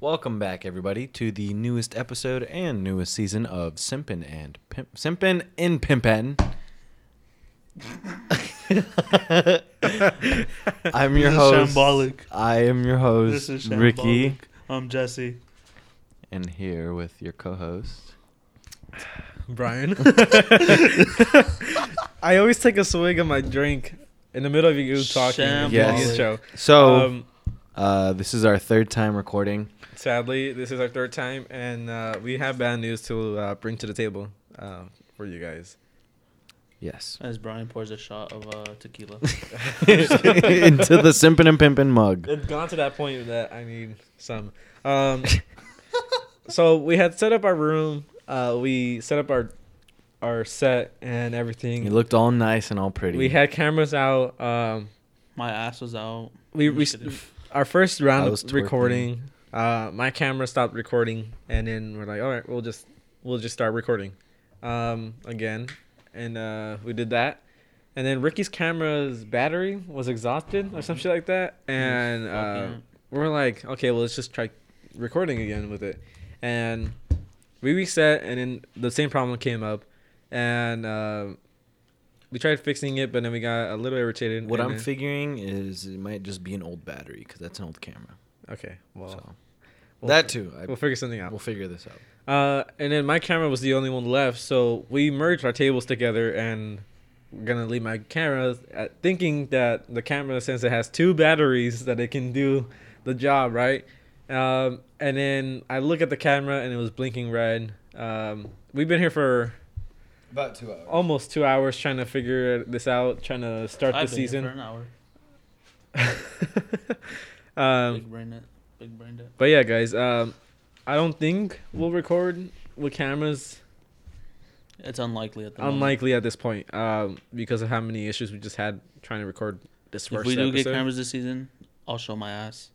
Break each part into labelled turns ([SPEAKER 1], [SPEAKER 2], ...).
[SPEAKER 1] Welcome back, everybody, to the newest episode and newest season of Simpin and Pimp, Simpin and Pimpin. I'm your
[SPEAKER 2] This
[SPEAKER 1] host.
[SPEAKER 2] is shambolic.
[SPEAKER 1] I am your host,
[SPEAKER 2] This is shambolic.
[SPEAKER 1] Ricky,
[SPEAKER 2] I'm Jesse.
[SPEAKER 1] and here with your co-host.
[SPEAKER 3] Brian. I always take a swig of my drink in the middle of you talking in the
[SPEAKER 1] Yes.
[SPEAKER 3] intro.
[SPEAKER 1] So,
[SPEAKER 3] um,
[SPEAKER 1] uh, this is our third time recording.
[SPEAKER 3] sadly, this is our third time, and uh, we have bad news to uh, bring to the table uh, for you guys.
[SPEAKER 1] Yes,
[SPEAKER 2] As Brian pours a shot of uh, tequila.
[SPEAKER 1] into the Simpin and Pimpin mug.
[SPEAKER 3] It's gone to that point that I need some. Um, so we had set up our room. Uh, we set up our our set and everything.
[SPEAKER 1] You looked all nice and all pretty.
[SPEAKER 3] we had cameras out. Um,
[SPEAKER 2] My ass was out.
[SPEAKER 3] we
[SPEAKER 2] I'm
[SPEAKER 3] we
[SPEAKER 2] just kidding.
[SPEAKER 3] our first
[SPEAKER 1] I
[SPEAKER 3] round
[SPEAKER 1] was
[SPEAKER 3] of
[SPEAKER 1] twerking.
[SPEAKER 3] recording uh my camera stopped recording and then we're like all right we'll just we'll just start recording um again and uh we did that and then ricky's camera's battery was exhausted or some shit like that and uh
[SPEAKER 2] Mm-hmm. Fucking-
[SPEAKER 3] we're like okay well let's just try recording again with it and we reset and then the same problem came up and uh we tried fixing it but then we got a little irritated
[SPEAKER 1] What
[SPEAKER 3] and
[SPEAKER 1] I'm
[SPEAKER 3] then-
[SPEAKER 1] figuring is it might just be an old battery because that's an old camera.
[SPEAKER 3] okay well
[SPEAKER 1] so.
[SPEAKER 3] we'll
[SPEAKER 1] that
[SPEAKER 3] fi-
[SPEAKER 1] too. I,
[SPEAKER 3] we'll figure something out
[SPEAKER 1] we'll figure this out.
[SPEAKER 3] Uh, and then my camera was the only one left, so we merged our tables together, and we're gonna leave my camera, at, thinking that the camera, since it has two batteries, that it can do the job, right? Um, and then I look at the camera, and it was blinking red. Um, we've been here for
[SPEAKER 1] About two hours.
[SPEAKER 3] almost two hours trying to figure this out, trying to start
[SPEAKER 2] I've
[SPEAKER 3] the
[SPEAKER 2] been here
[SPEAKER 3] season.
[SPEAKER 2] for an hour.
[SPEAKER 3] um,
[SPEAKER 2] Big brain it. Big brain it.
[SPEAKER 3] But yeah, guys, um, I don't think we'll record with cameras
[SPEAKER 2] It's unlikely at the moment.
[SPEAKER 3] unlikely at this point um, because of how many issues we just had trying to record this
[SPEAKER 2] If
[SPEAKER 3] first
[SPEAKER 2] we do
[SPEAKER 3] episode.
[SPEAKER 2] get cameras this season, I'll show my ass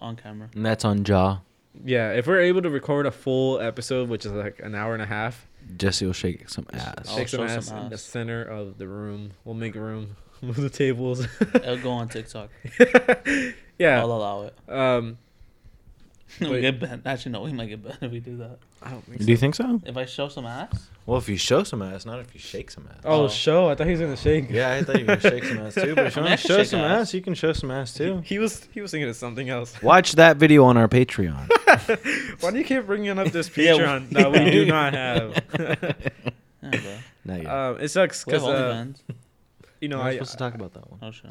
[SPEAKER 2] on camera.
[SPEAKER 1] And that's on Jaw.
[SPEAKER 3] yeah, if we're able to record a full episode, which is like an hour and a half,
[SPEAKER 1] Jesse will shake some ass.
[SPEAKER 2] I'll
[SPEAKER 3] shake some
[SPEAKER 2] show some
[SPEAKER 3] ass, in the
[SPEAKER 2] ass.
[SPEAKER 3] center of the room. We'll make room, move the tables.
[SPEAKER 2] It'll go on TikTok. I'll
[SPEAKER 3] yeah.
[SPEAKER 2] allow it.
[SPEAKER 3] Um, Wait.
[SPEAKER 2] we get banned. Actually, no, we might get banned if we do that.
[SPEAKER 3] I don't think
[SPEAKER 1] Do you
[SPEAKER 3] so.
[SPEAKER 1] think so?
[SPEAKER 2] If I show some ass,
[SPEAKER 1] Well, if you show some ass, not if you shake some ass.
[SPEAKER 3] Oh,
[SPEAKER 2] Oh.
[SPEAKER 3] show! I thought he was gonna shake.
[SPEAKER 1] Yeah, I thought you were gonna shake some ass too. But if you
[SPEAKER 2] I
[SPEAKER 1] want
[SPEAKER 2] mean, I
[SPEAKER 1] to
[SPEAKER 2] can
[SPEAKER 1] show
[SPEAKER 2] shake
[SPEAKER 1] some ass.
[SPEAKER 2] ass.
[SPEAKER 1] you can show some ass too.
[SPEAKER 3] He was he was thinking of something else.
[SPEAKER 1] Watch that video on our Patreon.
[SPEAKER 3] Why do you keep bringing up this
[SPEAKER 2] Yeah, we-
[SPEAKER 3] Patreon that we do not have?
[SPEAKER 2] yeah, bro.
[SPEAKER 1] Not yet.
[SPEAKER 3] um, it sucks
[SPEAKER 2] We have
[SPEAKER 3] because uh,
[SPEAKER 2] OnlyFans.
[SPEAKER 3] you know
[SPEAKER 1] We're not
[SPEAKER 3] I
[SPEAKER 1] supposed to talk about that one.
[SPEAKER 2] Oh shit.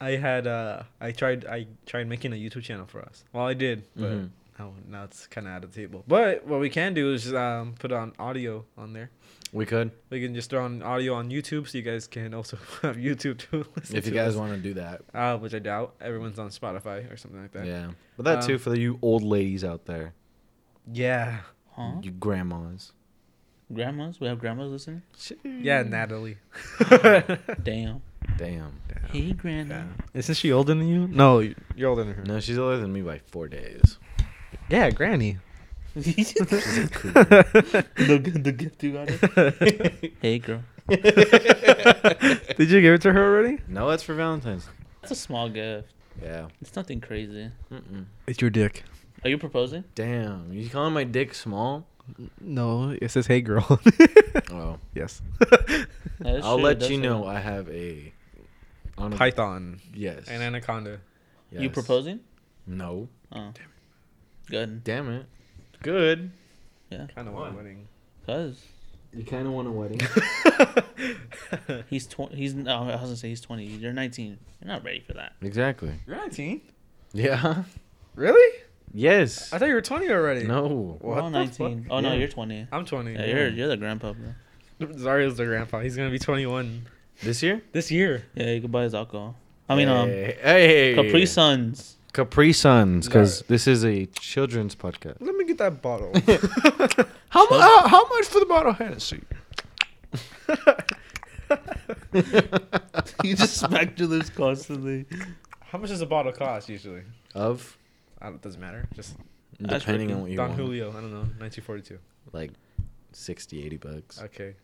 [SPEAKER 3] I had uh I tried I tried making a YouTube channel for us. Well, I did, but
[SPEAKER 1] Mhm.
[SPEAKER 3] now, now it's kind of out of the table. But what we can do is um put on audio on there.
[SPEAKER 1] We could,
[SPEAKER 3] We can just throw on audio on YouTube, so you guys can also have YouTube to listen.
[SPEAKER 1] if you
[SPEAKER 3] to
[SPEAKER 1] guys
[SPEAKER 3] us.
[SPEAKER 1] want to do that.
[SPEAKER 3] uh, which I doubt. Everyone's on Spotify or something like that. Yeah,
[SPEAKER 1] Yeah, but uh, that too
[SPEAKER 3] Um,
[SPEAKER 1] for you old ladies out there,
[SPEAKER 3] yeah,
[SPEAKER 2] Huh?
[SPEAKER 1] you grandmas.
[SPEAKER 2] Grandmas? We have grandmas listening?
[SPEAKER 3] Natalie.
[SPEAKER 2] Damn.
[SPEAKER 1] Damn.
[SPEAKER 2] Hey, Grandma.
[SPEAKER 3] Isn't she older than you? No, you're older than her.
[SPEAKER 1] No, she's older than me by four days.
[SPEAKER 3] Yeah, Granny.
[SPEAKER 2] the, the gift you got Hey, girl.
[SPEAKER 3] Did you give it to her already?
[SPEAKER 1] No, that's for Valentine's.
[SPEAKER 2] That's a small gift.
[SPEAKER 1] Yeah.
[SPEAKER 2] It's nothing crazy.
[SPEAKER 1] Mm-mm.
[SPEAKER 3] It's your dick.
[SPEAKER 2] Are you proposing?
[SPEAKER 1] Damn. You calling my dick small?
[SPEAKER 3] No, it says "Hey, girl."
[SPEAKER 1] Oh.
[SPEAKER 3] yes.
[SPEAKER 2] Yeah, that's
[SPEAKER 1] I'll
[SPEAKER 2] true,
[SPEAKER 1] let
[SPEAKER 2] that's
[SPEAKER 1] you
[SPEAKER 2] true.
[SPEAKER 1] know I have a. On a-
[SPEAKER 3] Python
[SPEAKER 1] Yes.
[SPEAKER 3] and anaconda.
[SPEAKER 2] You
[SPEAKER 1] yes.
[SPEAKER 2] proposing?
[SPEAKER 1] No.
[SPEAKER 2] Oh. Good.
[SPEAKER 1] Damn it. Good.
[SPEAKER 2] Yeah.
[SPEAKER 3] Kind of
[SPEAKER 1] want a
[SPEAKER 3] wedding.
[SPEAKER 2] Cause
[SPEAKER 1] You kind of want a wedding.
[SPEAKER 2] he's twenty. He's no. I was gonna say he's twenty. You're nineteen. You're not ready for that.
[SPEAKER 1] exactly.
[SPEAKER 3] You're 19.
[SPEAKER 1] Yeah.
[SPEAKER 3] Really?
[SPEAKER 1] Yes.
[SPEAKER 3] I thought you were 20 already.
[SPEAKER 1] No.
[SPEAKER 2] We're all
[SPEAKER 3] the
[SPEAKER 2] nineteen.
[SPEAKER 3] fuck?
[SPEAKER 2] Oh no,
[SPEAKER 1] Yeah.
[SPEAKER 2] you're twenty.
[SPEAKER 3] I'm 20.
[SPEAKER 2] Yeah, you're you're the grandpa. Bro.
[SPEAKER 3] Zario's the grandpa. He's gonna be 21
[SPEAKER 1] This year?
[SPEAKER 3] this year.
[SPEAKER 2] Yeah, you could buy his alcohol. I mean, um,
[SPEAKER 1] Hey, hey.
[SPEAKER 2] Capri Suns.
[SPEAKER 1] Capri Suns, because
[SPEAKER 3] No.
[SPEAKER 1] this is a children's podcast.
[SPEAKER 3] Let me get that bottle.
[SPEAKER 1] How, mu- uh, how much for the bottle of Hennessy?
[SPEAKER 2] you just smacked your lips constantly.
[SPEAKER 3] How much does a bottle cost usually?
[SPEAKER 1] Of?
[SPEAKER 3] I don't, doesn't matter. Just
[SPEAKER 2] That's
[SPEAKER 1] Depending on
[SPEAKER 2] freaking
[SPEAKER 1] what you
[SPEAKER 3] Don
[SPEAKER 1] want.
[SPEAKER 3] Julio. I don't know. 1942.
[SPEAKER 1] Like 60, 80 bucks.
[SPEAKER 3] Okay.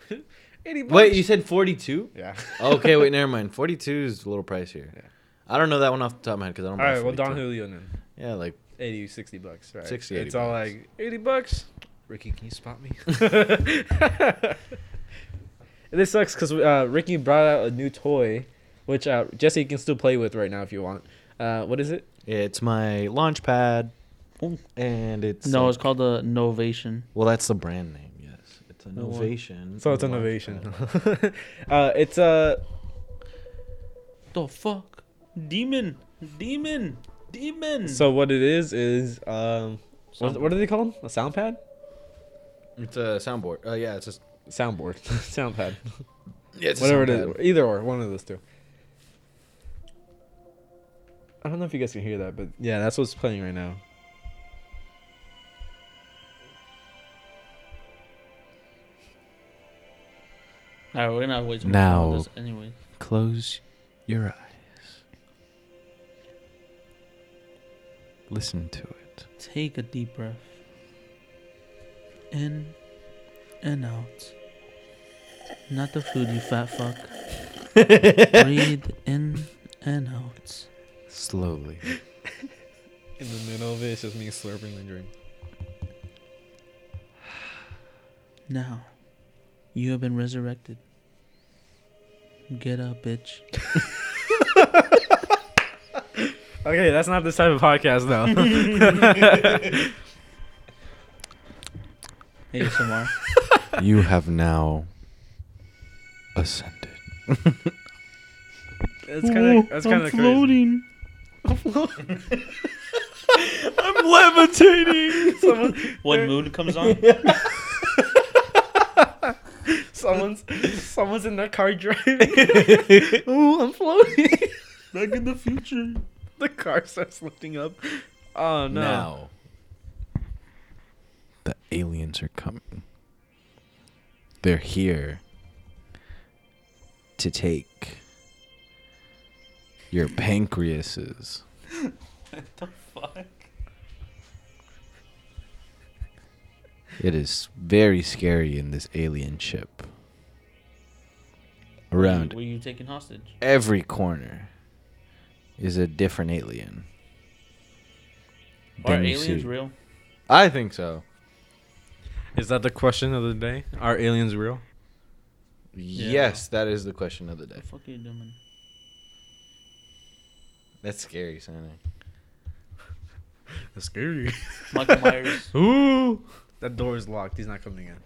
[SPEAKER 3] 80 bucks.
[SPEAKER 1] Wait, you said 42?
[SPEAKER 3] yeah.
[SPEAKER 1] okay, wait, never mind. 42 is a little pricier.
[SPEAKER 3] Yeah.
[SPEAKER 1] I don't know that one off the top of my head because I don't
[SPEAKER 3] All
[SPEAKER 1] buy
[SPEAKER 3] right. Well, Don
[SPEAKER 1] 42.
[SPEAKER 3] Julio then.
[SPEAKER 1] Yeah, like
[SPEAKER 3] 80, 60 bucks, right?
[SPEAKER 1] 60, 80
[SPEAKER 3] It's all
[SPEAKER 1] bucks.
[SPEAKER 3] like 80 bucks. Ricky, can you spot me? And this sucks because uh, Ricky brought out a new toy, which uh, Jesse can still play with right now if you want. Uh, what is it?
[SPEAKER 1] It's my launch pad,
[SPEAKER 2] Ooh.
[SPEAKER 1] and it's
[SPEAKER 2] No,
[SPEAKER 1] like-
[SPEAKER 2] it's called the Novation.
[SPEAKER 1] well, that's the brand name. Yes, it's an
[SPEAKER 3] No, uh,
[SPEAKER 1] ovation.
[SPEAKER 3] So it's
[SPEAKER 1] and
[SPEAKER 3] an
[SPEAKER 1] a launch
[SPEAKER 3] ovation.
[SPEAKER 1] pad.
[SPEAKER 3] uh, it's a
[SPEAKER 2] The fuck, demon, demon, demon.
[SPEAKER 3] uh, so what it is is um what,
[SPEAKER 2] Sound-
[SPEAKER 3] what are they called? A sound pad?
[SPEAKER 1] It's a soundboard. Uh, yeah, it's just
[SPEAKER 3] Soundboard, sound pad,
[SPEAKER 1] yeah, it's a
[SPEAKER 3] whatever it
[SPEAKER 1] sound
[SPEAKER 3] is.
[SPEAKER 1] pad.
[SPEAKER 3] Either or, one of those two. I don't know if you guys can hear that, but yeah, that's what's playing right now.
[SPEAKER 2] All right, we're gonna have way too much
[SPEAKER 1] Now.
[SPEAKER 2] fun with this anyway.
[SPEAKER 1] Close your eyes. Listen to it.
[SPEAKER 2] Take a deep breath. In and out. Not the food, you fat fuck. Breathe in and out.
[SPEAKER 1] Slowly.
[SPEAKER 3] In the middle of it, it's just me slurping the drink.
[SPEAKER 2] Now, you have been resurrected. Get up, bitch.
[SPEAKER 3] Okay, that's not this type of podcast though.
[SPEAKER 2] ASMR.
[SPEAKER 1] you have now ascended.
[SPEAKER 3] that's kind of that's kind of crazy. I'm levitating. Someone,
[SPEAKER 2] When moon comes on,
[SPEAKER 3] someone's, someone's in their car driving. Ooh, I'm floating.
[SPEAKER 2] back in the future.
[SPEAKER 3] the car starts lifting up. Oh no!
[SPEAKER 1] Now, the aliens are coming. They're here to take your pancreases.
[SPEAKER 2] The fuck?
[SPEAKER 1] It is very scary in this alien ship. Around
[SPEAKER 2] Were you taken hostage?
[SPEAKER 1] every corner is a different alien.
[SPEAKER 2] Are
[SPEAKER 1] Then you
[SPEAKER 2] aliens
[SPEAKER 1] see-
[SPEAKER 2] real?
[SPEAKER 1] I think so.
[SPEAKER 3] Is that the question of the day? Are aliens real?
[SPEAKER 1] Yes, that is the question of the day.
[SPEAKER 2] The fuck are you doing?
[SPEAKER 1] That's scary, sounding.
[SPEAKER 3] That's scary.
[SPEAKER 2] Michael Myers.
[SPEAKER 3] Ooh, that door is locked. He's not coming in.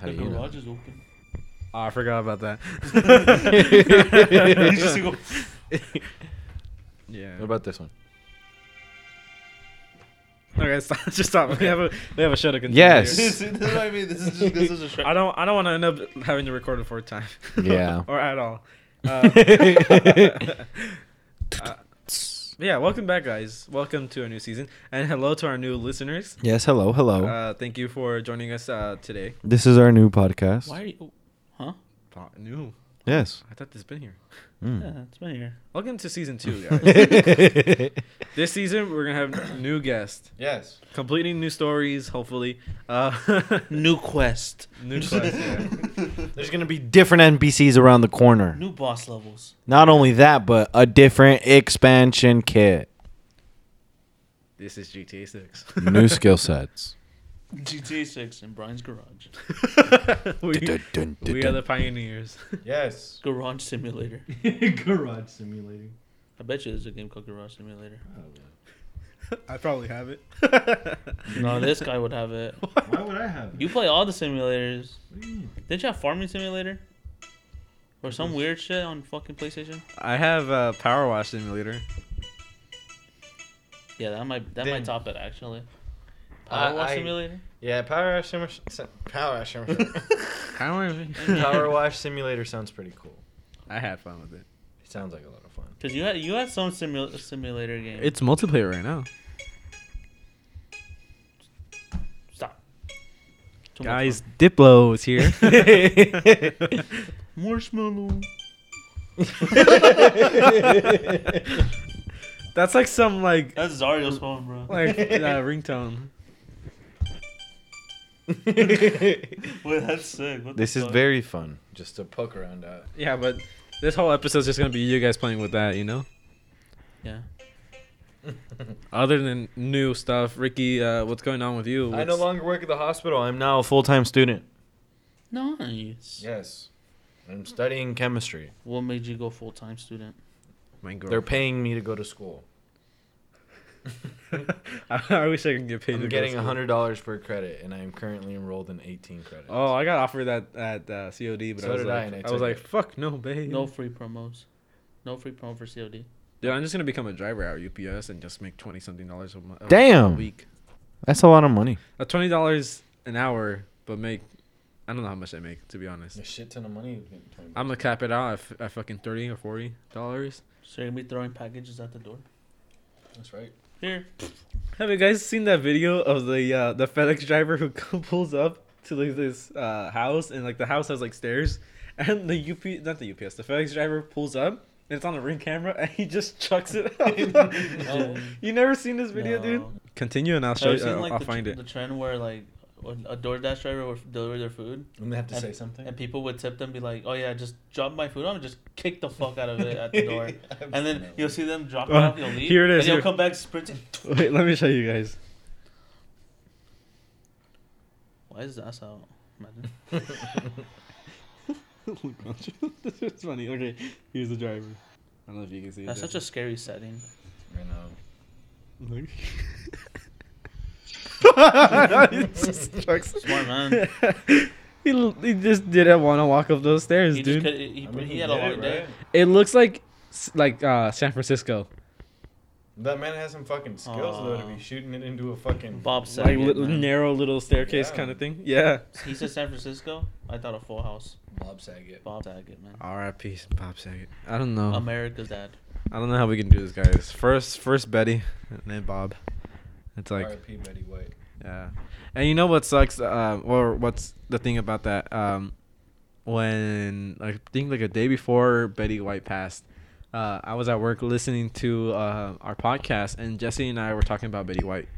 [SPEAKER 1] How
[SPEAKER 2] the
[SPEAKER 1] do you know?
[SPEAKER 2] garage is open.
[SPEAKER 3] Oh, I forgot about that.
[SPEAKER 2] He's just go-
[SPEAKER 3] Yeah.
[SPEAKER 1] What about this one?
[SPEAKER 3] Okay, stop, just stop. We have a we have a show to continue.
[SPEAKER 1] Yes.
[SPEAKER 2] this is what I mean. This is just this is a
[SPEAKER 3] I
[SPEAKER 2] short.
[SPEAKER 3] don't I don't want to end up having to record a fourth time.
[SPEAKER 1] Yeah.
[SPEAKER 3] or at all. Uh, uh, yeah, welcome back, guys. Welcome to our new season, and hello to our new listeners.
[SPEAKER 1] Yes, hello, hello.
[SPEAKER 3] Uh, thank you for joining us uh, today.
[SPEAKER 1] this is our new podcast.
[SPEAKER 2] Why are you? oh, Huh?
[SPEAKER 3] Po- New,
[SPEAKER 1] Yes.
[SPEAKER 3] I thought this been here.
[SPEAKER 1] Mm.
[SPEAKER 2] Yeah, it's been here.
[SPEAKER 3] Welcome to season two, guys. this season we're gonna have new guests,
[SPEAKER 1] yes.
[SPEAKER 3] completing new stories, hopefully. Uh,
[SPEAKER 2] New quest.
[SPEAKER 3] new quests. Yeah.
[SPEAKER 1] There's going to be different NPCs around the corner.
[SPEAKER 2] New boss levels.
[SPEAKER 1] Not only that, but a different expansion kit.
[SPEAKER 3] This is GTA Six.
[SPEAKER 1] New skill sets.
[SPEAKER 2] GTA 6 in Brian's garage.
[SPEAKER 3] we, we are the pioneers.
[SPEAKER 1] Yes.
[SPEAKER 2] Garage Simulator.
[SPEAKER 1] Garage simulator.
[SPEAKER 2] I bet you there's a game called Garage Simulator.
[SPEAKER 3] I probably have it.
[SPEAKER 2] No, this guy would have it.
[SPEAKER 1] Why would I have
[SPEAKER 2] You play all the simulators. Didn't you have Farming Simulator? Or some weird shit on fucking PlayStation?
[SPEAKER 3] I have uh, Power Wash Simulator.
[SPEAKER 2] Yeah, that might that
[SPEAKER 1] Then-
[SPEAKER 2] might top it actually.
[SPEAKER 1] I-
[SPEAKER 2] Power Wash
[SPEAKER 1] I-
[SPEAKER 2] Simulator.
[SPEAKER 1] Yeah, Power Wash Simulator. Power Wash Simulator.
[SPEAKER 3] I don't. even-
[SPEAKER 1] Power Wash Simulator sounds pretty cool.
[SPEAKER 3] I had fun with it.
[SPEAKER 1] It sounds like a lot of fun.
[SPEAKER 2] Cause you had you had some simul- simulator game.
[SPEAKER 3] It's multiplayer right now.
[SPEAKER 2] Stop. Too much
[SPEAKER 3] Guys,
[SPEAKER 2] fun.
[SPEAKER 3] Diplo is here.
[SPEAKER 2] marshmallow.
[SPEAKER 3] That's like some like
[SPEAKER 2] That's Zario's phone, bro.
[SPEAKER 3] like uh, ringtone.
[SPEAKER 2] Wait, that's sick. What the
[SPEAKER 1] this is
[SPEAKER 2] fuck?
[SPEAKER 1] very fun. Just to poke around at.
[SPEAKER 3] Yeah, but this whole episode's just gonna be you guys playing with that, you know?
[SPEAKER 2] Yeah.
[SPEAKER 3] Other than new stuff, Ricky, uh, what's going on with you?
[SPEAKER 1] I
[SPEAKER 3] What's-
[SPEAKER 1] no longer work at the hospital. I'm now a full time student.
[SPEAKER 2] Nice.
[SPEAKER 1] Yes. I'm studying chemistry.
[SPEAKER 2] What made you go full time student?
[SPEAKER 3] my girl.
[SPEAKER 1] They're paying me to go to school.
[SPEAKER 3] I wish I could get paid. to
[SPEAKER 1] I'm
[SPEAKER 3] go
[SPEAKER 1] getting
[SPEAKER 3] to school.
[SPEAKER 1] $100 per credit, and I'm currently enrolled in 18 credits.
[SPEAKER 3] Oh, I got offered that at uh, COD, but
[SPEAKER 1] So
[SPEAKER 3] I was
[SPEAKER 1] did I,
[SPEAKER 3] like,
[SPEAKER 1] and I
[SPEAKER 3] I,
[SPEAKER 1] took
[SPEAKER 3] was like,
[SPEAKER 1] it.
[SPEAKER 3] fuck no, babe.
[SPEAKER 2] No free promos. No free promo for COD.
[SPEAKER 3] Dude, I'm just gonna become a driver at UPS and just make twenty something dollars a month.
[SPEAKER 1] Damn.
[SPEAKER 3] A week.
[SPEAKER 1] That's a lot of money.
[SPEAKER 3] Uh, twenty dollars an hour, but make. I don't know how much I make to be honest.
[SPEAKER 1] A shit ton of money. you're getting turned
[SPEAKER 3] I'm gonna cap it out at, f- at fucking thirty or forty dollars.
[SPEAKER 2] So you're gonna be throwing packages at the door?
[SPEAKER 1] down. That's right.
[SPEAKER 2] Here.
[SPEAKER 3] Have you guys seen that video of the uh, the FedEx driver who pulls up to like this uh, house and like the house has like stairs and the UP not the UPS the FedEx driver pulls up and it's on a ring camera and he just chucks it. out.
[SPEAKER 1] No.
[SPEAKER 3] you never seen this video,
[SPEAKER 2] No.
[SPEAKER 3] dude? Continue and I'll show
[SPEAKER 2] Have you
[SPEAKER 3] you.
[SPEAKER 2] seen
[SPEAKER 3] I'll,
[SPEAKER 2] like
[SPEAKER 3] I'll
[SPEAKER 2] the,
[SPEAKER 3] find
[SPEAKER 2] tr-
[SPEAKER 3] it.
[SPEAKER 2] the trend where like when a DoorDash driver would deliver their food
[SPEAKER 1] I'm going to have to
[SPEAKER 2] And-
[SPEAKER 1] say something.
[SPEAKER 2] and people would tip them be like, "Oh yeah, just drop my food on, just kick the fuck out of it at the door." And then you'll see them drop it
[SPEAKER 3] Uh,
[SPEAKER 2] off, you'll leave.
[SPEAKER 3] here it is,
[SPEAKER 2] And you'll
[SPEAKER 3] here.
[SPEAKER 2] come back sprinting.
[SPEAKER 3] Wait, let me show you guys.
[SPEAKER 2] Why is that so? Imagine.
[SPEAKER 3] this is funny. Okay, here's the driver. I don't know if you can see
[SPEAKER 2] That's such a scary setting.
[SPEAKER 1] Right now.
[SPEAKER 2] Smart man.
[SPEAKER 3] he, l- he just didn't want to walk up those stairs,
[SPEAKER 2] He, just
[SPEAKER 3] dude.
[SPEAKER 2] could, he, he-
[SPEAKER 1] I mean,
[SPEAKER 2] he had a
[SPEAKER 1] did
[SPEAKER 2] long
[SPEAKER 1] it,
[SPEAKER 2] day.
[SPEAKER 1] right?
[SPEAKER 3] It looks like s- like uh, San Francisco.
[SPEAKER 1] That man has some fucking skills though to
[SPEAKER 2] Aw.
[SPEAKER 1] be shooting it into a fucking.
[SPEAKER 2] Bob
[SPEAKER 3] Like
[SPEAKER 2] said.
[SPEAKER 3] li- narrow little staircase
[SPEAKER 1] Yeah.
[SPEAKER 3] kind of thing. Yeah.
[SPEAKER 2] He said San Francisco. I thought of Full House.
[SPEAKER 1] Bob Saget.
[SPEAKER 2] Bob Saget, man.
[SPEAKER 3] R.I.P. Bob Saget. I don't know.
[SPEAKER 2] America's dad.
[SPEAKER 3] I don't know how we can do this, guys. First, first Betty, and then Bob. It's like
[SPEAKER 1] R.I.P. Betty White.
[SPEAKER 3] Yeah, and you know what sucks? Um, or what's the thing about that? Um, when I think like a day before Betty White passed, uh, I was at work listening to uh, our podcast, and Jesse and I were talking about Betty White,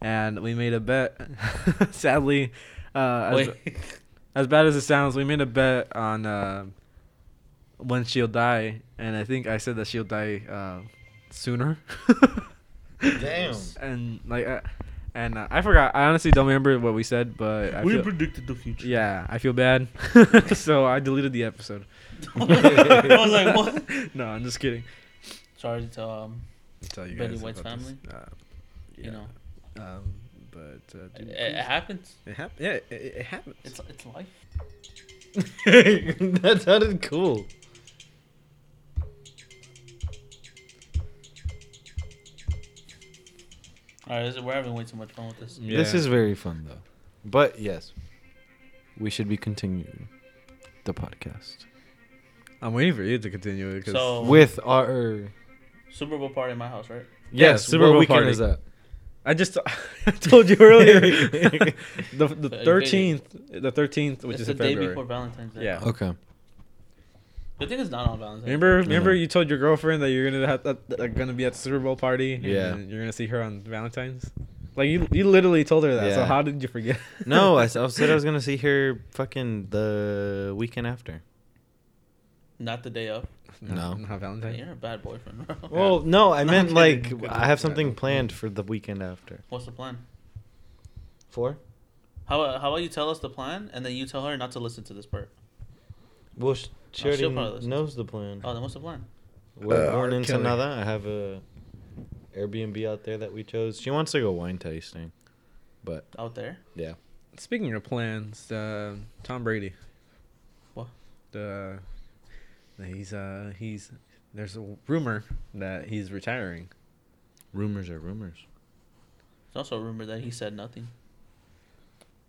[SPEAKER 3] and we made a bet. Sadly, uh, as,
[SPEAKER 2] Wait.
[SPEAKER 3] as bad as it sounds, we made a bet on uh, when she'll die, and I think I said that she'll die uh, sooner.
[SPEAKER 1] Damn.
[SPEAKER 3] and like uh, and uh, I forgot. I honestly don't remember what we said, but I feel,
[SPEAKER 2] predicted the future.
[SPEAKER 3] yeah, I feel bad. so I deleted the episode.
[SPEAKER 2] I was like, what?
[SPEAKER 3] No, I'm just kidding.
[SPEAKER 2] Sorry to um,
[SPEAKER 3] I'll tell you
[SPEAKER 2] Betty
[SPEAKER 3] guys
[SPEAKER 2] White's
[SPEAKER 3] about this. Uh, yeah.
[SPEAKER 2] you know,
[SPEAKER 3] Um, but uh,
[SPEAKER 2] it,
[SPEAKER 3] dude,
[SPEAKER 2] it happens.
[SPEAKER 3] it happened. Yeah, it, it it happens.
[SPEAKER 2] It's it's life.
[SPEAKER 1] that sounded cool.
[SPEAKER 2] All right, this is, we're having way too much fun with this.
[SPEAKER 3] Yeah.
[SPEAKER 1] This is very fun though. But yes, we should be continuing the podcast
[SPEAKER 3] I'm waiting for you to continue it because
[SPEAKER 2] So
[SPEAKER 1] with our
[SPEAKER 2] Super Bowl party in my house, right?
[SPEAKER 1] yes.
[SPEAKER 3] Super
[SPEAKER 1] what
[SPEAKER 3] Bowl
[SPEAKER 1] weekend
[SPEAKER 3] party.
[SPEAKER 1] is that?
[SPEAKER 3] I just I told you earlier the the
[SPEAKER 2] February.
[SPEAKER 3] 13th, the 13th, which
[SPEAKER 2] it's
[SPEAKER 3] is
[SPEAKER 2] the
[SPEAKER 3] in
[SPEAKER 2] day
[SPEAKER 3] February.
[SPEAKER 2] before Valentine's Day.
[SPEAKER 3] Yeah.
[SPEAKER 1] Okay.
[SPEAKER 2] Good thing it's not on Valentine's.
[SPEAKER 3] Remember, remember,
[SPEAKER 1] Mhm.
[SPEAKER 3] you told your girlfriend that you're gonna have that, that- that gonna be at the Super Bowl party. and
[SPEAKER 1] Yeah.
[SPEAKER 3] you're gonna see her on Valentine's. Like you, you literally told her that. So
[SPEAKER 1] Yeah.
[SPEAKER 3] how did you forget?
[SPEAKER 1] No, I, s- I said I was gonna see her fucking the weekend after.
[SPEAKER 2] Day. Not the day of.
[SPEAKER 1] No.
[SPEAKER 3] not
[SPEAKER 2] Man,
[SPEAKER 3] Valentine's.
[SPEAKER 2] You're a bad boyfriend, bro.
[SPEAKER 1] Well, no, I
[SPEAKER 3] No,
[SPEAKER 1] meant
[SPEAKER 3] I'm
[SPEAKER 1] like
[SPEAKER 3] kidding. Good
[SPEAKER 1] I have
[SPEAKER 3] job.
[SPEAKER 1] something planned for the weekend after.
[SPEAKER 2] What's the plan?
[SPEAKER 1] Four?
[SPEAKER 2] How how about you tell us the plan and then you tell her not to listen to this part?
[SPEAKER 1] Well, sh- she
[SPEAKER 2] she'll probably
[SPEAKER 1] already
[SPEAKER 2] listen.
[SPEAKER 1] knows the plan.
[SPEAKER 2] Oh, then what's the plan?
[SPEAKER 1] We're
[SPEAKER 3] Uh,
[SPEAKER 1] going
[SPEAKER 3] R.
[SPEAKER 1] into
[SPEAKER 3] Kelly.
[SPEAKER 1] another. I have a Airbnb out there that we chose. She wants to go wine tasting, but
[SPEAKER 2] Out there?
[SPEAKER 1] yeah,
[SPEAKER 3] Speaking of plans, uh, Tom Brady.
[SPEAKER 2] What?
[SPEAKER 3] The he's uh he's there's a rumor that he's retiring.
[SPEAKER 1] rumors are rumors.
[SPEAKER 2] It's also a rumor that he said nothing.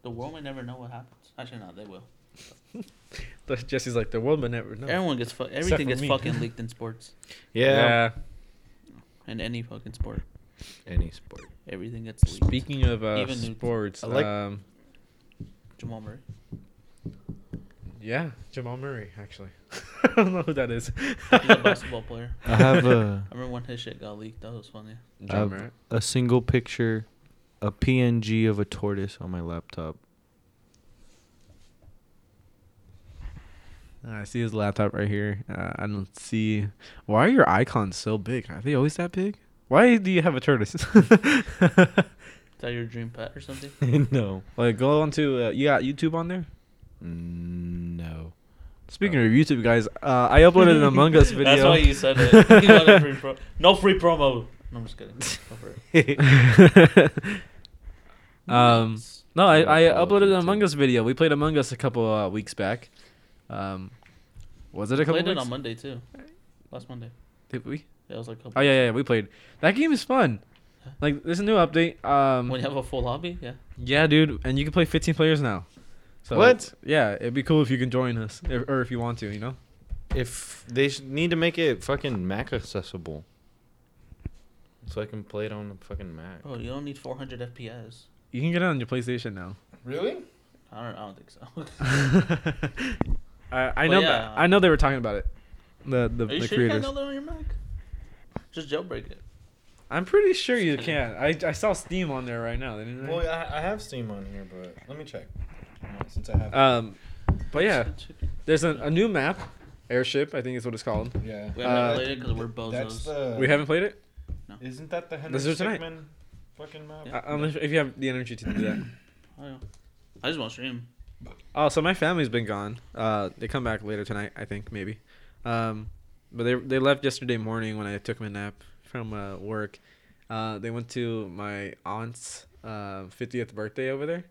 [SPEAKER 2] The world may never know what happens. Actually, no, they will.
[SPEAKER 3] But Jesse's like the world would never know.
[SPEAKER 2] Everyone gets fu- everything
[SPEAKER 3] for
[SPEAKER 2] gets
[SPEAKER 3] me.
[SPEAKER 2] fucking leaked in sports.
[SPEAKER 1] Yeah.
[SPEAKER 2] In any fucking sport,
[SPEAKER 1] Any sport.
[SPEAKER 2] everything gets leaked.
[SPEAKER 3] Speaking of uh,
[SPEAKER 2] Even nudes.
[SPEAKER 3] sports,
[SPEAKER 1] I like-
[SPEAKER 3] um,
[SPEAKER 2] Jamal Murray.
[SPEAKER 3] yeah, Jamal Murray actually. I don't know who that is.
[SPEAKER 2] He's a basketball player.
[SPEAKER 1] I have a
[SPEAKER 2] I remember when his shit got leaked. That was funny.
[SPEAKER 3] Jamal
[SPEAKER 1] I've-
[SPEAKER 3] Murray.
[SPEAKER 1] a single picture, a PNG of a tortoise on my laptop.
[SPEAKER 3] Uh, I see his laptop right here. Uh, I don't see. Why are your icons so big? Are they always that big? Why do you have a tortoise?
[SPEAKER 2] Is that your dream pet or something?
[SPEAKER 1] no.
[SPEAKER 3] like, go on to, uh, you got YouTube on there?
[SPEAKER 1] No.
[SPEAKER 3] Speaking of YouTube, guys, uh, I uploaded an Among Us video.
[SPEAKER 2] That's why you said it. You got a free pro- no free promo. No, I'm just kidding. Go for it.
[SPEAKER 3] um,
[SPEAKER 2] Nice.
[SPEAKER 3] no, I, I
[SPEAKER 1] Yeah, Call of
[SPEAKER 3] uploaded an
[SPEAKER 1] Duty.
[SPEAKER 3] Among Us video. We played Among Us a couple uh, weeks back. Um, was it a couple
[SPEAKER 2] played it
[SPEAKER 3] weeks?
[SPEAKER 2] on Monday too. Last Monday.
[SPEAKER 3] Did we?
[SPEAKER 2] Yeah, it was like a couple
[SPEAKER 3] Oh yeah, yeah, yeah, we played. That game is fun. Like, there's a new update. Um,
[SPEAKER 2] When you have a full lobby, yeah.
[SPEAKER 3] yeah, dude, and you can play 15 players now. So,
[SPEAKER 1] What?
[SPEAKER 3] Yeah, it'd be cool if you can join us, if, or if you want to, you know.
[SPEAKER 1] If they sh- need to make it fucking Mac accessible, so I can play it on the fucking Mac.
[SPEAKER 2] Bro, you don't need 400 FPS.
[SPEAKER 3] You can get it on your PlayStation now.
[SPEAKER 1] Really?
[SPEAKER 2] I don't. I don't think so.
[SPEAKER 3] I,
[SPEAKER 2] But
[SPEAKER 3] I know.
[SPEAKER 2] yeah.
[SPEAKER 3] I know they were talking about it. The the,
[SPEAKER 2] Are you
[SPEAKER 3] the
[SPEAKER 2] sure
[SPEAKER 3] creators.
[SPEAKER 2] you can't download it on your Mac? Just jailbreak it.
[SPEAKER 3] I'm pretty sure you
[SPEAKER 2] Just
[SPEAKER 3] can. I, I saw Steam on there right now. Didn't
[SPEAKER 1] Well, I, I have Steam on here, but let me check. Since I have,
[SPEAKER 3] I? Um, but yeah, there's an, a new map, Airship. I think is what it's called.
[SPEAKER 1] yeah.
[SPEAKER 2] We
[SPEAKER 3] haven't
[SPEAKER 2] haven't
[SPEAKER 3] Uh,
[SPEAKER 2] played it because we're bozos.
[SPEAKER 1] That's the.
[SPEAKER 3] We haven't played it.
[SPEAKER 1] Isn't that the Henry
[SPEAKER 3] Let's do it tonight.
[SPEAKER 1] Stickmin fucking map?
[SPEAKER 2] Yeah.
[SPEAKER 3] Uh, unless if you have the energy to do that.
[SPEAKER 2] I, don't know. I just want to stream.
[SPEAKER 3] Oh, so my family's been gone. Uh, they come back later tonight, I think maybe. Um, but they they left yesterday morning when I took my nap from uh, work. Uh, they went to my aunt's uh, 50th birthday over there,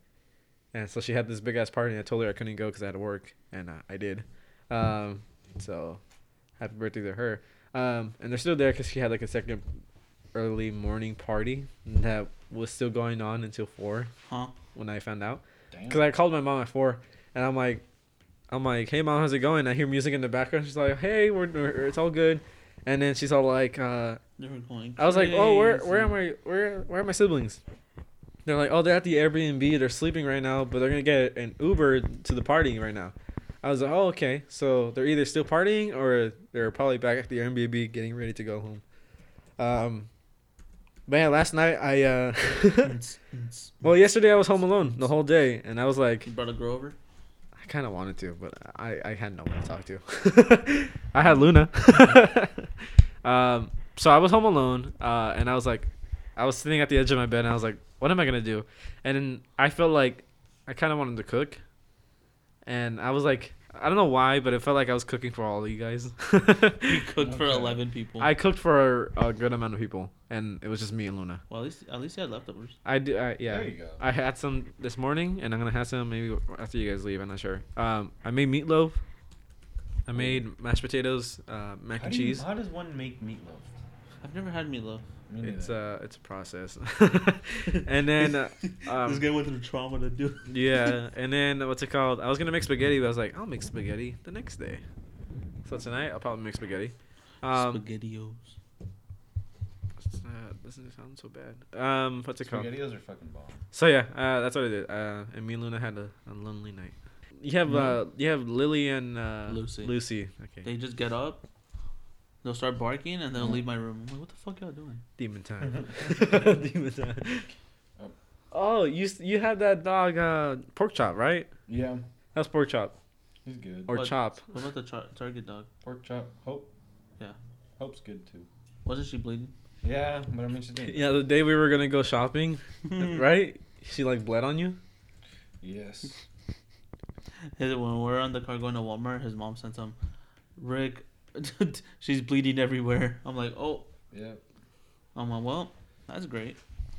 [SPEAKER 3] and so she had this big ass party. And I told her I couldn't go because I had to work, and uh, I did. Um, so happy birthday to her. Um, and they're still there because she had like a second early morning party that was still going on until four
[SPEAKER 2] Huh?
[SPEAKER 3] when I found out. Cause
[SPEAKER 1] Damn.
[SPEAKER 3] I called my mom at four, and I'm like, I'm like, hey mom, how's it going? I hear music in the background. She's like, hey, we're, we're it's all good. And then she's all like, uh,
[SPEAKER 2] They were going.
[SPEAKER 3] I was like, oh, where where
[SPEAKER 2] crazy.
[SPEAKER 3] am I? Where where are my siblings? They're like, oh, they're at the Airbnb. They're sleeping right now, but they're gonna get an Uber to the party right now. I was like, oh, okay. So they're either still partying or they're probably back at the Airbnb getting ready to go home. Um, but yeah, last night I uh,
[SPEAKER 2] Mm, mm.
[SPEAKER 3] well, yesterday I was home alone the whole day, and I was like.
[SPEAKER 2] You brought a girl over?
[SPEAKER 3] I kind of wanted to, but I, I had no one to talk to. I had Luna. um, so I was home alone, uh, and I was like, I was sitting at the edge of my bed, and I was like, what am I gonna do? And then I felt like I kind of wanted to cook, and I was like, I don't know why, but it felt like I was cooking for all of you guys.
[SPEAKER 2] You cooked for
[SPEAKER 1] Okay.
[SPEAKER 2] 11 people.
[SPEAKER 3] I cooked for a good amount of people, and it was just me and Luna.
[SPEAKER 2] well, at least at least you had leftovers.
[SPEAKER 3] I did, I, yeah.
[SPEAKER 1] There you go.
[SPEAKER 3] I had some this morning, and I'm gonna have some maybe after you guys leave. I'm not sure. Um, I made meatloaf. I made mashed potatoes, uh, mac
[SPEAKER 1] How
[SPEAKER 3] and
[SPEAKER 1] do you-
[SPEAKER 3] cheese.
[SPEAKER 1] how does one make meatloaf?
[SPEAKER 2] I've never had meatloaf.
[SPEAKER 1] Me neither.
[SPEAKER 3] It's uh, it's a process. and then, uh, um,
[SPEAKER 2] went through trauma to do.
[SPEAKER 3] yeah, and then what's it called? I was gonna make spaghetti, but I was like, I'll make spaghetti the next day. So tonight I'll probably make spaghetti. Um,
[SPEAKER 2] Spaghettios.
[SPEAKER 3] uh, doesn't sound so bad. Um, what's it called?
[SPEAKER 1] Spaghettios are fucking bomb.
[SPEAKER 3] So yeah, uh, that's what I did. Uh, and me and Luna had a, a lonely night. You have uh, you have Lily and uh,
[SPEAKER 2] Mm-hmm. Lucy.
[SPEAKER 3] Lucy. Okay.
[SPEAKER 2] They just get up, they'll start barking, and they'll leave my room. I'm like, what the fuck y'all doing?
[SPEAKER 3] Demon
[SPEAKER 2] Mm-hmm.
[SPEAKER 3] time. Demon time. Oh, you s- you had that dog uh, pork chop, right?
[SPEAKER 1] Yeah,
[SPEAKER 3] That's pork chop
[SPEAKER 1] he's good.
[SPEAKER 3] or
[SPEAKER 2] What?
[SPEAKER 3] chop.
[SPEAKER 2] What about the char- target dog?
[SPEAKER 1] Pork chop. Hope.
[SPEAKER 2] Yeah.
[SPEAKER 1] Hope's good too.
[SPEAKER 2] Wasn't she bleeding?
[SPEAKER 1] Yeah, but I mean she's doing.
[SPEAKER 3] Yeah, the day we were gonna go shopping,
[SPEAKER 2] Mm.
[SPEAKER 3] right? She like bled on you.
[SPEAKER 1] Yes.
[SPEAKER 2] His- when we're on the car going to Walmart, his mom sent him, Rick, she's bleeding everywhere. I'm like, oh,
[SPEAKER 1] Yep.
[SPEAKER 2] I'm like, well, that's great.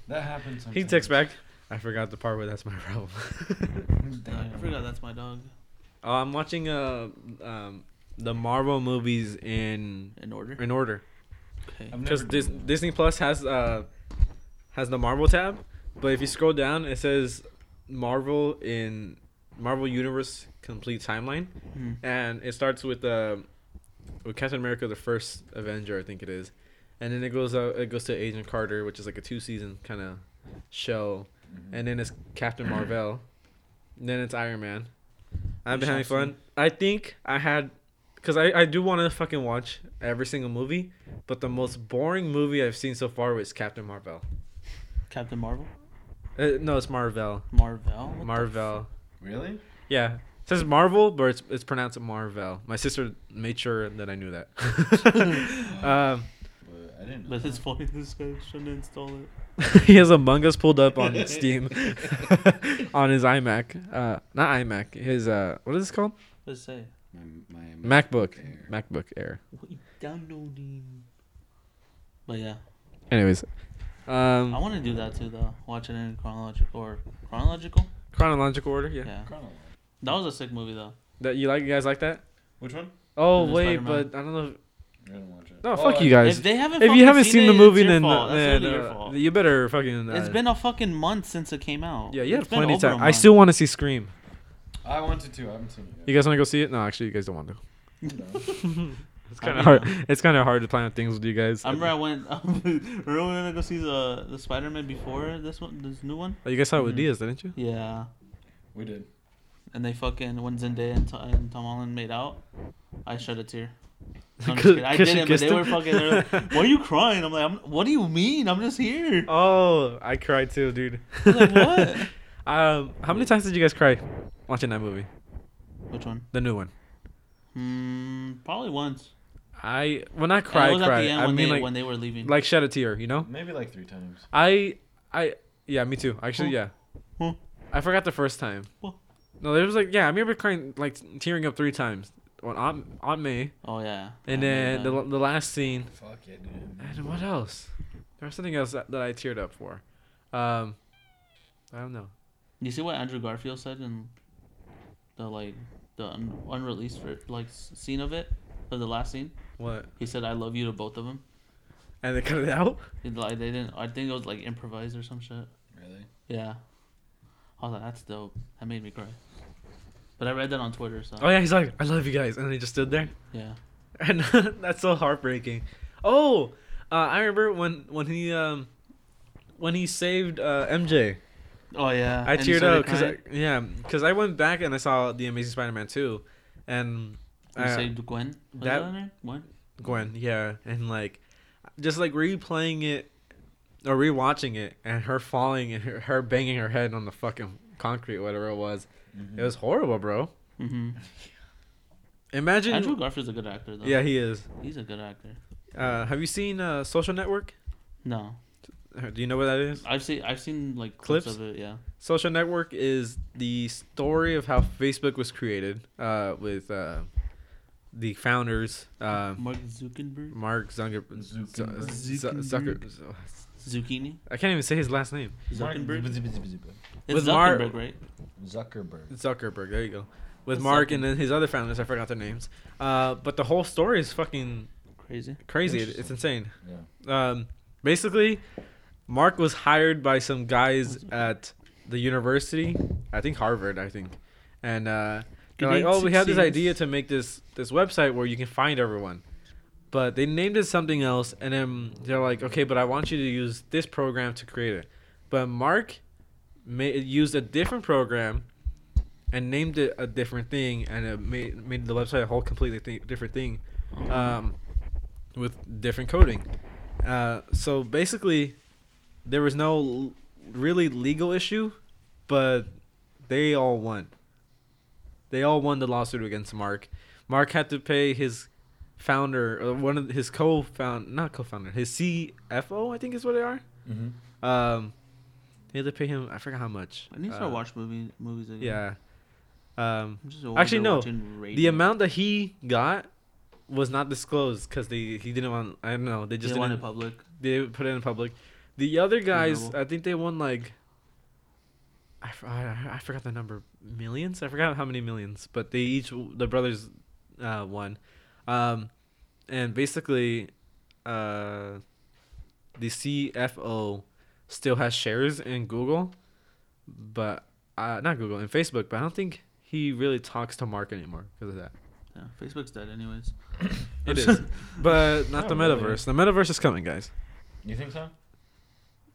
[SPEAKER 1] That happens. Sometimes.
[SPEAKER 2] Mm-hmm.
[SPEAKER 3] He texts back. I forgot the part where that's my problem.
[SPEAKER 2] I forgot that's my dog
[SPEAKER 3] oh, I'm watching uh um the Marvel movies in
[SPEAKER 2] in order. Um,
[SPEAKER 3] in order.
[SPEAKER 2] Okay.
[SPEAKER 3] because Dis- Disney Plus has uh has the Marvel tab, but if you scroll down, it says Marvel in Marvel Universe complete timeline,
[SPEAKER 2] Hmm.
[SPEAKER 3] and it starts with uh, with Captain America, the first Avenger, I think it is, and then it goes uh, it goes to Agent Carter, which is like a two season kind of show,
[SPEAKER 2] Mm-hmm.
[SPEAKER 3] and then it's Captain Marvel, and then it's Iron Man. I've been
[SPEAKER 2] shall
[SPEAKER 3] having fun. I think I had, cause I I do want to fucking watch every single movie, but the most boring movie I've seen so far was Captain Marvel.
[SPEAKER 2] Captain Marvel?
[SPEAKER 3] Uh, no, it's Marvel.
[SPEAKER 2] Marvel? What the
[SPEAKER 3] Marvel.
[SPEAKER 1] Really?
[SPEAKER 3] Yeah. It says Marvel, but it's, it's pronounced Marvel. My sister made sure that I knew that. um,
[SPEAKER 1] But I didn't know
[SPEAKER 2] But his
[SPEAKER 1] that.
[SPEAKER 2] voice is good. Shouldn't install it.
[SPEAKER 3] he has Among Us pulled up on Steam on his iMac. Uh, not iMac. His uh, what is this called?
[SPEAKER 2] Let's say
[SPEAKER 1] My, my
[SPEAKER 3] MacBook.
[SPEAKER 1] Air.
[SPEAKER 3] MacBook Air.
[SPEAKER 2] what you downloading. But yeah,
[SPEAKER 3] Anyways,
[SPEAKER 2] I
[SPEAKER 3] um,
[SPEAKER 2] want to do that too though. Watch it in chronological or chronological.
[SPEAKER 3] chronological order. Yeah.
[SPEAKER 2] Yeah. that was a sick movie though.
[SPEAKER 3] That you like? You guys like that?
[SPEAKER 1] Which one?
[SPEAKER 3] Oh
[SPEAKER 2] The new
[SPEAKER 3] wait,
[SPEAKER 2] Spider-Man.
[SPEAKER 3] but I don't know. If,
[SPEAKER 1] I didn't watch it.
[SPEAKER 3] no, fuck you guys.
[SPEAKER 2] If they haven't,
[SPEAKER 3] If you
[SPEAKER 2] fucking
[SPEAKER 3] haven't seen
[SPEAKER 2] it,
[SPEAKER 3] the
[SPEAKER 2] it's
[SPEAKER 3] movie,
[SPEAKER 2] your
[SPEAKER 3] then,
[SPEAKER 2] fault. That's
[SPEAKER 3] then
[SPEAKER 2] literally your
[SPEAKER 3] uh,
[SPEAKER 2] fault.
[SPEAKER 3] you better fucking. Uh,
[SPEAKER 2] It's been a fucking month since it came out.
[SPEAKER 3] yeah, you had
[SPEAKER 2] It's been
[SPEAKER 3] plenty of
[SPEAKER 2] over a
[SPEAKER 3] time. I
[SPEAKER 2] month.
[SPEAKER 3] still want to see Scream.
[SPEAKER 1] I wanted to. I haven't seen it
[SPEAKER 3] You guys want to go see it? No, actually, you guys don't want to.
[SPEAKER 1] yet.
[SPEAKER 3] It's
[SPEAKER 2] I
[SPEAKER 3] kind of
[SPEAKER 2] mean,
[SPEAKER 3] hard.
[SPEAKER 2] uh,
[SPEAKER 3] It's kind of hard to plan things with you guys.
[SPEAKER 2] I remember I went. remember we went to go see the the Spider Man before this one, this new one.
[SPEAKER 3] Oh, you guys saw it with
[SPEAKER 2] Mm-hmm.
[SPEAKER 1] Mhm.
[SPEAKER 3] Diaz, didn't you?
[SPEAKER 2] Yeah,
[SPEAKER 1] we did.
[SPEAKER 2] and they fucking when Zendaya and, T- and Tom Holland made out, I shed a tear. I'm just
[SPEAKER 3] Cause-
[SPEAKER 2] kidding. I
[SPEAKER 3] cause she
[SPEAKER 2] didn't, but
[SPEAKER 3] kissed
[SPEAKER 2] they
[SPEAKER 3] him?
[SPEAKER 2] were fucking. They were like, Why are you crying? I'm like, I'm, what do you mean? I'm just here.
[SPEAKER 3] Oh, I cried too, dude.
[SPEAKER 2] I was like, what?
[SPEAKER 3] Um, how many times did you guys cry watching that movie,
[SPEAKER 2] Which one?
[SPEAKER 3] the new one?
[SPEAKER 2] Hmm, probably once.
[SPEAKER 3] I when I
[SPEAKER 2] And
[SPEAKER 3] cry,
[SPEAKER 2] it was at
[SPEAKER 3] cry.
[SPEAKER 2] the end
[SPEAKER 3] I
[SPEAKER 2] when
[SPEAKER 3] mean,
[SPEAKER 2] they
[SPEAKER 3] like,
[SPEAKER 2] when they were leaving.
[SPEAKER 3] like shed a tear, you know?
[SPEAKER 1] Maybe like three times.
[SPEAKER 3] I, I, yeah, me too. Actually,
[SPEAKER 2] Huh?
[SPEAKER 3] yeah.
[SPEAKER 2] Huh?
[SPEAKER 3] I forgot the first time.
[SPEAKER 2] Huh?
[SPEAKER 3] No, there was like, yeah, I remember crying, like tearing up three times on Aunt, Aunt May,
[SPEAKER 2] oh yeah.
[SPEAKER 3] and
[SPEAKER 2] I
[SPEAKER 3] then
[SPEAKER 2] remember
[SPEAKER 3] the, the last scene,
[SPEAKER 1] Fuck yeah, dude.
[SPEAKER 3] and what else? There was something else that, that I teared up for. Um, I don't know.
[SPEAKER 2] that. You see what Andrew Garfield said in the like the un- unreleased ver- like s- scene of it of the last scene.
[SPEAKER 3] What?
[SPEAKER 2] He said, "I love you" to both of them.
[SPEAKER 3] And they cut it out.
[SPEAKER 2] He- Like they didn't. I think it was like improvised or some shit.
[SPEAKER 1] Really?
[SPEAKER 2] Yeah. I was like, "That's dope." That made me cry. But I read that on Twitter, so
[SPEAKER 3] Oh yeah, he's like, I love you guys, and they just stood there.
[SPEAKER 2] yeah.
[SPEAKER 3] and that's so heartbreaking. Oh, uh, I remember when when he um when he saved uh, MJ.
[SPEAKER 2] Oh yeah.
[SPEAKER 3] I
[SPEAKER 2] And you
[SPEAKER 3] teared
[SPEAKER 2] started
[SPEAKER 3] up because
[SPEAKER 2] crying?
[SPEAKER 3] yeah, because I went back and I saw the Amazing Spider-Man two, and
[SPEAKER 2] you
[SPEAKER 3] uh,
[SPEAKER 2] saved Gwen. Was
[SPEAKER 3] that-
[SPEAKER 2] that, in there? Gwen.
[SPEAKER 3] Gwen. Yeah, and like just like replaying it or rewatching it, and her falling and her, her banging her head on the fucking concrete, whatever it was. It was horrible, bro.
[SPEAKER 2] Mm-hmm.
[SPEAKER 3] Imagine.
[SPEAKER 2] Andrew Garfield's a good actor though.
[SPEAKER 3] yeah, he is.
[SPEAKER 2] He's a good actor.
[SPEAKER 3] Uh, have you seen uh, Social Network?
[SPEAKER 2] No,
[SPEAKER 3] Uh, Do you know what that is?
[SPEAKER 2] I've seen I've seen like clips,
[SPEAKER 3] Clips?
[SPEAKER 2] of it. Yeah.
[SPEAKER 3] Social network is the story of how Facebook was created uh, with uh, the founders, uh,
[SPEAKER 2] Mark Zuckerberg.
[SPEAKER 3] Mark Zunger-
[SPEAKER 1] Zuckerberg.
[SPEAKER 3] Z- Z- Zucker.
[SPEAKER 2] Zucchini.
[SPEAKER 3] I can't even say his last name.
[SPEAKER 1] Mm-hmm.
[SPEAKER 2] Zuckerberg. It's
[SPEAKER 3] With Mar-
[SPEAKER 2] Zuckerberg, right?
[SPEAKER 1] Zuckerberg.
[SPEAKER 3] Zuckerberg. There you go. With
[SPEAKER 2] Zucker-
[SPEAKER 3] Mark and then his other founders. I forgot their names. Uh, but the whole story is fucking
[SPEAKER 2] Crazy.
[SPEAKER 3] crazy. It- It's
[SPEAKER 1] Interesting.
[SPEAKER 3] insane.
[SPEAKER 1] Yeah.
[SPEAKER 3] Um, basically, Mark was hired by some guys at the university, I think Harvard, I think, and uh, they're like,
[SPEAKER 2] Great
[SPEAKER 3] "Oh, we have this
[SPEAKER 2] success."
[SPEAKER 3] idea to make this this website where you can find everyone," but they named it something else, and then they're like, "Okay, but I want you to use this program to create it," but Mark ma- used a different program. And named it a different thing, and it made made the website a whole completely th- different thing, um, with different coding. Uh, so basically, there was no l- really legal issue, but they all won. They all won the lawsuit against Mark. Mark had to pay his founder, or one of his co-found, not co-founder, his CFO, I think is what they are.
[SPEAKER 1] Mm-hmm.
[SPEAKER 3] Um, he had to pay him. I forgot how much.
[SPEAKER 2] I need to
[SPEAKER 3] Uh,
[SPEAKER 2] start watching movies movies again.
[SPEAKER 3] Yeah. Um,
[SPEAKER 2] I'm just
[SPEAKER 3] Actually,
[SPEAKER 2] over
[SPEAKER 3] no.
[SPEAKER 2] watching
[SPEAKER 3] the
[SPEAKER 2] radio.
[SPEAKER 3] amount that he got was not disclosed because they he didn't want. I don't know. They just
[SPEAKER 2] they want
[SPEAKER 3] didn't
[SPEAKER 2] it public.
[SPEAKER 3] they put it in public. The other guys,
[SPEAKER 2] Reasonable.
[SPEAKER 3] I think they won like. I, f- I- I forgot the number millions. I forgot how many millions, but they each the brothers uh, won, um, and basically, uh, the CFO still has shares in Google, but uh, not Google and Facebook. But I don't think he really talks to Mark anymore because of that.
[SPEAKER 2] Yeah, Facebook's dead, anyways.
[SPEAKER 3] It is, but not the
[SPEAKER 1] Not really.
[SPEAKER 3] metaverse. The metaverse is coming, guys.
[SPEAKER 1] You think so?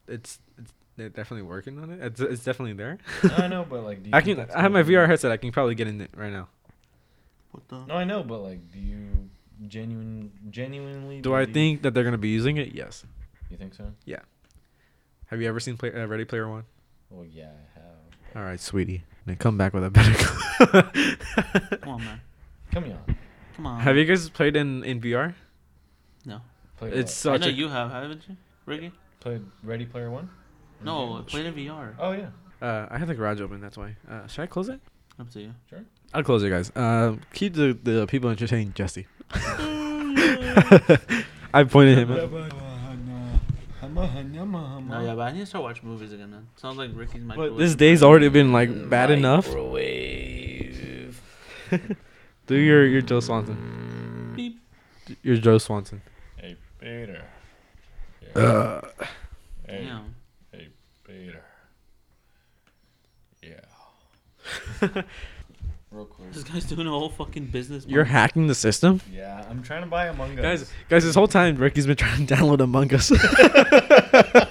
[SPEAKER 3] it's, it's they're definitely working on it. It's, it's definitely there.
[SPEAKER 1] I know, but like, do you
[SPEAKER 3] I
[SPEAKER 1] think
[SPEAKER 3] can.
[SPEAKER 1] that's
[SPEAKER 3] I have my
[SPEAKER 1] gonna
[SPEAKER 3] VR
[SPEAKER 1] be-
[SPEAKER 3] headset. I can probably get in it right now.
[SPEAKER 2] What the?
[SPEAKER 1] No, I know, but like, do you genuine, genuinely?
[SPEAKER 3] Do I
[SPEAKER 1] believe-
[SPEAKER 3] think that they're gonna be using it? Yes.
[SPEAKER 1] You think so?
[SPEAKER 3] Have you ever seen play, uh, Ready Player One?
[SPEAKER 1] Well, yeah, I have.
[SPEAKER 3] All right, sweetie. Now come back with a better.
[SPEAKER 2] Come on, man.
[SPEAKER 1] Come on.
[SPEAKER 2] Come on.
[SPEAKER 3] have you guys played in in VR?
[SPEAKER 2] No.
[SPEAKER 4] Played
[SPEAKER 3] It's
[SPEAKER 4] what?
[SPEAKER 2] I
[SPEAKER 3] such
[SPEAKER 2] know
[SPEAKER 3] a
[SPEAKER 2] you have, haven't you, Ricky?
[SPEAKER 4] played Ready Player One.
[SPEAKER 2] No, I played in VR.
[SPEAKER 4] Oh yeah.
[SPEAKER 3] Uh, I have the garage open. That's why. Uh, should I close it?
[SPEAKER 2] Up to you.
[SPEAKER 3] I'll close it, guys. Um, keep the, the people entertained, Jesse. I pointed him. out.
[SPEAKER 2] No, yeah, but I need to start watching movies again. Then sounds like Ricky's my.
[SPEAKER 3] But this day's already been like bad enough.
[SPEAKER 4] Microwave.
[SPEAKER 3] Do your your Joe Swanson.
[SPEAKER 2] Beep.
[SPEAKER 3] Your Joe Swanson.
[SPEAKER 4] Hey Peter. Yeah.
[SPEAKER 3] Uh.
[SPEAKER 4] Hey
[SPEAKER 2] Damn.
[SPEAKER 4] Peter. Yeah. Real quick.
[SPEAKER 2] This guy's doing a whole fucking business.
[SPEAKER 3] You're
[SPEAKER 2] plan.
[SPEAKER 3] hacking the system,
[SPEAKER 4] Yeah, I'm trying to buy Among Us.
[SPEAKER 3] guys. Guys, this whole time Ricky's been trying to download Among Us.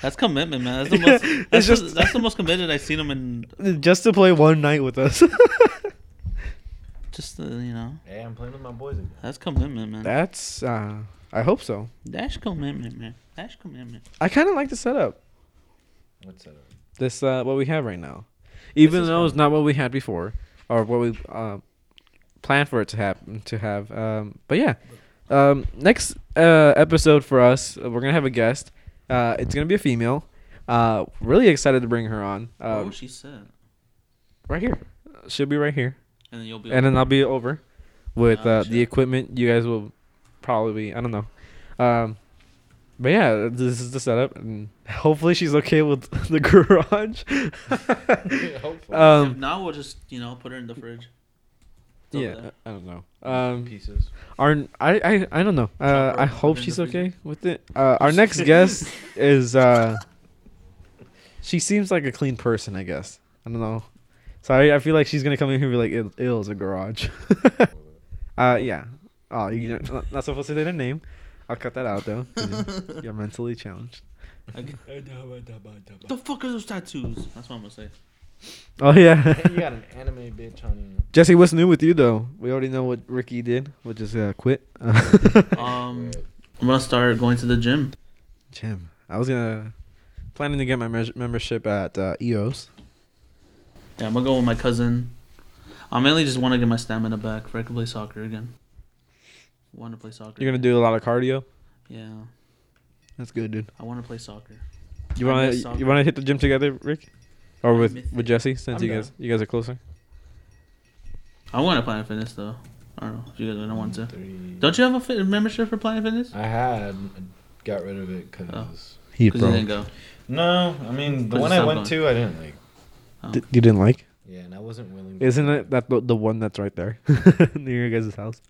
[SPEAKER 2] That's commitment, man. That's the most. that's,
[SPEAKER 3] just-
[SPEAKER 2] the, that's the most committed I've seen him in.
[SPEAKER 3] just to play one night with us.
[SPEAKER 2] Just uh, you know,
[SPEAKER 4] Hey, I'm playing with my boys again.
[SPEAKER 2] that's commitment, man.
[SPEAKER 3] That's uh I hope so.
[SPEAKER 2] That's commitment, man. That's commitment.
[SPEAKER 3] I kind of like the setup.
[SPEAKER 4] What's that?
[SPEAKER 3] This uh what we have right now. Even
[SPEAKER 4] is
[SPEAKER 3] though it's not what we had before or what we uh planned for it to happen to have um but yeah. Um next uh episode for us, uh, we're going to have a guest. Uh it's going to be a female. Uh really excited to bring her on.
[SPEAKER 2] Oh,
[SPEAKER 3] Um
[SPEAKER 2] she said,
[SPEAKER 3] right here. She'll be right here.
[SPEAKER 2] and then you'll be.
[SPEAKER 3] and then I'll be over with
[SPEAKER 2] Oh,
[SPEAKER 3] uh,
[SPEAKER 2] shit.
[SPEAKER 3] the equipment. You guys will probably I don't know, um, but yeah, this is the setup, and hopefully she's okay with the garage.
[SPEAKER 2] Oh,
[SPEAKER 4] Hopefully.
[SPEAKER 2] if
[SPEAKER 3] Um,
[SPEAKER 2] not, we'll just you know put her in the fridge. It's up
[SPEAKER 3] yeah,
[SPEAKER 2] there.
[SPEAKER 3] I I don't know. Um,
[SPEAKER 4] Pieces.
[SPEAKER 3] our I I, I don't know. Uh,
[SPEAKER 2] Chopper
[SPEAKER 3] I
[SPEAKER 2] up
[SPEAKER 3] hope
[SPEAKER 2] in the
[SPEAKER 3] she's
[SPEAKER 2] freezer.
[SPEAKER 3] okay with it. Uh, our next guest is uh, she seems like a clean person. I guess I don't know. So I, I feel like she's gonna come in here and be like, "Ill is a garage." Uh, yeah. Oh, you're not, not supposed to say their name. I'll cut that out though. 'cause You're mentally challenged.
[SPEAKER 2] Okay. What the fuck are those tattoos? That's what I'm gonna say.
[SPEAKER 3] Oh yeah.
[SPEAKER 4] Hey, you got an anime bitch on you.
[SPEAKER 3] Jesse, what's new with you though? We already know what Ricky did, which is uh, quit.
[SPEAKER 2] Um, I'm gonna start going to the gym.
[SPEAKER 3] Jim, I was gonna planning to get my mes- membership at uh, EOS.
[SPEAKER 2] Yeah, I'm gonna go with my cousin. I mainly just want to get my stamina back for I can play soccer again. Want to play soccer?
[SPEAKER 3] You're gonna do a lot of cardio.
[SPEAKER 2] Yeah,
[SPEAKER 3] That's good, dude.
[SPEAKER 2] I want to play soccer.
[SPEAKER 3] You
[SPEAKER 2] I
[SPEAKER 3] wanna
[SPEAKER 2] miss soccer.
[SPEAKER 3] you wanna hit the gym together, Rick, or
[SPEAKER 2] I
[SPEAKER 3] with
[SPEAKER 2] miss
[SPEAKER 3] with
[SPEAKER 2] it.
[SPEAKER 3] Jesse since
[SPEAKER 4] I'm
[SPEAKER 3] you guys you guys are closer.
[SPEAKER 2] I want to Planet Fitness though. I don't know if you guys don't want to.
[SPEAKER 4] Three.
[SPEAKER 2] Don't you have a fit- membership for Planet Fitness?
[SPEAKER 4] I had got rid of it because
[SPEAKER 3] He
[SPEAKER 2] Because you didn't go.
[SPEAKER 4] no, I mean the
[SPEAKER 2] Oh. But
[SPEAKER 4] one
[SPEAKER 2] it's
[SPEAKER 4] I
[SPEAKER 2] not
[SPEAKER 4] went
[SPEAKER 2] going.
[SPEAKER 4] to I didn't like.
[SPEAKER 3] D- you didn't like?
[SPEAKER 4] Yeah, and I wasn't willing. to-
[SPEAKER 3] Isn't it that the, the one that's right there near your guys' house?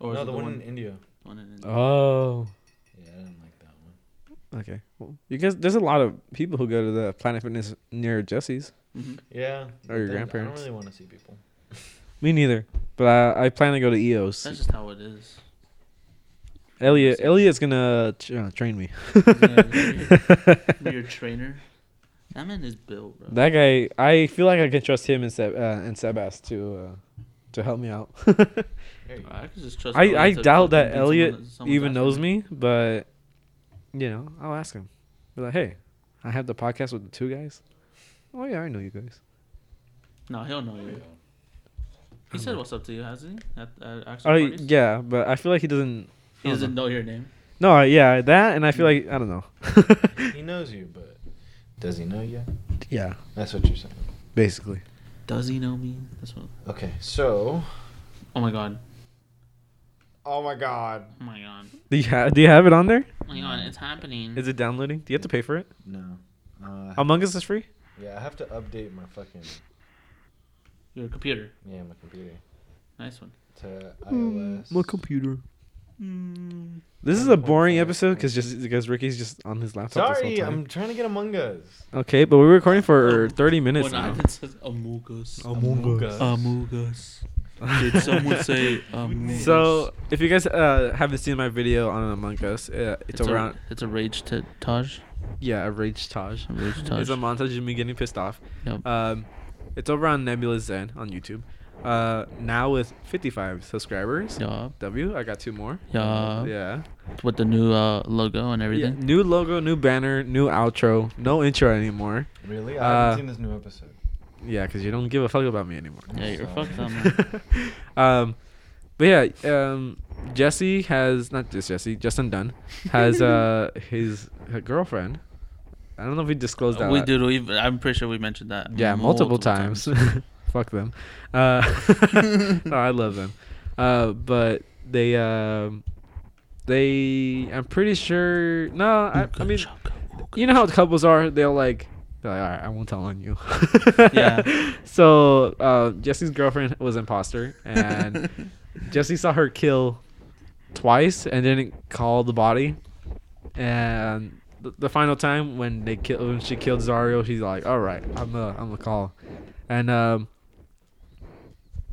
[SPEAKER 2] Or is
[SPEAKER 4] No,
[SPEAKER 2] it
[SPEAKER 4] the one in India.
[SPEAKER 2] one in India?
[SPEAKER 3] Oh.
[SPEAKER 4] Yeah, I didn't like that one.
[SPEAKER 3] Okay. Well, you guys, there's a lot of people who go to the Planet Fitness near Jesse's.
[SPEAKER 2] Mhm.
[SPEAKER 4] Yeah. but
[SPEAKER 3] your
[SPEAKER 4] then I
[SPEAKER 3] grandparents.
[SPEAKER 4] don't really want to see people.
[SPEAKER 3] Me neither. But I, I plan to go to EOS.
[SPEAKER 2] That's just how it is.
[SPEAKER 3] Elliot, Elliot's gonna ch- uh, train me.
[SPEAKER 2] Yeah, you're, you're a trainer. That man is built, bro.
[SPEAKER 3] That guy, I feel like I can trust him and Seb uh, and Sebas to uh, to help me out.
[SPEAKER 4] There you go.
[SPEAKER 2] I could just trust.
[SPEAKER 3] I,
[SPEAKER 2] Elliot
[SPEAKER 3] I
[SPEAKER 2] to fucking
[SPEAKER 3] doubt that
[SPEAKER 2] beat
[SPEAKER 3] Elliot
[SPEAKER 2] someone- someone's
[SPEAKER 3] even
[SPEAKER 2] ass
[SPEAKER 3] knows
[SPEAKER 2] in.
[SPEAKER 3] me, but you know, I'll ask him. Be like, hey, I have the podcast with the two guys. Oh yeah, I know you guys.
[SPEAKER 2] No, he'll know you. He said what's up to you, hasn't he? At, at actual
[SPEAKER 3] Oh
[SPEAKER 2] parties?
[SPEAKER 3] yeah, but I feel like he doesn't.
[SPEAKER 2] He doesn't know your name.
[SPEAKER 3] No, uh, yeah, that, and I feel like I don't know.
[SPEAKER 4] He knows you, but does he know you?
[SPEAKER 3] Yeah,
[SPEAKER 4] That's what you're saying.
[SPEAKER 3] basically.
[SPEAKER 2] Does he know me? That's what.
[SPEAKER 4] Okay, so.
[SPEAKER 2] Oh my god.
[SPEAKER 4] Oh my God.
[SPEAKER 2] Oh my god.
[SPEAKER 3] Do you have Do you have it on there?
[SPEAKER 2] Oh my god, it's happening.
[SPEAKER 3] Is it downloading? Do you have to pay for it?
[SPEAKER 4] No. Uh,
[SPEAKER 3] Among Us is free.
[SPEAKER 4] yeah, I have to update my fucking
[SPEAKER 2] your computer.
[SPEAKER 4] yeah my computer
[SPEAKER 2] Nice one.
[SPEAKER 4] to
[SPEAKER 3] Hmm,
[SPEAKER 4] iOS.
[SPEAKER 3] computer. This is a boring episode because just because Ricky's just on his laptop. this whole
[SPEAKER 4] Sorry,
[SPEAKER 3] time.
[SPEAKER 4] I'm trying to get Among Us.
[SPEAKER 3] Okay, but we're recording for 30 minutes
[SPEAKER 2] Oh. When
[SPEAKER 3] now.
[SPEAKER 2] Ivan says Among Us.
[SPEAKER 4] Among Us.
[SPEAKER 2] Among Us. Did someone say Among Us?
[SPEAKER 3] Oh. So if you guys uh, haven't seen my video on Among Us, uh, it's,
[SPEAKER 2] it's, a,
[SPEAKER 3] around
[SPEAKER 2] it's a rage to Taj.
[SPEAKER 3] yeah a rage taj.
[SPEAKER 2] A rage Taj.
[SPEAKER 3] It's a montage of me getting pissed off.
[SPEAKER 2] Yep.
[SPEAKER 3] Um, it's over on Nebula Zen on YouTube. Uh, now with 55 subscribers.
[SPEAKER 2] Yup.
[SPEAKER 3] W, I got two more.
[SPEAKER 2] Yup.
[SPEAKER 3] Yeah.
[SPEAKER 2] With the new uh, logo and
[SPEAKER 3] Yeah,
[SPEAKER 2] everything.
[SPEAKER 3] new logo, new banner, new outro, no intro anymore.
[SPEAKER 4] Really? I haven't
[SPEAKER 3] Uh,
[SPEAKER 4] seen this new episode.
[SPEAKER 3] Yeah, because you don't give a fuck about me anymore.
[SPEAKER 2] Yeah, you're
[SPEAKER 4] Sorry.
[SPEAKER 2] fucked up, man.
[SPEAKER 3] um, but yeah, um, Jesse has not just Jesse, Justin Dunn has uh his her girlfriend. I don't know if Uh, we disclosed that.
[SPEAKER 2] we
[SPEAKER 3] la-
[SPEAKER 2] did. We, I'm pretty sure we mentioned that.
[SPEAKER 3] Yeah, multiple, times. Fuck them. Uh, no, I love them. Uh, but they um, they I'm pretty sure. No, I, I mean you know how couples are. They'll like. They're like, all right, I won't tell on you.
[SPEAKER 2] Yeah.
[SPEAKER 3] So uh, Jesse's girlfriend was imposter, and Jesse saw her kill twice and didn't call the body. And the, the final time when they kill when she killed Zario, she's like, "All right, I'm gonna I'm gonna call," and um,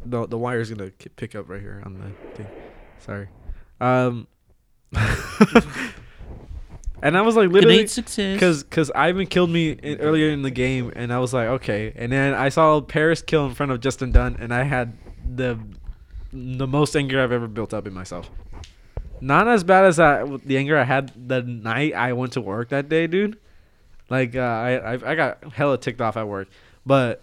[SPEAKER 3] the the wire's gonna ki- pick up right here on the thing. Sorry, um, and I was like
[SPEAKER 2] Good
[SPEAKER 3] literally
[SPEAKER 2] eight success.
[SPEAKER 3] because because Ivan killed me in, earlier in the game, and I was like, okay. And then I saw Paris kill in front of Justin Dunn, and I had the the most anger I've ever built up in myself. Not as bad as I, the anger I had the night I went to work that day, dude. Like uh, I, I I got hella ticked off at work, but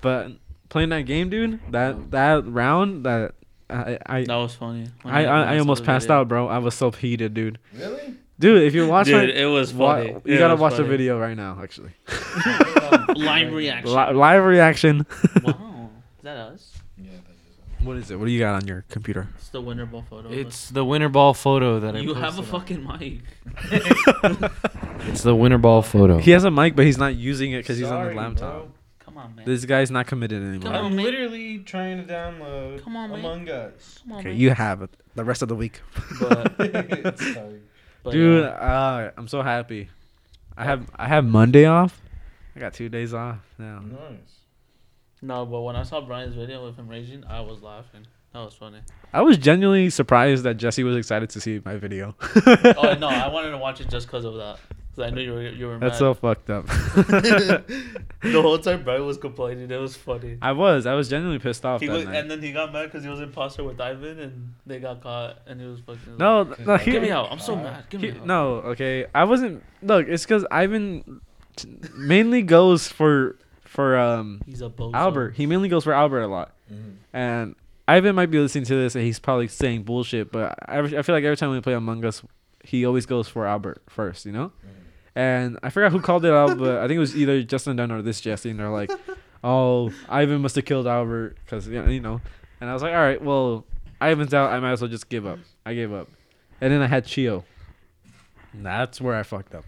[SPEAKER 3] but playing that game, dude. That that round that I I
[SPEAKER 2] that was funny. When
[SPEAKER 3] I, I,
[SPEAKER 2] when
[SPEAKER 3] I
[SPEAKER 2] saw
[SPEAKER 3] almost
[SPEAKER 2] the
[SPEAKER 3] passed
[SPEAKER 2] video.
[SPEAKER 3] out, bro. I was so heated, dude.
[SPEAKER 4] Really?
[SPEAKER 3] Dude, if you watch my
[SPEAKER 2] Dude, it was
[SPEAKER 3] Wa-
[SPEAKER 2] funny.
[SPEAKER 3] You
[SPEAKER 2] It
[SPEAKER 3] gotta
[SPEAKER 2] was
[SPEAKER 3] watch the
[SPEAKER 2] funny.
[SPEAKER 3] video right now, actually.
[SPEAKER 2] Um, Live reaction.
[SPEAKER 3] Li- live reaction.
[SPEAKER 2] wow, is that us?
[SPEAKER 4] Yeah,
[SPEAKER 3] what is it? What do you got on your computer?
[SPEAKER 2] It's the winter ball photo. of
[SPEAKER 1] It's the winter ball photo that I
[SPEAKER 2] us. you have a
[SPEAKER 1] posted on.
[SPEAKER 2] fucking mic.
[SPEAKER 1] It's the winter ball photo.
[SPEAKER 3] He has a mic, but he's not using it because he's on
[SPEAKER 4] Sorry,
[SPEAKER 3] the laptop.
[SPEAKER 4] bro.
[SPEAKER 2] Come on, man.
[SPEAKER 3] This guy's not committed anymore.
[SPEAKER 2] Come on,
[SPEAKER 4] I'm
[SPEAKER 2] man.
[SPEAKER 4] literally trying to download
[SPEAKER 2] Come on, man.
[SPEAKER 4] Among Us.
[SPEAKER 2] Come on,
[SPEAKER 3] Okay,
[SPEAKER 2] man.
[SPEAKER 3] you have it the rest of the week,
[SPEAKER 2] But-
[SPEAKER 4] Sorry.
[SPEAKER 2] But,
[SPEAKER 3] dude.
[SPEAKER 2] uh,
[SPEAKER 3] Uh, I'm so happy. I have I have Monday off. I got two days off now.
[SPEAKER 4] Nice.
[SPEAKER 2] no, but when I saw Brian's video with him raging, I was laughing. That was funny.
[SPEAKER 3] I was genuinely surprised that Jesse was excited to see my video.
[SPEAKER 2] oh no, I wanted to watch it just because of that. Because I knew you were you were mad.
[SPEAKER 3] That's so fucked up.
[SPEAKER 2] the whole time Brian was complaining. It was funny.
[SPEAKER 3] I was I was genuinely pissed off.
[SPEAKER 2] He
[SPEAKER 3] that
[SPEAKER 2] was,
[SPEAKER 3] night.
[SPEAKER 2] and then he got mad because he was imposter with Ivan, and they got caught, and he was fucking.
[SPEAKER 3] No, no, he, Uh,
[SPEAKER 2] give me out! I'm so mad. Give me
[SPEAKER 3] he-
[SPEAKER 2] out.
[SPEAKER 3] no, okay. I wasn't. Look, it's because Ivan t- mainly goes for for um
[SPEAKER 2] he's a bozo.
[SPEAKER 3] Albert. He mainly goes for Albert a lot,
[SPEAKER 4] Mm-hmm,
[SPEAKER 3] and Ivan might be listening to this and he's probably saying bullshit. But I, I feel like every time we play Among Us, he always goes for Albert first, you know. And I forgot who called it out, but I think it was either Justin Dunn or this Jesse, and they're like, "Oh, Ivan must have killed Albert because you know." And I was like, "All right, well, Ivan's out. I might as well just give up." I gave up, and then I had Chio. And That's where I fucked up.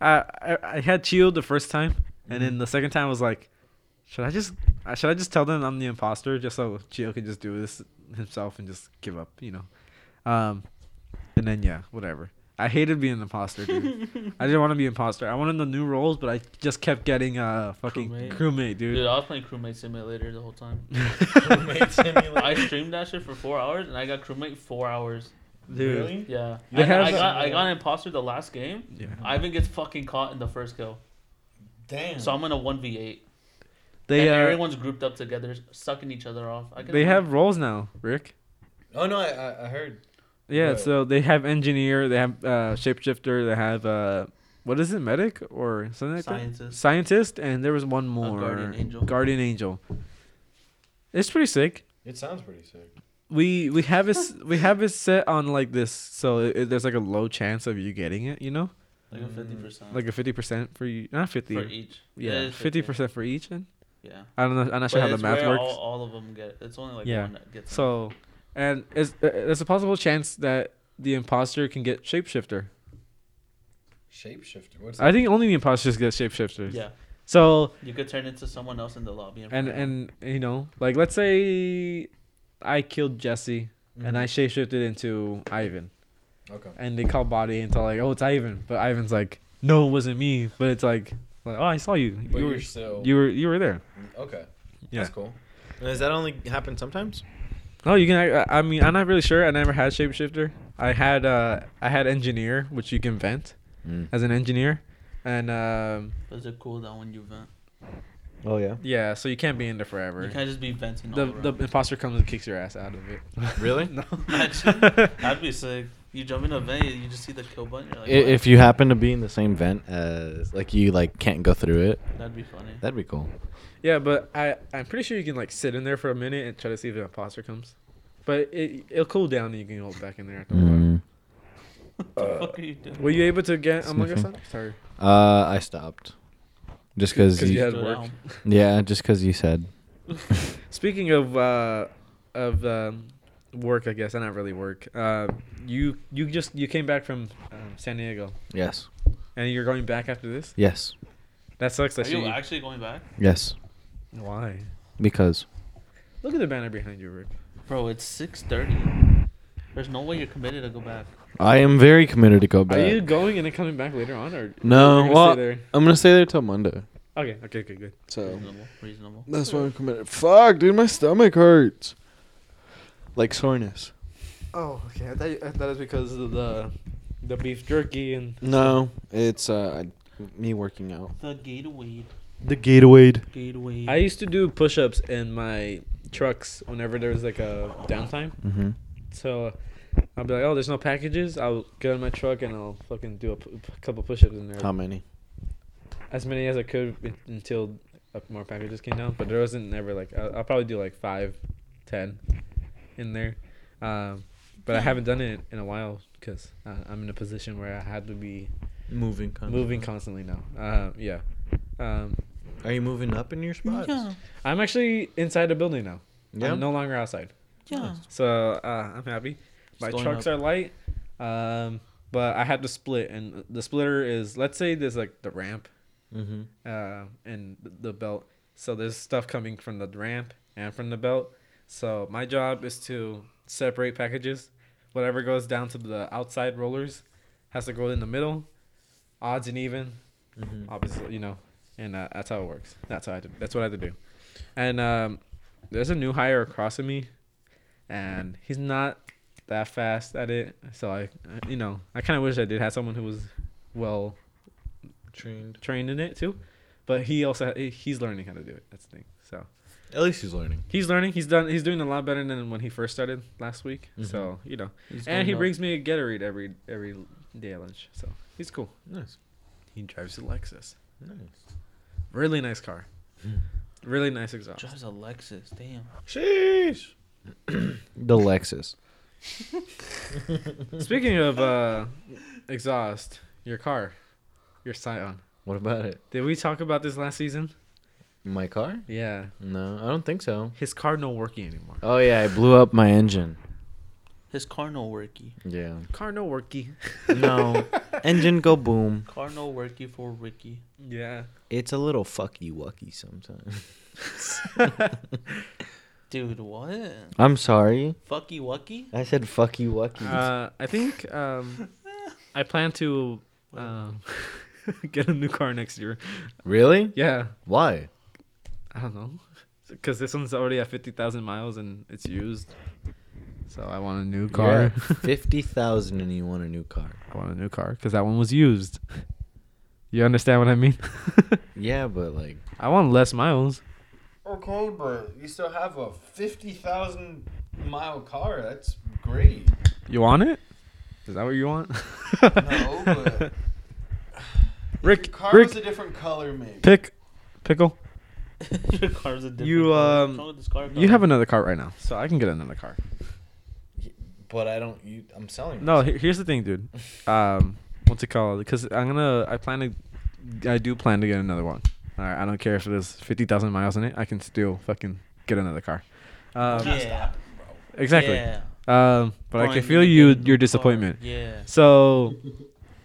[SPEAKER 3] I, I I had Chio the first time, and then the second time I was like, "Should I just I- should I just tell them I'm the imposter just so Chio can just do this himself and just give up?" You know, um, and then yeah, whatever. I hated being an imposter, dude. I didn't want to be imposter. I wanted the new roles, but I just kept getting uh fucking crewmate,
[SPEAKER 2] Crewmate. Dude, I was playing Crewmate Simulator the whole time.
[SPEAKER 4] Crewmate Simulator.
[SPEAKER 2] I streamed that shit for four hours, and I got Crewmate four hours.
[SPEAKER 3] Dude.
[SPEAKER 4] Really?
[SPEAKER 2] Yeah.
[SPEAKER 3] They
[SPEAKER 2] I,
[SPEAKER 3] have-
[SPEAKER 2] I got I got an imposter the last game.
[SPEAKER 3] Yeah.
[SPEAKER 2] Ivan gets fucking caught in the first kill,
[SPEAKER 4] Damn.
[SPEAKER 2] so I'm in a one v eight.
[SPEAKER 3] They
[SPEAKER 2] and
[SPEAKER 3] uh,
[SPEAKER 2] everyone's grouped up together, sucking each other off. I can
[SPEAKER 3] they have roles now, Rick.
[SPEAKER 4] oh no, I, I, I heard.
[SPEAKER 3] Yeah,
[SPEAKER 4] Right.
[SPEAKER 3] so they have engineer, they have uh, shapeshifter, they have uh, what is it, medic or something like that?
[SPEAKER 2] Scientist.
[SPEAKER 3] Scientist, and there was one more
[SPEAKER 2] guardian angel.
[SPEAKER 3] Guardian angel. It's pretty sick.
[SPEAKER 4] It sounds pretty sick.
[SPEAKER 3] We we have it s- we have it set on like this, so it, it- there's like a low chance of you getting it. You know,
[SPEAKER 2] like a fifty percent
[SPEAKER 3] like a fifty percent for you, not fifty.
[SPEAKER 2] for e-, each. It
[SPEAKER 3] yeah,
[SPEAKER 2] is
[SPEAKER 3] fifty percent for each. And
[SPEAKER 2] Yeah.
[SPEAKER 3] I don't know. I'm not sure
[SPEAKER 2] But
[SPEAKER 3] how the
[SPEAKER 2] it's
[SPEAKER 3] math
[SPEAKER 2] rare
[SPEAKER 3] works.
[SPEAKER 2] All, all of them get. It's only like
[SPEAKER 3] Yeah.
[SPEAKER 2] one that gets. it.
[SPEAKER 3] So, and is uh, there's a possible chance that the imposter can get shapeshifter.
[SPEAKER 4] Shapeshifter. What's
[SPEAKER 3] I think only the imposters get shapeshifters.
[SPEAKER 2] Yeah,
[SPEAKER 3] So
[SPEAKER 2] you could turn into someone else in the lobby.
[SPEAKER 3] and
[SPEAKER 2] front.
[SPEAKER 3] and you know, like let's say I killed Jesse
[SPEAKER 2] Mm-hmm.
[SPEAKER 3] and I shapeshifted into Ivan,
[SPEAKER 4] that? Okay.
[SPEAKER 3] and they call body and tell like, oh, it's Ivan, but Ivan's like, no, it wasn't me, but it's like, like oh, I saw you,
[SPEAKER 4] But
[SPEAKER 3] you
[SPEAKER 4] you're,
[SPEAKER 3] were
[SPEAKER 4] still.
[SPEAKER 3] you were you were there.
[SPEAKER 4] okay.
[SPEAKER 3] Yeah.
[SPEAKER 4] That's cool.
[SPEAKER 1] Does that only happen sometimes?
[SPEAKER 3] No, you can. I, I- I mean, I'm not really sure. I never had shapeshifter. I had uh, I had engineer, which you can vent
[SPEAKER 1] Mm.
[SPEAKER 3] as an engineer, and um,
[SPEAKER 2] Does it cool down when you vent?
[SPEAKER 1] Oh yeah.
[SPEAKER 3] yeah, so you can't be in there
[SPEAKER 2] You
[SPEAKER 3] forever.
[SPEAKER 2] can't just be venting.
[SPEAKER 3] The
[SPEAKER 2] all around.
[SPEAKER 3] the imposter comes and kicks your ass out of it.
[SPEAKER 1] Really?
[SPEAKER 3] no.
[SPEAKER 2] That'd be sick. You jump in a vent, you just see the kill button. You're like,
[SPEAKER 1] I- If you happen to be in the same vent as, like, you like can't go through it,
[SPEAKER 2] "What?" that'd be funny.
[SPEAKER 1] that'd be cool.
[SPEAKER 3] Yeah, but I I'm pretty sure you can like sit in there for a minute and try to see if an imposter comes. But it, it'll cool down and you can go back in there after a while.
[SPEAKER 1] Mm.
[SPEAKER 2] What the fuck are you doing?
[SPEAKER 3] Were you able to get Among Us?
[SPEAKER 1] Sniffing.
[SPEAKER 3] on? Sorry.
[SPEAKER 1] Uh, I stopped. Just because
[SPEAKER 3] Because you
[SPEAKER 1] you,
[SPEAKER 3] had
[SPEAKER 2] Stood
[SPEAKER 3] work.
[SPEAKER 2] out.
[SPEAKER 1] yeah, just because you said.
[SPEAKER 3] Speaking of uh, of um, work, I guess, and not really work. Uh, you you just you came back from um, San Diego,
[SPEAKER 1] Yes.
[SPEAKER 3] and you're going back after this.
[SPEAKER 1] Yes.
[SPEAKER 3] That sucks. That
[SPEAKER 2] Are you
[SPEAKER 3] she-
[SPEAKER 2] actually going back?
[SPEAKER 1] Yes.
[SPEAKER 3] Why?
[SPEAKER 1] Because.
[SPEAKER 3] Look at the banner behind you, Rick.
[SPEAKER 2] Bro, it's six thirty. There's no way you're committed to go back.
[SPEAKER 1] I am very committed to go back.
[SPEAKER 3] Are you going and then coming back later on, or
[SPEAKER 1] No,
[SPEAKER 3] you're gonna
[SPEAKER 1] well-
[SPEAKER 3] stay there?
[SPEAKER 1] I'm gonna stay there till Monday.
[SPEAKER 3] Okay, okay, okay, good.
[SPEAKER 1] So
[SPEAKER 2] Reasonable. Reasonable.
[SPEAKER 1] that's why I'm committed. Fuck, dude, my stomach hurts. Like soreness.
[SPEAKER 3] Oh, okay. I thought, I thought it was because of the the beef jerky and
[SPEAKER 1] No, it's uh me working out.
[SPEAKER 2] The Gatorade.
[SPEAKER 1] The Gatorade.
[SPEAKER 2] Gatorade.
[SPEAKER 3] I used to do push-ups in my trucks whenever there was like a downtime.
[SPEAKER 1] Mm-hmm.
[SPEAKER 3] So I'll be like, oh, there's no packages. I'll get in my truck and I'll fucking do a p- p- couple push-ups in there,
[SPEAKER 1] How many?
[SPEAKER 3] as many as I could un- until uh, more packages came down. But there wasn't ever like I'll, I'll probably do like five, ten, in there. Um, but I haven't done it in a while because uh, I'm in a position where I had to be
[SPEAKER 1] Moving.
[SPEAKER 3] moving constantly now. Uh, yeah. Um,
[SPEAKER 1] Are you moving up in your spots?
[SPEAKER 2] Yeah.
[SPEAKER 3] I'm actually inside a building now.
[SPEAKER 1] Yeah?
[SPEAKER 3] I'm no longer outside.
[SPEAKER 2] Yeah.
[SPEAKER 3] So uh, I'm happy. My
[SPEAKER 2] It's going
[SPEAKER 3] trucks are light, um, but I have to split, and the splitter is let's say there's like the ramp
[SPEAKER 1] Mm-hmm.
[SPEAKER 3] uh, and th- the belt. So there's stuff coming from the ramp and from the belt. So my job is to separate packages. Whatever goes down to the outside rollers has to go in the middle, odds and even, obviously, you know, and uh, that's how it works. That's how I did, that's what I had to do. And um, there's a new hire across from me, and he's not that fast at it. So I, I- you know, I kind of wish I did have someone who was well
[SPEAKER 1] Trained.
[SPEAKER 3] trained in it too, but he also he's learning how to do it. That's the thing. So
[SPEAKER 1] At least he's learning.
[SPEAKER 3] he's learning. He's done. He's doing a lot better than when he first started last week. So you know, and he brings me a Gatorade every every day at lunch. So he's cool.
[SPEAKER 1] Nice.
[SPEAKER 3] He drives a Lexus. Mm.
[SPEAKER 1] Nice.
[SPEAKER 3] Really nice car. Really nice exhaust.
[SPEAKER 2] Drives a Lexus. Damn.
[SPEAKER 1] Sheesh. the Lexus.
[SPEAKER 3] Speaking of uh, exhaust, your car, your Scion.
[SPEAKER 1] What about it?
[SPEAKER 3] Did we talk about this last season?
[SPEAKER 1] My car?
[SPEAKER 3] Yeah.
[SPEAKER 1] No, I don't think so.
[SPEAKER 3] His car no working anymore.
[SPEAKER 1] Oh yeah, I blew up my engine.
[SPEAKER 2] His car no worky.
[SPEAKER 1] Yeah.
[SPEAKER 3] Car no working.
[SPEAKER 1] No. engine go boom.
[SPEAKER 2] Car no worky for Ricky.
[SPEAKER 3] Yeah.
[SPEAKER 1] It's a little fucky wucky sometimes.
[SPEAKER 2] Dude, what?
[SPEAKER 1] I'm sorry.
[SPEAKER 2] Fucky wucky?
[SPEAKER 1] I said fucky wucky.
[SPEAKER 3] Uh, I think um, I plan to um, get a new car next year.
[SPEAKER 1] really?
[SPEAKER 3] Yeah,
[SPEAKER 1] Why?
[SPEAKER 3] I don't know, because this one's already at fifty thousand miles and it's used. So I want a new car.
[SPEAKER 1] Fifty thousand and you want a new car.
[SPEAKER 3] I want a new car because that one was used. You understand what I mean?
[SPEAKER 1] Yeah, but like
[SPEAKER 3] I want less miles.
[SPEAKER 4] Okay, but you still have a 50,000 mile car. That's great.
[SPEAKER 3] You want it? Is that what you want?
[SPEAKER 4] No, but.
[SPEAKER 3] Rick,
[SPEAKER 4] Your car
[SPEAKER 3] Rick,
[SPEAKER 4] was a different color, maybe.
[SPEAKER 3] pick, pickle.
[SPEAKER 2] Your car's a different
[SPEAKER 3] You,
[SPEAKER 2] color.
[SPEAKER 3] um,
[SPEAKER 2] What's wrong with this car,
[SPEAKER 3] You
[SPEAKER 2] bro?
[SPEAKER 3] have another car right now, so I can get another car.
[SPEAKER 4] But I don't. You, I'm selling.
[SPEAKER 3] No, he- here's the thing, dude. Um, what's it called? Because I'm gonna, I plan to, I do plan to get another one. All right, I don't care if there's fifty thousand miles in it. I can still fucking get another car. Um,
[SPEAKER 2] Yeah.
[SPEAKER 3] Exactly.
[SPEAKER 2] Yeah.
[SPEAKER 3] Um, but I
[SPEAKER 2] Brian,
[SPEAKER 3] can feel
[SPEAKER 2] need to
[SPEAKER 3] you,
[SPEAKER 2] get a new
[SPEAKER 3] your
[SPEAKER 2] car.
[SPEAKER 3] disappointment.
[SPEAKER 2] Yeah.
[SPEAKER 3] So,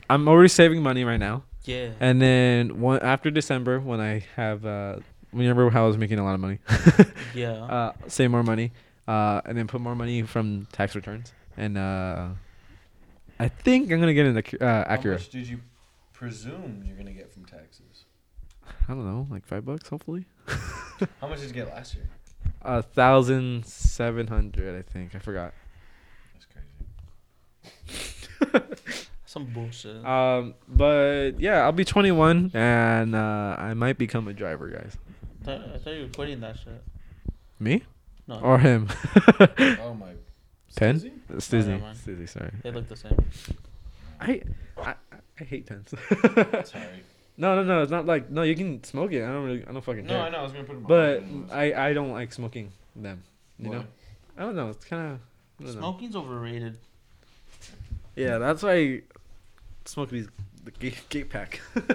[SPEAKER 3] I'm already saving money right now,
[SPEAKER 2] Yeah.
[SPEAKER 3] and then one after December when I have, uh, remember how I was making a lot of money,
[SPEAKER 2] yeah.
[SPEAKER 3] uh, save more money, uh, and then put more money from tax returns, and uh, I think I'm gonna get an Ac- uh,
[SPEAKER 4] How
[SPEAKER 3] Acura.
[SPEAKER 4] much did you presume you're gonna get from taxes?
[SPEAKER 3] I don't know, like five bucks, hopefully.
[SPEAKER 4] How much did you get last year?
[SPEAKER 3] A thousand seven hundred, I think. I forgot.
[SPEAKER 4] That's crazy.
[SPEAKER 2] Some bullshit.
[SPEAKER 3] Um, but yeah, I'll be twenty one, and uh, I might become a driver, guys.
[SPEAKER 2] I thought- I thought you were quitting that shit.
[SPEAKER 3] Me
[SPEAKER 2] No.
[SPEAKER 3] or him?
[SPEAKER 4] Oh my.
[SPEAKER 3] Pen?
[SPEAKER 4] Susie?
[SPEAKER 3] it's Disney.
[SPEAKER 2] mind.
[SPEAKER 3] It's Disney. Sorry.
[SPEAKER 2] they look the same.
[SPEAKER 3] I, I, I hate pens.
[SPEAKER 4] Sorry.
[SPEAKER 3] no, no, no. It's not like no. You can smoke it. I don't really. I don't fucking
[SPEAKER 4] No,
[SPEAKER 3] care.
[SPEAKER 4] I know. I was gonna put them.
[SPEAKER 3] But I, I don't like smoking them. You know. I don't know. It's kind of
[SPEAKER 2] Smoking's overrated.
[SPEAKER 3] Yeah, that's why I smoke these the gate, gate pack.
[SPEAKER 2] okay.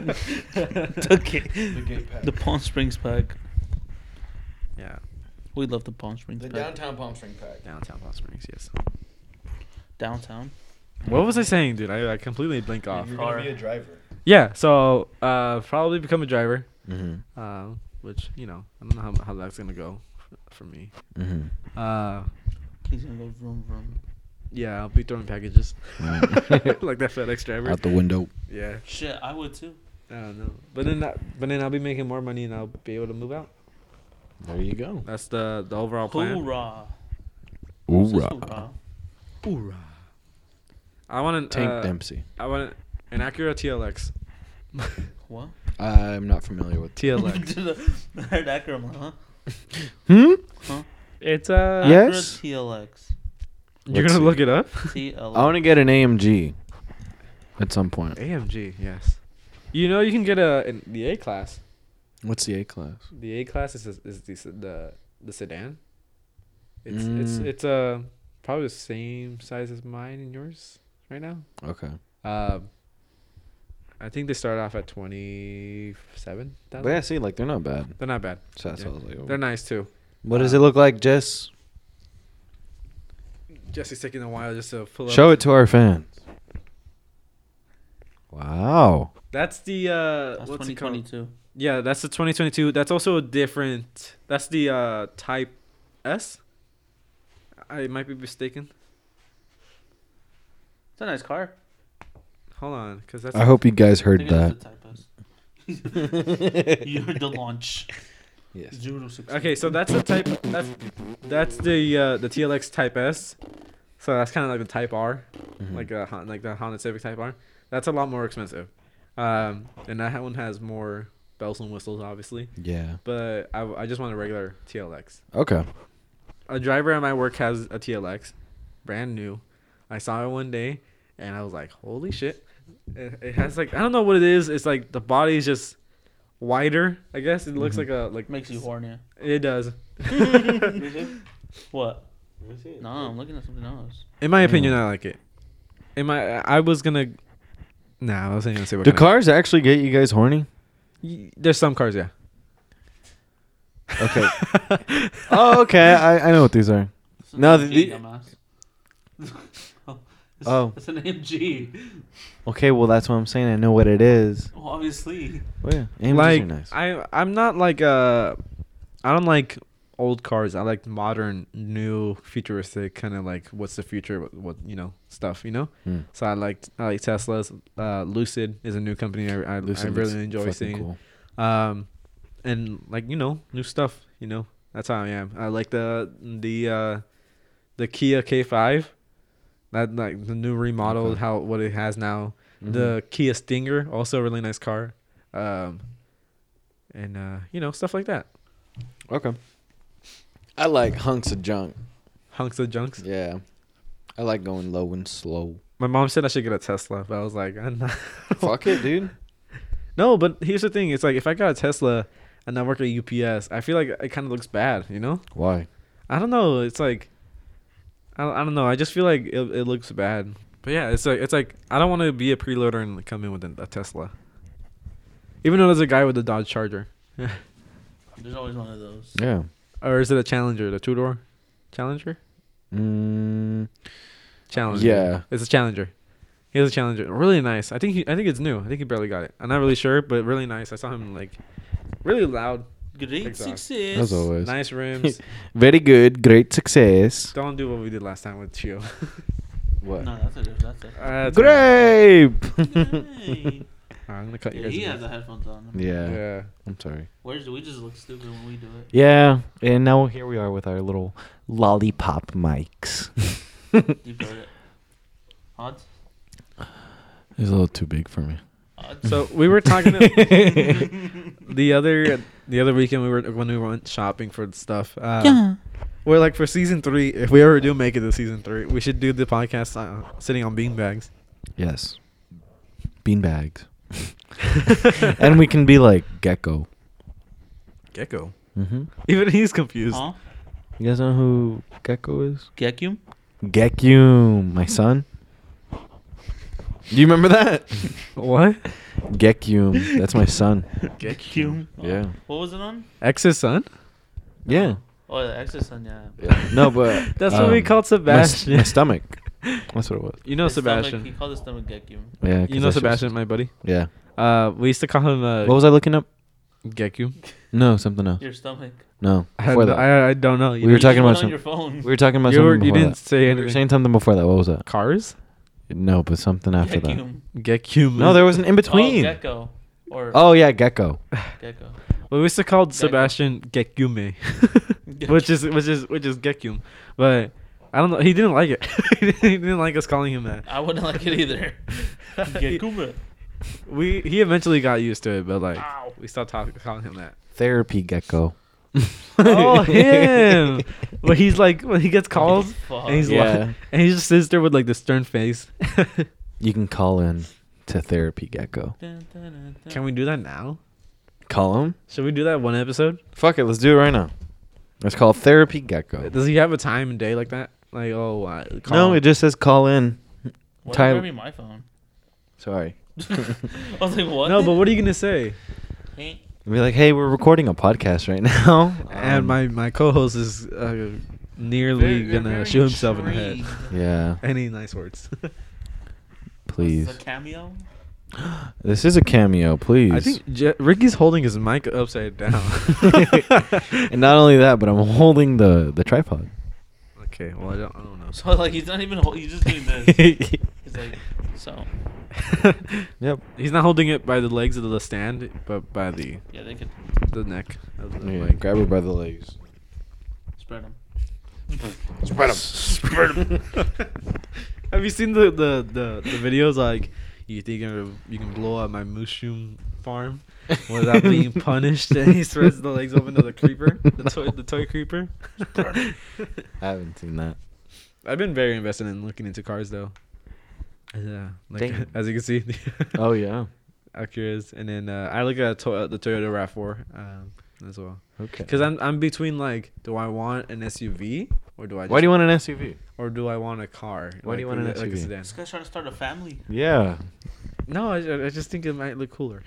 [SPEAKER 4] The gate pack.
[SPEAKER 2] The
[SPEAKER 4] The,
[SPEAKER 2] Palm Springs pack.
[SPEAKER 3] yeah,
[SPEAKER 2] We love the Palm Springs pack.
[SPEAKER 4] downtown Palm Spring pack.
[SPEAKER 3] downtown Palm Springs. Yes.
[SPEAKER 2] Downtown.
[SPEAKER 3] What was I saying, dude? I, I completely blink off.
[SPEAKER 4] You're
[SPEAKER 2] Car.
[SPEAKER 4] gonna be a driver.
[SPEAKER 3] Yeah. So uh, probably become a driver.
[SPEAKER 1] Mm-hmm.
[SPEAKER 3] Uh, which you know, I don't know how, how that's gonna go f- for me.
[SPEAKER 1] Mm-hmm.
[SPEAKER 3] Uh,
[SPEAKER 2] He's gonna go vroom vroom.
[SPEAKER 3] yeah, I'll be throwing packages
[SPEAKER 1] Mm.
[SPEAKER 3] like that FedEx driver.
[SPEAKER 1] Out the window.
[SPEAKER 3] Yeah.
[SPEAKER 2] Shit, I would too.
[SPEAKER 3] I don't know. But then, that, but then I'll be making more money and I'll be able to move out.
[SPEAKER 1] There you go.
[SPEAKER 3] That's the the overall plan.
[SPEAKER 2] Hoorah. Says
[SPEAKER 1] Oorah.
[SPEAKER 3] Hoorah. I want an
[SPEAKER 1] Tank
[SPEAKER 3] uh,
[SPEAKER 1] Dempsey.
[SPEAKER 3] I want an Acura TLX.
[SPEAKER 2] What?
[SPEAKER 1] I'm not familiar with.
[SPEAKER 3] TLX.
[SPEAKER 2] I heard Acura, huh?
[SPEAKER 1] Hmm?
[SPEAKER 3] it's uh.
[SPEAKER 1] Yeah. Yes.
[SPEAKER 2] Acura TLX.
[SPEAKER 3] You're
[SPEAKER 1] Let's
[SPEAKER 3] gonna
[SPEAKER 1] see.
[SPEAKER 3] look it up.
[SPEAKER 2] TLX.
[SPEAKER 1] I want to get an AMG at some point.
[SPEAKER 3] AMG. Yes. You know you can get a an, the A class.
[SPEAKER 1] What's the A class?
[SPEAKER 3] The A class is is the se- the, the sedan. It's it's
[SPEAKER 1] Mm.
[SPEAKER 3] it's uh probably the same size as mine and yours right now.
[SPEAKER 1] Okay.
[SPEAKER 3] Um, I think they start off at twenty seven.
[SPEAKER 1] But yeah, see, like they're not bad.
[SPEAKER 3] They're not bad.
[SPEAKER 1] So that's
[SPEAKER 3] Yeah.
[SPEAKER 1] what I was like. oh.
[SPEAKER 3] They're nice too.
[SPEAKER 1] What does it look like, Jess?
[SPEAKER 3] Jesse's taking a while just to pull up.
[SPEAKER 1] Show it to our fans. Wow.
[SPEAKER 3] That's the uh,
[SPEAKER 2] That's
[SPEAKER 3] what's it called?
[SPEAKER 2] 2022.
[SPEAKER 3] Yeah, that's the 2022. That's also a different. That's the uh Type S. I might be mistaken.
[SPEAKER 2] It's a nice car.
[SPEAKER 3] Hold on, because that's
[SPEAKER 1] I hope you guys
[SPEAKER 2] I
[SPEAKER 1] heard
[SPEAKER 2] think it is
[SPEAKER 1] that.
[SPEAKER 2] a Type S. you heard the launch.
[SPEAKER 1] Yes.
[SPEAKER 2] Zero to 60.
[SPEAKER 3] okay. So that's the Type. That's that's the uh the TLX Type S. So that's kind of like the Type R,
[SPEAKER 1] Mm-hmm.
[SPEAKER 2] Mm-hmm.
[SPEAKER 3] like a Hon- like the Honda Civic Type R. That's a lot more expensive. Um, and that one has more bells and whistles, obviously.
[SPEAKER 1] Yeah.
[SPEAKER 3] But I, I just want a regular TLX.
[SPEAKER 1] Okay.
[SPEAKER 3] a driver at my work has a TLX, brand new. I saw it one day, and I was like, "Holy shit!" It, it has like I don't know what it is. It's like the body's just wider. I guess it looks
[SPEAKER 1] Mm-hmm.
[SPEAKER 3] like a like
[SPEAKER 2] Makes you horny.
[SPEAKER 3] It does.
[SPEAKER 2] What? No, I'm looking at something else.
[SPEAKER 1] Mm-hmm.
[SPEAKER 3] In my opinion, I like it. In my I was gonna. Nah, I wasn't gonna say what.
[SPEAKER 1] Do
[SPEAKER 3] kind
[SPEAKER 1] cars actually get you guys horny?
[SPEAKER 3] of- Y- There's some cars, yeah.
[SPEAKER 1] Okay. oh, okay. I, I know what these are.
[SPEAKER 2] It's
[SPEAKER 1] No,
[SPEAKER 2] an
[SPEAKER 1] the-
[SPEAKER 2] AMG, dumbass. It's-
[SPEAKER 1] Oh.
[SPEAKER 2] It's an AMG.
[SPEAKER 1] Okay, well that's what I'm saying. I know what it is.
[SPEAKER 2] Well, obviously.
[SPEAKER 1] Oh, yeah. AMGs
[SPEAKER 3] like
[SPEAKER 1] are nice.
[SPEAKER 3] I I'm not like uh I don't like old cars. I like modern, new, futuristic kind of like what's the future what, what you know stuff, you know?
[SPEAKER 1] Mm.
[SPEAKER 3] So I like I like Tesla's uh Lucid is a new company I I, I
[SPEAKER 1] Lucid looks
[SPEAKER 3] really enjoy
[SPEAKER 1] fucking
[SPEAKER 3] seeing.
[SPEAKER 1] cool.
[SPEAKER 3] Um and like you know, new stuff, you know. That's how I am. I like the the uh the Kia K5 that like the new remodel
[SPEAKER 1] Okay.
[SPEAKER 3] how what it has now
[SPEAKER 1] Mhm.
[SPEAKER 3] the Kia Stinger, also a really nice car. Um, and uh, you know, stuff like that.
[SPEAKER 1] Okay. I like hunks of junk.
[SPEAKER 3] Hunks of junks.
[SPEAKER 1] Yeah. I like going low and slow.
[SPEAKER 3] My mom said I should get a Tesla, but I was like, I'm not.
[SPEAKER 1] Fuck it, dude.
[SPEAKER 3] No, but here's the thing. It's like if I got a Tesla and I work at UPS, I feel like it kind of looks bad, you know?
[SPEAKER 1] Why?
[SPEAKER 3] I don't know. It's like I don't, I don't know. I just feel like it, it looks bad. But yeah, it's like it's like I don't want to be a preloader and come in with a, a Tesla. Even though there's a guy with a Dodge Charger,
[SPEAKER 2] There's always one of those.
[SPEAKER 1] Yeah.
[SPEAKER 3] or is it a Challenger, the two door Challenger?
[SPEAKER 1] Mm,
[SPEAKER 3] Challenger.
[SPEAKER 1] Yeah.
[SPEAKER 3] it's a Challenger. He has a Challenger. Really nice. I think he, I think it's new. I think he barely got it. I'm not really sure, but really nice. I saw him like really loud.
[SPEAKER 2] Great
[SPEAKER 3] Exhaust.
[SPEAKER 1] as
[SPEAKER 2] success.
[SPEAKER 1] always.
[SPEAKER 3] Nice rims.
[SPEAKER 1] Very good. Great success.
[SPEAKER 3] Don't do what we did last time with Chio.
[SPEAKER 1] What?
[SPEAKER 2] No, that's a good. That's a.
[SPEAKER 3] Uh, it's fine.
[SPEAKER 1] Grape.
[SPEAKER 2] Hey.
[SPEAKER 3] I'm gonna cut you
[SPEAKER 2] yeah,
[SPEAKER 3] guys.
[SPEAKER 2] he
[SPEAKER 3] off.
[SPEAKER 2] has the headphones on.
[SPEAKER 1] yeah.
[SPEAKER 3] yeah.
[SPEAKER 1] I'm sorry.
[SPEAKER 2] Where's we just look stupid when we do it?
[SPEAKER 1] Yeah. And now here we are with our little lollipop mics.
[SPEAKER 2] You got it. Odds.
[SPEAKER 1] It's a little too big for me.
[SPEAKER 2] Odds.
[SPEAKER 3] So we were talking to- the other the other weekend we were when we went shopping for stuff. Uh, We're like for season three. If we ever do make it to season three, we should do the podcast uh, sitting on beanbags.
[SPEAKER 1] Yes. Bean bags. and we can be like gecko.
[SPEAKER 3] Gecko.
[SPEAKER 1] Mm-hmm.
[SPEAKER 3] Even he's confused.
[SPEAKER 2] Huh?
[SPEAKER 1] You guys know who Gecko is?
[SPEAKER 2] Gekium?
[SPEAKER 1] Gekyum, my son. Do you remember that?
[SPEAKER 3] What?
[SPEAKER 1] Gekyum. That's my son.
[SPEAKER 2] Gekium.
[SPEAKER 1] Yeah.
[SPEAKER 2] What was it on?
[SPEAKER 3] Ex's son?
[SPEAKER 1] Yeah.
[SPEAKER 2] Oh, the Exorcist, yeah.
[SPEAKER 1] No, but um,
[SPEAKER 3] That's what we called
[SPEAKER 1] my s-
[SPEAKER 3] Sebastian.
[SPEAKER 1] My, stomach. That's what it was.
[SPEAKER 3] You know
[SPEAKER 2] His stomach-
[SPEAKER 3] Sebastian.
[SPEAKER 2] he called his stomach Gekium.
[SPEAKER 1] Yeah. 'cause
[SPEAKER 3] You know
[SPEAKER 1] that's just-
[SPEAKER 3] Sebastian, my buddy.
[SPEAKER 1] yeah.
[SPEAKER 3] Uh, we used to call him uh,
[SPEAKER 1] What was I looking up?
[SPEAKER 3] Geku.
[SPEAKER 1] No, something else.
[SPEAKER 2] Your stomach.
[SPEAKER 1] No.
[SPEAKER 3] I, had
[SPEAKER 1] Before
[SPEAKER 3] no-
[SPEAKER 1] that.
[SPEAKER 3] I, I don't know. You
[SPEAKER 1] We were
[SPEAKER 3] didn't-
[SPEAKER 1] talking
[SPEAKER 2] You
[SPEAKER 1] about
[SPEAKER 2] went
[SPEAKER 1] some-
[SPEAKER 2] on your phone.
[SPEAKER 1] we were talking about
[SPEAKER 3] You, were,
[SPEAKER 1] something
[SPEAKER 3] you
[SPEAKER 1] before
[SPEAKER 3] didn't
[SPEAKER 1] that.
[SPEAKER 3] say
[SPEAKER 1] We were
[SPEAKER 3] anything.
[SPEAKER 1] saying something before that. What was that?
[SPEAKER 3] Cars?
[SPEAKER 1] No, but something after that.
[SPEAKER 2] Gekium.
[SPEAKER 3] Geku.
[SPEAKER 1] No, there was an in
[SPEAKER 2] Oh,
[SPEAKER 1] between. Oh,
[SPEAKER 2] gecko. Or
[SPEAKER 1] yeah, gecko.
[SPEAKER 2] gecko.
[SPEAKER 3] We used to call
[SPEAKER 2] Gecko.
[SPEAKER 3] Sebastian Gekume, which is which is which is Gekum, but I don't know. He didn't like it. he didn't like us calling him that.
[SPEAKER 2] I wouldn't like it either. Gekuma.
[SPEAKER 3] we he eventually got used to it, but like
[SPEAKER 2] Ow.
[SPEAKER 3] we stopped talk, calling him that.
[SPEAKER 1] Therapy gecko.
[SPEAKER 3] Oh him! but he's like when he gets calls
[SPEAKER 2] Fuck.
[SPEAKER 3] and he's
[SPEAKER 1] Yeah.
[SPEAKER 3] like and he just sits there with like the stern face.
[SPEAKER 1] You can call in to therapy gecko.
[SPEAKER 2] Dun, dun, dun, dun.
[SPEAKER 3] Can we do that now?
[SPEAKER 1] Call him.
[SPEAKER 3] Should we do that one episode?
[SPEAKER 1] Fuck it, let's do it right now. It's called Therapy Gecko.
[SPEAKER 3] Does he have a time and day like that? Like oh uh, call
[SPEAKER 1] No,
[SPEAKER 3] him.
[SPEAKER 1] it just says call in.
[SPEAKER 2] Why
[SPEAKER 1] Tyler-
[SPEAKER 2] Tyler. me my phone?
[SPEAKER 1] Sorry.
[SPEAKER 2] I was like, what?
[SPEAKER 3] no. But what are you gonna say?
[SPEAKER 2] Hey,
[SPEAKER 1] Be like, hey, we're recording a podcast right now.
[SPEAKER 3] and
[SPEAKER 1] Um,
[SPEAKER 3] my my co-host is uh, nearly
[SPEAKER 2] very-
[SPEAKER 3] gonna
[SPEAKER 2] very
[SPEAKER 3] shoot himself in the head.
[SPEAKER 2] intrigued.
[SPEAKER 1] yeah,
[SPEAKER 3] Any nice words?
[SPEAKER 1] please.
[SPEAKER 2] This is a cameo?
[SPEAKER 1] This is a cameo, please.
[SPEAKER 3] I think Je- Ricky's holding his mic upside down.
[SPEAKER 1] and not only that, but I'm holding the the tripod.
[SPEAKER 3] okay, well I don't, I don't know.
[SPEAKER 2] So, like, he's not even hol- He's just doing this. he's like, so.
[SPEAKER 1] Yep.
[SPEAKER 3] He's not holding it by the legs of the stand, but by the
[SPEAKER 2] Yeah, they could
[SPEAKER 3] the neck of the
[SPEAKER 1] Yeah,
[SPEAKER 3] leg.
[SPEAKER 1] grab her by the legs.
[SPEAKER 2] spread them.
[SPEAKER 1] Spread 'em.
[SPEAKER 3] Have you seen the, the, the, the videos like you think you're- you can blow up my mushroom farm without being punished? And he spreads the legs open to the creeper, the toy, the toy creeper.
[SPEAKER 1] I haven't seen that.
[SPEAKER 3] I've been very invested in looking into cars though. Yeah, like
[SPEAKER 1] Damn.
[SPEAKER 3] as you can see,
[SPEAKER 1] Oh yeah.
[SPEAKER 3] Acuras, and then uh, I look at to- the Toyota Rav Four um, as well.
[SPEAKER 1] Okay.
[SPEAKER 3] Cause I'm I'm between like, do I want an SUV or do I? Just,
[SPEAKER 1] Why do you want an SUV?
[SPEAKER 3] Or do I want a car?
[SPEAKER 1] Why do you
[SPEAKER 3] Like,
[SPEAKER 1] want an
[SPEAKER 3] like a
[SPEAKER 1] SUV?
[SPEAKER 3] sedan.
[SPEAKER 2] This guy's trying to start a family.
[SPEAKER 1] Yeah.
[SPEAKER 3] No, I, ju- I just think it might look cooler.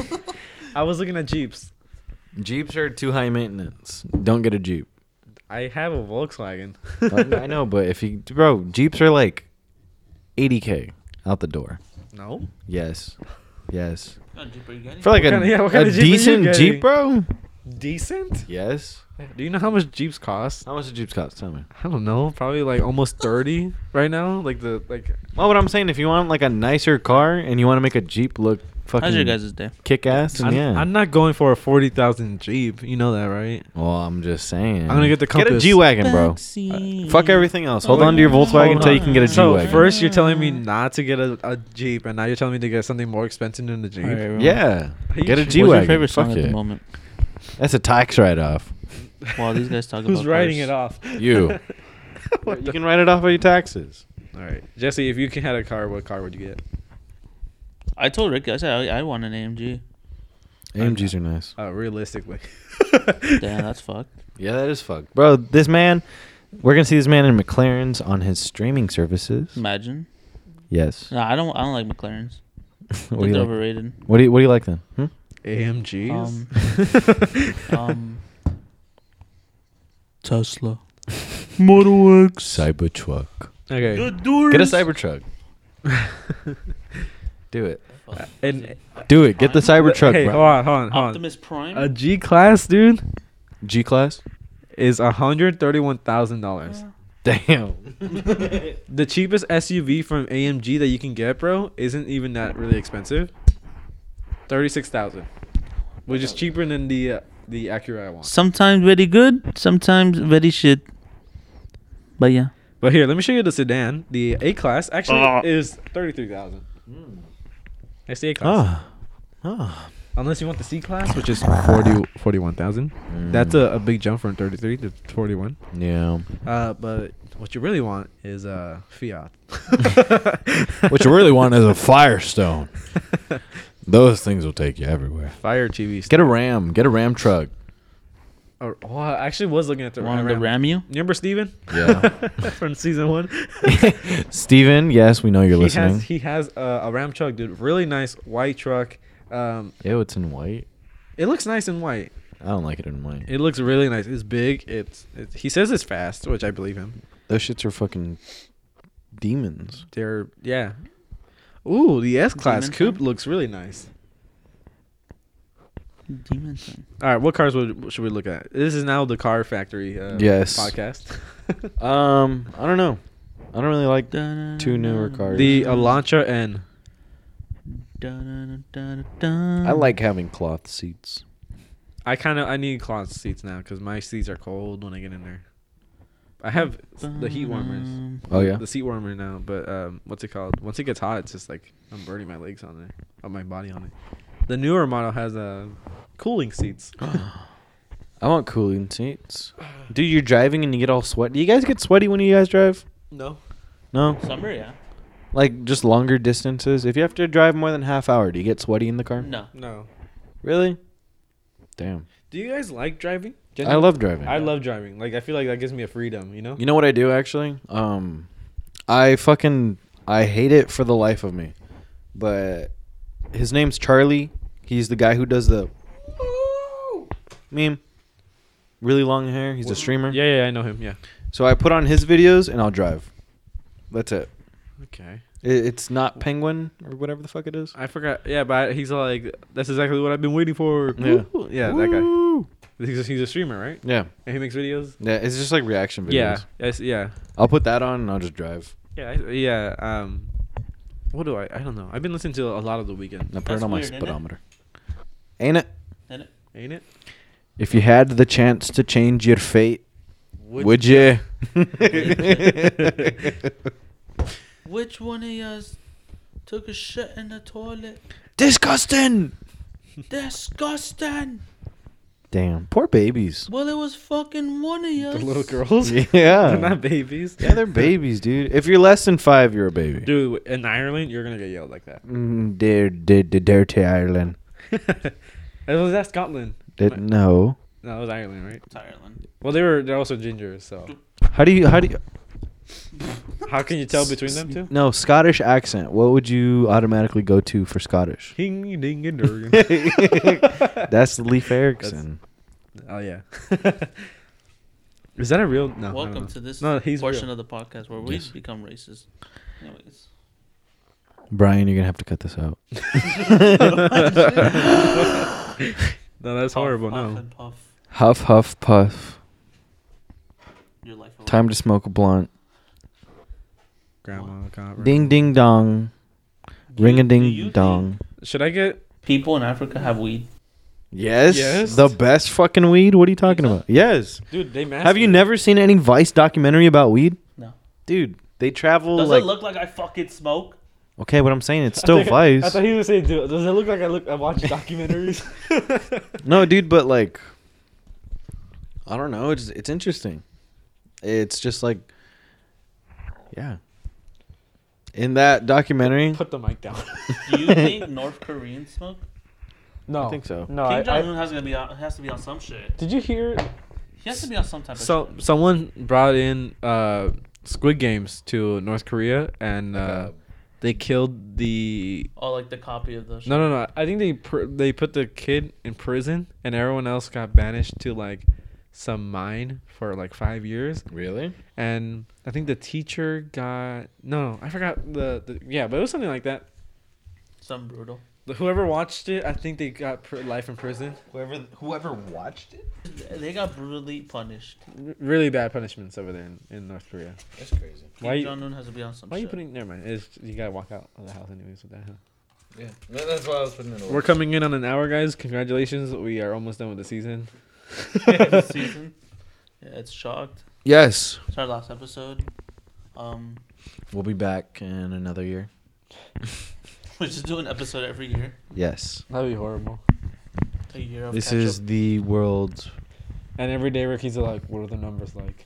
[SPEAKER 3] I was looking at Jeeps.
[SPEAKER 1] Jeeps are too high maintenance. Don't get a Jeep.
[SPEAKER 3] I have a Volkswagen.
[SPEAKER 1] I I know, but if you, bro, Jeeps are like 80k out the door.
[SPEAKER 3] No.
[SPEAKER 1] Yes, yes.
[SPEAKER 2] What kind of Jeep are you getting?
[SPEAKER 1] For like a,
[SPEAKER 3] What kinda- yeah, what
[SPEAKER 1] a
[SPEAKER 3] kinda Jeep are you
[SPEAKER 1] decent
[SPEAKER 3] getting?
[SPEAKER 1] Jeep, bro.
[SPEAKER 3] Decent?
[SPEAKER 1] Yes.
[SPEAKER 3] Do you know how much Jeeps cost?
[SPEAKER 1] How much do Jeeps cost? Tell me.
[SPEAKER 3] I don't know. Probably like almost 30 right now. Like the like
[SPEAKER 1] Well, what I'm saying, if you want like a nicer car and you want to make a Jeep look fucking
[SPEAKER 2] How's your guys' day?
[SPEAKER 1] kick ass, and
[SPEAKER 3] I'm,
[SPEAKER 1] yeah.
[SPEAKER 3] I'm not going for a 40,000 Jeep. You know that, right?
[SPEAKER 1] well, I'm just saying.
[SPEAKER 3] I'm gonna get the
[SPEAKER 1] Get a
[SPEAKER 3] Compass.
[SPEAKER 1] G wagon, bro.
[SPEAKER 2] Backseat.
[SPEAKER 1] Fuck everything else.
[SPEAKER 2] Oh,
[SPEAKER 1] Hold
[SPEAKER 3] Wait,
[SPEAKER 1] on to your
[SPEAKER 3] hold
[SPEAKER 1] Volkswagen until you
[SPEAKER 3] on.
[SPEAKER 1] can get a G
[SPEAKER 3] So
[SPEAKER 1] wagon.
[SPEAKER 3] first you're telling me not to get a, a Jeep and now you're telling me to get something more expensive than the Jeep.
[SPEAKER 1] yeah,
[SPEAKER 3] Are you
[SPEAKER 1] get a
[SPEAKER 3] sure?
[SPEAKER 1] G
[SPEAKER 2] What's your
[SPEAKER 1] wagon.
[SPEAKER 2] favorite song
[SPEAKER 1] Fuck
[SPEAKER 2] at the
[SPEAKER 1] it.
[SPEAKER 2] moment?
[SPEAKER 1] That's a tax write-off.
[SPEAKER 2] Wow, these guys talk
[SPEAKER 3] Who's
[SPEAKER 2] about
[SPEAKER 3] writing
[SPEAKER 2] cars.
[SPEAKER 3] it off?
[SPEAKER 1] You.
[SPEAKER 3] What
[SPEAKER 1] you
[SPEAKER 3] the-
[SPEAKER 1] can write it off of your taxes.
[SPEAKER 3] All right, Jesse. If you can had a car, what car would you get?
[SPEAKER 2] I told Ricky, I said, I, I want an AMG.
[SPEAKER 1] AMGs are nice.
[SPEAKER 3] Uh, realistically,
[SPEAKER 2] Damn, that's fucked.
[SPEAKER 1] Yeah, that is fucked. Bro, this man, we're going to see this man in McLaren's on his streaming services.
[SPEAKER 2] Imagine.
[SPEAKER 1] Yes.
[SPEAKER 2] No, I don't. I don't like McLarens.
[SPEAKER 1] what,
[SPEAKER 2] They're
[SPEAKER 1] do you like?
[SPEAKER 2] overrated.
[SPEAKER 1] what do you What do you like then? Hmm?
[SPEAKER 3] AMGs.
[SPEAKER 2] Um, um, Tesla.
[SPEAKER 1] Motor X. Cybertruck.
[SPEAKER 3] okay,
[SPEAKER 1] Get a Cybertruck. do it.
[SPEAKER 3] and
[SPEAKER 1] Do it. Get the Cybertruck,
[SPEAKER 3] hey, hold
[SPEAKER 1] bro.
[SPEAKER 3] on, hold on, hold on.
[SPEAKER 2] Optimus Prime.
[SPEAKER 3] A G class, dude,
[SPEAKER 1] G Class?
[SPEAKER 3] is hundred thirty-one thousand dollars.
[SPEAKER 1] Damn.
[SPEAKER 3] The cheapest SUV from AMG that you can get, bro, isn't even that really expensive. Thirty-six thousand, which is cheaper than the uh, the Acura I want.
[SPEAKER 2] sometimes very good, sometimes very shit. But yeah,
[SPEAKER 3] But here, let me show you the sedan. The A class actually is thirty-three thousand. That's the Uh. A class.
[SPEAKER 1] Ah. Ah.
[SPEAKER 3] Unless you want the C class, which is 40, 41,000. That's a, a big jump from 33 to 41.
[SPEAKER 1] Yeah.
[SPEAKER 3] Uh, but what you really want is a Fiat.
[SPEAKER 1] what you really want is a Firestone. Those things will take you everywhere.
[SPEAKER 3] Fire TVs.
[SPEAKER 1] Get a Ram. Get a Ram truck.
[SPEAKER 3] Or, oh, I actually was looking at the,
[SPEAKER 2] Want
[SPEAKER 3] ram.
[SPEAKER 2] to ram you?
[SPEAKER 3] You remember Steven?
[SPEAKER 1] Yeah.
[SPEAKER 3] From season one.
[SPEAKER 1] Steven, yes, we know you're
[SPEAKER 3] he
[SPEAKER 1] listening.
[SPEAKER 3] has he has a, a Ram truck, dude. Really nice white truck. Um,
[SPEAKER 1] Ew, it's in white.
[SPEAKER 3] it looks nice in white.
[SPEAKER 1] I don't like it in white.
[SPEAKER 3] It looks really nice. It's big. It's, it's he says it's fast, which I believe him.
[SPEAKER 1] Those shits are fucking demons.
[SPEAKER 3] They're yeah. Ooh, the S class
[SPEAKER 2] Demon
[SPEAKER 3] coupe
[SPEAKER 2] time?
[SPEAKER 3] looks really nice.
[SPEAKER 2] Demon thing.
[SPEAKER 3] All right, what cars would, should we look at? This is now the Car Factory uh,
[SPEAKER 1] Yes.
[SPEAKER 3] podcast.
[SPEAKER 1] Um, I don't know. I don't really like Two newer cars.
[SPEAKER 3] the Elantra N.
[SPEAKER 1] I like having cloth seats.
[SPEAKER 3] I kind of I need cloth seats now because my seats are cold when I get in there. I have the heat warmers.
[SPEAKER 1] Oh yeah.
[SPEAKER 3] the seat warmer now, but um, what's it called? Once it gets hot, it's just like I'm burning my legs on it, on my body on it. The newer model has uh, cooling seats.
[SPEAKER 1] I want cooling seats. Dude, you're driving and you get all sweaty. Do you guys get sweaty when you guys drive?
[SPEAKER 3] no,
[SPEAKER 1] No.
[SPEAKER 2] Summer, yeah.
[SPEAKER 1] Like just longer distances. If you have to drive more than half hour, do you get sweaty in the car?
[SPEAKER 2] No.
[SPEAKER 3] no.
[SPEAKER 1] Really? Damn.
[SPEAKER 3] Do you guys like driving?
[SPEAKER 1] I love driving.
[SPEAKER 3] I love driving. Like I feel like that gives me a freedom. You know.
[SPEAKER 1] You know what I do actually? Um I fucking I hate it for the life of me. But his name's Charlie. He's the guy who does the meme. Really long hair. He's a streamer.
[SPEAKER 3] Yeah, yeah, I know him. Yeah.
[SPEAKER 1] So I put on his videos and I'll drive. That's it.
[SPEAKER 3] Okay.
[SPEAKER 1] It- It's not Penguin or whatever the fuck it is.
[SPEAKER 3] I forgot. Yeah, but he's like, that's exactly what I've been waiting for.
[SPEAKER 1] Yeah.
[SPEAKER 3] Woo. Yeah, that
[SPEAKER 1] Woo!
[SPEAKER 3] guy. He's a, he's a streamer, right?
[SPEAKER 1] Yeah.
[SPEAKER 3] And he makes videos.
[SPEAKER 1] Yeah, it's just like reaction videos.
[SPEAKER 3] Yeah. Yes, yeah.
[SPEAKER 1] I'll put that on and I'll just drive.
[SPEAKER 3] Yeah. I, yeah. Um. What do I? I don't know. I've been listening to a lot of the weekend.
[SPEAKER 1] And I put
[SPEAKER 2] That's
[SPEAKER 1] it on
[SPEAKER 2] weird,
[SPEAKER 1] my
[SPEAKER 2] isn't it?
[SPEAKER 1] speedometer. Ain't it?
[SPEAKER 3] Ain't it?
[SPEAKER 1] If you had the chance to change your fate, would, you?
[SPEAKER 2] Which one of us took a shit in the toilet?
[SPEAKER 1] Disgusting!
[SPEAKER 2] Disgusting.
[SPEAKER 1] Damn, poor babies.
[SPEAKER 2] Well, it was fucking one of us.
[SPEAKER 3] The little girls. They're
[SPEAKER 1] Yeah.
[SPEAKER 3] not babies.
[SPEAKER 1] yeah, they're babies, dude. If you're less than five, you're a baby.
[SPEAKER 3] Dude, in Ireland, you're gonna get yelled like that.
[SPEAKER 1] Mm, dear, dear, dear, dirty Ireland.
[SPEAKER 3] It was that Scotland.
[SPEAKER 1] Didn't know.
[SPEAKER 3] No, it was Ireland, right?
[SPEAKER 2] It's Ireland.
[SPEAKER 3] Well, they were. They're also ginger, so
[SPEAKER 1] How do you, how do you,
[SPEAKER 3] how can you tell between them two?
[SPEAKER 1] no, Scottish accent. What would you automatically go to for Scottish?
[SPEAKER 3] Ding ding and dong.
[SPEAKER 1] That's Leif Erikson.
[SPEAKER 3] Oh yeah. Is that a real? No. I don't know.
[SPEAKER 2] Welcome to this
[SPEAKER 3] No, he's
[SPEAKER 2] portion
[SPEAKER 3] real.
[SPEAKER 2] of the podcast where we
[SPEAKER 1] Yes.
[SPEAKER 2] become racist. Anyways,
[SPEAKER 1] Brian, you're going to have to cut this out.
[SPEAKER 3] No, that's
[SPEAKER 2] Puff,
[SPEAKER 3] horrible.
[SPEAKER 2] Puff
[SPEAKER 3] No.
[SPEAKER 2] and puff.
[SPEAKER 1] Huff, huff, puff.
[SPEAKER 2] Your life. away.
[SPEAKER 1] Time to smoke a blunt.
[SPEAKER 3] Grandma got.
[SPEAKER 1] Ding, ding, dong.
[SPEAKER 2] Do you-
[SPEAKER 1] Ring a
[SPEAKER 2] do you
[SPEAKER 1] ding
[SPEAKER 2] think
[SPEAKER 1] dong.
[SPEAKER 3] Should I get?
[SPEAKER 2] People in Africa have weed.
[SPEAKER 1] Yes,
[SPEAKER 3] Yes.
[SPEAKER 1] The best fucking weed? What are you talking about? Yes.
[SPEAKER 3] Dude, they masked
[SPEAKER 1] Have you
[SPEAKER 3] me.
[SPEAKER 1] never seen any Vice documentary about weed?
[SPEAKER 2] No.
[SPEAKER 1] Dude, they travel
[SPEAKER 2] Does
[SPEAKER 1] like.
[SPEAKER 2] it look like I fucking smoke?
[SPEAKER 1] okay, what I'm saying, it's
[SPEAKER 3] I
[SPEAKER 1] still
[SPEAKER 3] think- I
[SPEAKER 1] Vice.
[SPEAKER 3] thought he was saying, dude, does it look like I look? I watch documentaries.
[SPEAKER 1] No, dude, but like, I don't know. It's it's interesting. It's just like, yeah. In that documentary,
[SPEAKER 3] Put the mic down.
[SPEAKER 2] Do you think North Koreans smoke?
[SPEAKER 3] No,
[SPEAKER 1] I think so.
[SPEAKER 3] No,
[SPEAKER 2] Kim
[SPEAKER 3] Uh, I,
[SPEAKER 2] Jong
[SPEAKER 3] I-
[SPEAKER 2] Un has to be on, has to be on some shit.
[SPEAKER 3] did you hear?
[SPEAKER 2] He has to be on some type
[SPEAKER 3] So
[SPEAKER 2] of shit.
[SPEAKER 3] someone brought in uh, Squid Games to North Korea, and uh,
[SPEAKER 1] a-
[SPEAKER 3] they killed the.
[SPEAKER 2] Oh, like the copy of the. Shit.
[SPEAKER 3] No, no, no. I think they pr- they put the kid in prison, and everyone else got banished to like some mine for like five years.
[SPEAKER 1] really?
[SPEAKER 3] And I think the teacher got no, no I forgot the, the yeah, but it was something like that.
[SPEAKER 2] Some brutal.
[SPEAKER 3] The- Whoever watched it, I think they got pr- life in prison.
[SPEAKER 4] Whoever whoever watched it?
[SPEAKER 2] They got brutally punished.
[SPEAKER 3] R- really bad punishments over there in, in North Korea.
[SPEAKER 4] That's crazy.
[SPEAKER 3] Why
[SPEAKER 2] Kim
[SPEAKER 3] you-
[SPEAKER 2] Jong Un has to be on some
[SPEAKER 3] Why are
[SPEAKER 2] shit.
[SPEAKER 3] you putting? Never mind. It's, you gotta walk out of the house anyways with that. Huh?
[SPEAKER 4] Yeah. That- That's why I was putting it away.
[SPEAKER 3] We're coming in on an hour, guys. Congratulations, we are almost done with the season.
[SPEAKER 2] this season? Yeah, it's shocked.
[SPEAKER 1] Yes.
[SPEAKER 2] It's our last episode. Um,
[SPEAKER 1] We'll be back in another year.
[SPEAKER 2] we just do an episode every year.
[SPEAKER 1] Yes.
[SPEAKER 3] That'd be horrible.
[SPEAKER 2] A year of
[SPEAKER 1] This
[SPEAKER 2] catch
[SPEAKER 1] is
[SPEAKER 2] up.
[SPEAKER 1] the world's
[SPEAKER 3] And every day, Ricky's like, "What are the numbers like?"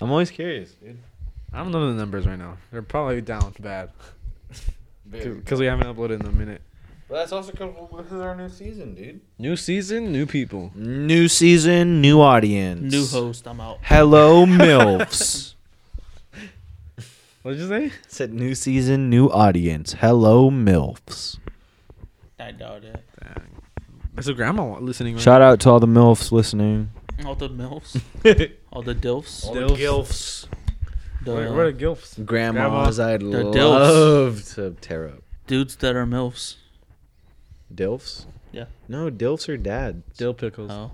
[SPEAKER 1] I'm always curious, dude.
[SPEAKER 3] I don't know the numbers right now. They're probably down bad because we haven't uploaded in a minute.
[SPEAKER 4] But that's also because this is our new season, dude.
[SPEAKER 3] New season, new people.
[SPEAKER 1] New season, new audience.
[SPEAKER 2] New host, I'm out.
[SPEAKER 1] Hello, MILFs.
[SPEAKER 3] What did you say?
[SPEAKER 1] Said new season, new audience. Hello, MILFs.
[SPEAKER 2] I doubt it.
[SPEAKER 3] That's a grandma listening. Right?
[SPEAKER 1] Mm. Shout out to all the MILFs listening.
[SPEAKER 2] All the milfs, all the dilfs,
[SPEAKER 3] the
[SPEAKER 1] gilfs.
[SPEAKER 2] the
[SPEAKER 3] Where, where are the gilfs?
[SPEAKER 1] Grandmas I'd
[SPEAKER 2] The dilfs.
[SPEAKER 1] love to tear up.
[SPEAKER 2] dudes that are milfs.
[SPEAKER 1] Dilfs?
[SPEAKER 2] Yeah.
[SPEAKER 1] No, dilfs are dads.
[SPEAKER 3] Dill pickles.
[SPEAKER 2] Oh,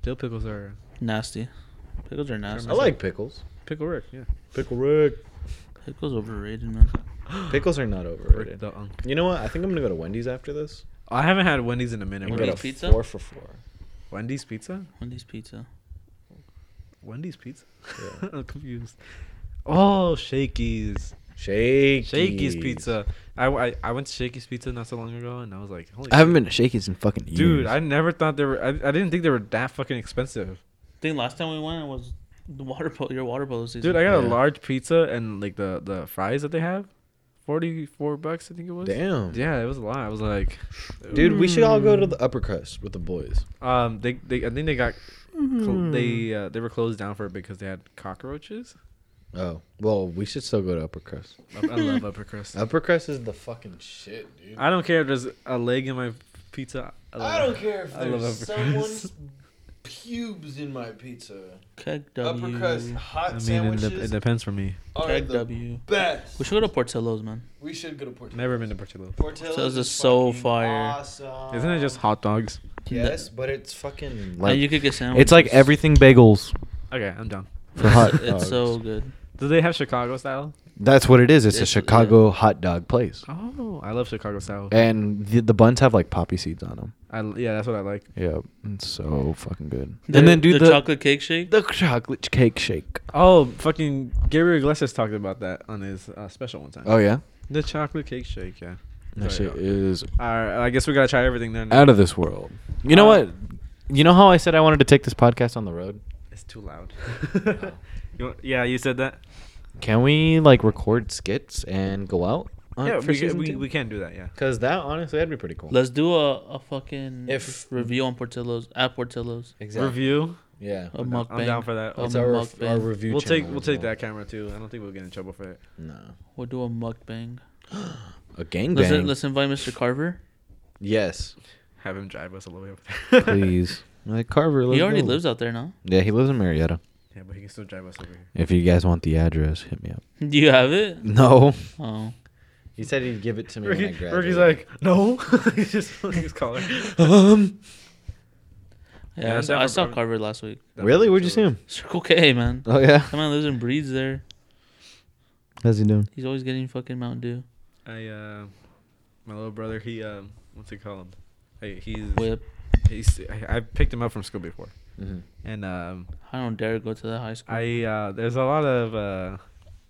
[SPEAKER 3] Dill pickles are
[SPEAKER 2] nasty. Pickles are nasty.
[SPEAKER 1] I like pickles.
[SPEAKER 3] Mm-hmm. pickle Rick. Yeah.
[SPEAKER 1] Pickle Rick.
[SPEAKER 2] Pickles overrated, man.
[SPEAKER 1] Pickles are not
[SPEAKER 3] Rick
[SPEAKER 1] overrated.
[SPEAKER 3] the Unc.
[SPEAKER 1] You know what? I think I'm gonna go to Wendy's after this.
[SPEAKER 3] I haven't had Wendy's in a
[SPEAKER 1] And
[SPEAKER 3] minute. We're
[SPEAKER 1] get a
[SPEAKER 2] Wendy's pizza?
[SPEAKER 1] four for four.
[SPEAKER 3] gonna- Wendy's pizza.
[SPEAKER 2] Wendy's pizza.
[SPEAKER 3] Wendy's pizza.
[SPEAKER 1] Yeah.
[SPEAKER 3] I'm confused. Oh, Shakey's.
[SPEAKER 1] Shakey's.
[SPEAKER 3] Shakey's pizza. I, I, I went to Shakey's Pizza not so long ago, and I was like, holy
[SPEAKER 1] I haven't
[SPEAKER 3] shit.
[SPEAKER 1] been to Shakey's in fucking years.
[SPEAKER 3] Dude, I never thought they were. I, I didn't think they were that fucking expensive.
[SPEAKER 2] I think last time we went it was the water polo. Your water polo season.
[SPEAKER 3] Dude, I got a
[SPEAKER 1] Yeah.
[SPEAKER 3] large pizza and like the the fries that they have, forty four bucks. I think it was.
[SPEAKER 1] Damn.
[SPEAKER 3] Yeah, it was a lot. I was like,
[SPEAKER 1] Dude, we should all go
[SPEAKER 3] mm.
[SPEAKER 1] to the upper crust with the boys.
[SPEAKER 3] um, they, they I think they got cl- they uh, they were closed down for it because they had cockroaches.
[SPEAKER 1] Oh. Well, we should still go to upper crust.
[SPEAKER 3] I, I love upper crust.
[SPEAKER 1] Upper crust is the fucking shit, dude.
[SPEAKER 3] I don't care if there's a leg in my pizza. love
[SPEAKER 4] I
[SPEAKER 3] it.
[SPEAKER 4] don't care if
[SPEAKER 3] I love
[SPEAKER 4] there's
[SPEAKER 3] uppercuts.
[SPEAKER 4] someone's pubes in my pizza.
[SPEAKER 2] Keg
[SPEAKER 4] Upper
[SPEAKER 2] W.
[SPEAKER 4] crust hot
[SPEAKER 3] I mean, it,
[SPEAKER 4] sandwiches
[SPEAKER 3] dep- it depends for me.
[SPEAKER 4] are
[SPEAKER 2] Keg
[SPEAKER 4] the
[SPEAKER 2] W.
[SPEAKER 4] best.
[SPEAKER 2] We should go to Portillo's, man.
[SPEAKER 4] We should go to Portillo's.
[SPEAKER 3] Never been to Portillo.
[SPEAKER 4] Portillo's
[SPEAKER 2] Portillo's is
[SPEAKER 4] is
[SPEAKER 2] so
[SPEAKER 4] fucking
[SPEAKER 2] fire.
[SPEAKER 4] Awesome.
[SPEAKER 3] Isn't it just hot dogs?
[SPEAKER 1] Yes, but it's fucking
[SPEAKER 2] and you could get sandwiches.
[SPEAKER 1] It's like everything bagels
[SPEAKER 3] Okay, I'm done.
[SPEAKER 1] for hot
[SPEAKER 2] It's,
[SPEAKER 1] dogs.
[SPEAKER 2] it's so good.
[SPEAKER 3] Do they have Chicago style?
[SPEAKER 1] That's what it is. It's, a
[SPEAKER 2] It's-
[SPEAKER 1] Chicago hot dog place.
[SPEAKER 3] Oh, I love Chicago style.
[SPEAKER 1] And the, the buns have like poppy seeds on them.
[SPEAKER 3] I, yeah, that's what I like.
[SPEAKER 1] Yeah, it's so fucking good.
[SPEAKER 2] The,
[SPEAKER 1] and then do the the,
[SPEAKER 2] chocolate cake shake.
[SPEAKER 1] chocolate cake shake.
[SPEAKER 3] Oh, fucking Gabriel Iglesias talked about that on his uh, special one time.
[SPEAKER 1] Oh yeah,
[SPEAKER 3] The chocolate cake shake, yeah.
[SPEAKER 1] that
[SPEAKER 3] Sorry,
[SPEAKER 1] shit is
[SPEAKER 3] uh, All right, I guess we gotta try everything then.
[SPEAKER 1] out of this world. You know
[SPEAKER 3] Mm. Uh,
[SPEAKER 1] what? You know how I said I wanted to take this podcast on the road?
[SPEAKER 3] It's too loud. You want- yeah, you said that.
[SPEAKER 1] Can we like record skits and go out?
[SPEAKER 3] yeah, we, ca- we, we can do that. Yeah.
[SPEAKER 1] Because that honestly, that'd be pretty cool.
[SPEAKER 2] Let's do a, a fucking
[SPEAKER 1] If-
[SPEAKER 2] review on Portillo's at Portillo's.
[SPEAKER 3] Review.
[SPEAKER 1] Yeah.
[SPEAKER 2] A
[SPEAKER 3] I'm down-
[SPEAKER 2] mukbang.
[SPEAKER 3] I'm down for that.
[SPEAKER 2] A
[SPEAKER 1] It's our,
[SPEAKER 2] mukbang.
[SPEAKER 1] our review.
[SPEAKER 3] we'll take
[SPEAKER 1] channel
[SPEAKER 3] we'll
[SPEAKER 1] as
[SPEAKER 3] take
[SPEAKER 1] well.
[SPEAKER 3] that camera too. I don't think we'll get in trouble for it.
[SPEAKER 1] No.
[SPEAKER 2] We'll do a mukbang.
[SPEAKER 1] A gangbang.
[SPEAKER 2] Let's, let's invite Mr. Carver.
[SPEAKER 1] Yes.
[SPEAKER 3] Have him drive us all the way up.
[SPEAKER 1] Please. like Carver.
[SPEAKER 2] he
[SPEAKER 1] let's
[SPEAKER 2] already
[SPEAKER 1] go.
[SPEAKER 2] lives out there now.
[SPEAKER 1] Yeah, he lives in Marietta.
[SPEAKER 3] yeah, but he can still drive us over here.
[SPEAKER 1] If you guys want the address, hit me up.
[SPEAKER 2] Do you have it?
[SPEAKER 1] No.
[SPEAKER 2] Oh.
[SPEAKER 1] He said he'd give it to me
[SPEAKER 3] Ricky, Ricky's like, no. he's just his collar.
[SPEAKER 1] um,
[SPEAKER 3] Yeah,
[SPEAKER 2] Yeah, I
[SPEAKER 3] that's
[SPEAKER 2] saw, I
[SPEAKER 3] never
[SPEAKER 2] saw
[SPEAKER 3] prob-
[SPEAKER 2] Carver last week.
[SPEAKER 1] really? Where'd you see him?
[SPEAKER 2] Circle K, man.
[SPEAKER 1] Oh yeah.
[SPEAKER 2] That man lives and breeds there.
[SPEAKER 1] How's he doing?
[SPEAKER 2] He's always getting fucking Mountain Dew.
[SPEAKER 3] I uh, my little brother. He um, what's he called? Hey, he's
[SPEAKER 2] Whip.
[SPEAKER 3] he's. I, I picked him up from school before,
[SPEAKER 1] Mm-hmm.
[SPEAKER 3] and um,
[SPEAKER 2] I don't dare go to that high school.
[SPEAKER 3] I uh, there's a lot of uh,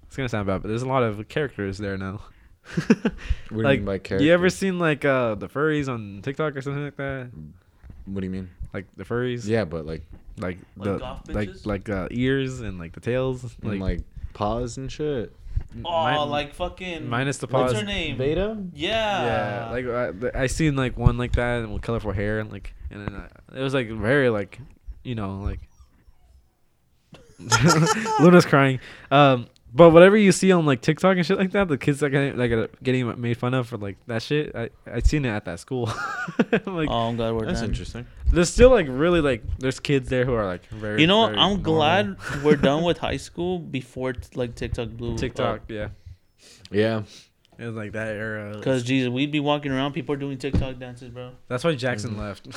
[SPEAKER 3] it's gonna sound bad, but there's a lot of characters there now.
[SPEAKER 1] What
[SPEAKER 3] like,
[SPEAKER 1] character?
[SPEAKER 3] you ever seen like uh the furries on TikTok or something like that?
[SPEAKER 1] What do you mean?
[SPEAKER 3] Like the furries,
[SPEAKER 1] Yeah, but like,
[SPEAKER 3] like
[SPEAKER 2] Like
[SPEAKER 3] the
[SPEAKER 2] goth
[SPEAKER 3] like
[SPEAKER 2] bitches?
[SPEAKER 3] like uh, ears and like the tails,
[SPEAKER 1] like,
[SPEAKER 3] like,
[SPEAKER 1] like paws and shit.
[SPEAKER 3] mi-
[SPEAKER 2] oh, like fucking.
[SPEAKER 3] minus the
[SPEAKER 2] What's
[SPEAKER 3] paws.
[SPEAKER 2] her name?
[SPEAKER 1] Beta.
[SPEAKER 2] Yeah.
[SPEAKER 3] Yeah, like I, th- I seen like one like that and with colorful hair and like and then I, it was like very like you know like Luna's crying. Um, but whatever you see on like TikTok and shit like that, the kids that getting like uh, getting made fun of for like that shit. I I seen it at that school. I'm like
[SPEAKER 2] oh, I'm glad we're
[SPEAKER 1] That's
[SPEAKER 2] done.
[SPEAKER 1] interesting.
[SPEAKER 3] there's still like really like there's kids there who are like very.
[SPEAKER 2] You know, I'm
[SPEAKER 3] very
[SPEAKER 2] glad
[SPEAKER 3] normal.
[SPEAKER 2] we're done with high school before t- like TikTok blew up.
[SPEAKER 3] TikTok. Yeah,
[SPEAKER 1] Yeah.
[SPEAKER 3] it was like that era.
[SPEAKER 2] Cause Jesus, we'd be walking around, people are doing TikTok dances, bro.
[SPEAKER 3] that's why Jackson left.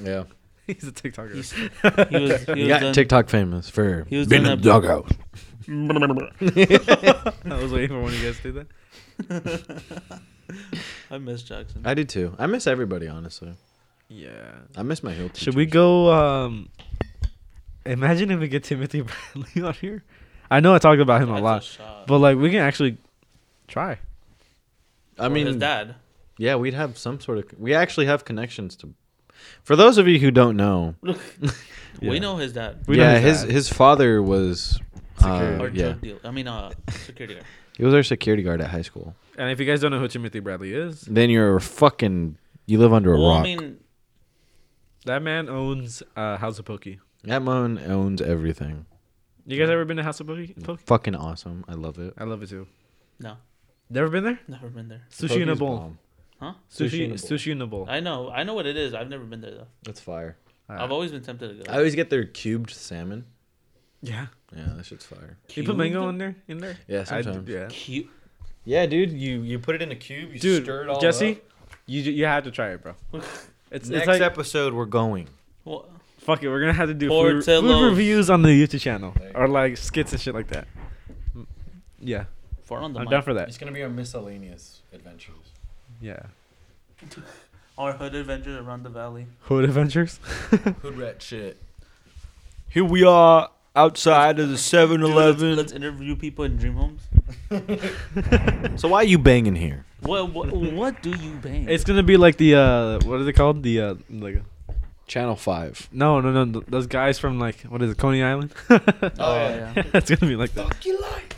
[SPEAKER 1] Yeah.
[SPEAKER 3] He's a TikToker.
[SPEAKER 2] Mm-hmm. He's- He was, he
[SPEAKER 1] He
[SPEAKER 2] was
[SPEAKER 1] got
[SPEAKER 2] done-
[SPEAKER 1] TikTok famous for
[SPEAKER 2] He was
[SPEAKER 1] being
[SPEAKER 2] done
[SPEAKER 1] a
[SPEAKER 2] up-
[SPEAKER 1] doghouse.
[SPEAKER 3] I was waiting for one of you guys to do that.
[SPEAKER 2] I miss Jackson.
[SPEAKER 1] I do too. I miss everybody, honestly.
[SPEAKER 3] Yeah.
[SPEAKER 1] I miss my hill.
[SPEAKER 3] Should we go? Um, imagine if we get Timothy Bradley on here. I know I talked about him a
[SPEAKER 2] That's
[SPEAKER 3] lot,
[SPEAKER 2] shock.
[SPEAKER 3] but like we can actually try.
[SPEAKER 1] I
[SPEAKER 2] Or
[SPEAKER 1] mean,
[SPEAKER 2] his dad.
[SPEAKER 1] Yeah, we'd have some sort of. We actually have connections to. For those of you who don't know,
[SPEAKER 2] We
[SPEAKER 3] Yeah.
[SPEAKER 2] know his dad.
[SPEAKER 3] We know
[SPEAKER 1] yeah,
[SPEAKER 3] his
[SPEAKER 1] his
[SPEAKER 3] dad.
[SPEAKER 1] his father was. uh,
[SPEAKER 3] Security.
[SPEAKER 2] Or
[SPEAKER 1] yeah,
[SPEAKER 2] drug deal. I mean, uh, security guard.
[SPEAKER 1] he was our security guard at high school.
[SPEAKER 3] And if you guys don't know who Timothy Bradley is,
[SPEAKER 1] Then you're fucking. You live under a
[SPEAKER 2] Well,
[SPEAKER 1] rock.
[SPEAKER 2] I mean,
[SPEAKER 3] that man owns uh, House of Pokey.
[SPEAKER 1] that man owns everything.
[SPEAKER 3] You guys ever been to House of Pokey? Pokey?
[SPEAKER 1] Fucking awesome. I love it.
[SPEAKER 3] I love it too.
[SPEAKER 2] no,
[SPEAKER 3] Never been there?
[SPEAKER 2] never been there.
[SPEAKER 3] Sushi in a
[SPEAKER 1] Pokey's
[SPEAKER 3] bowl.
[SPEAKER 1] bomb.
[SPEAKER 2] Huh?
[SPEAKER 1] Sushi in
[SPEAKER 3] Sushi,
[SPEAKER 1] a bowl.
[SPEAKER 3] sushi in a bowl.
[SPEAKER 2] I know, I know what it is. I've never been there though.
[SPEAKER 1] That's fire.
[SPEAKER 3] Ah.
[SPEAKER 2] I've always been tempted to go.
[SPEAKER 1] I always get their cubed salmon.
[SPEAKER 3] Yeah.
[SPEAKER 1] Yeah, that shit's fire.
[SPEAKER 3] You put mango in there? In there?
[SPEAKER 1] Yeah,
[SPEAKER 3] I d-
[SPEAKER 1] sometimes.
[SPEAKER 3] yeah.
[SPEAKER 2] Cute.
[SPEAKER 1] Yeah, dude, you you put it in a cube, you
[SPEAKER 3] Dude,
[SPEAKER 1] stir it all
[SPEAKER 3] Jesse,
[SPEAKER 1] up.
[SPEAKER 3] you j- you have to try it, bro. It's, it's
[SPEAKER 1] Next
[SPEAKER 3] like
[SPEAKER 1] episode, we're going.
[SPEAKER 2] Well,
[SPEAKER 3] fuck it. We're gonna have to do food, food
[SPEAKER 2] Portillo's.
[SPEAKER 3] reviews on the YouTube channel
[SPEAKER 1] you
[SPEAKER 3] or like skits and shit like that. Mm, Yeah,
[SPEAKER 2] for on the
[SPEAKER 3] I'm
[SPEAKER 2] mic.
[SPEAKER 3] down for that.
[SPEAKER 4] It's gonna be our miscellaneous adventures.
[SPEAKER 3] Yeah,
[SPEAKER 2] Our hood adventure around the valley.
[SPEAKER 3] Hood Adventures.
[SPEAKER 4] Hood rat shit.
[SPEAKER 1] Here we are outside of the
[SPEAKER 2] Dude,
[SPEAKER 1] 7-Eleven.
[SPEAKER 2] let's, let's interview people in dream homes.
[SPEAKER 1] So why are you banging here?
[SPEAKER 2] What what, what do you bang?
[SPEAKER 3] It's gonna be like the uh, what is it called? The uh, like
[SPEAKER 1] Channel Five.
[SPEAKER 3] no, no, no. th- Those guys from like what is it, Coney Island?
[SPEAKER 2] oh
[SPEAKER 4] yeah.
[SPEAKER 2] yeah. yeah.
[SPEAKER 3] it's gonna be like that.
[SPEAKER 4] Fuck your life.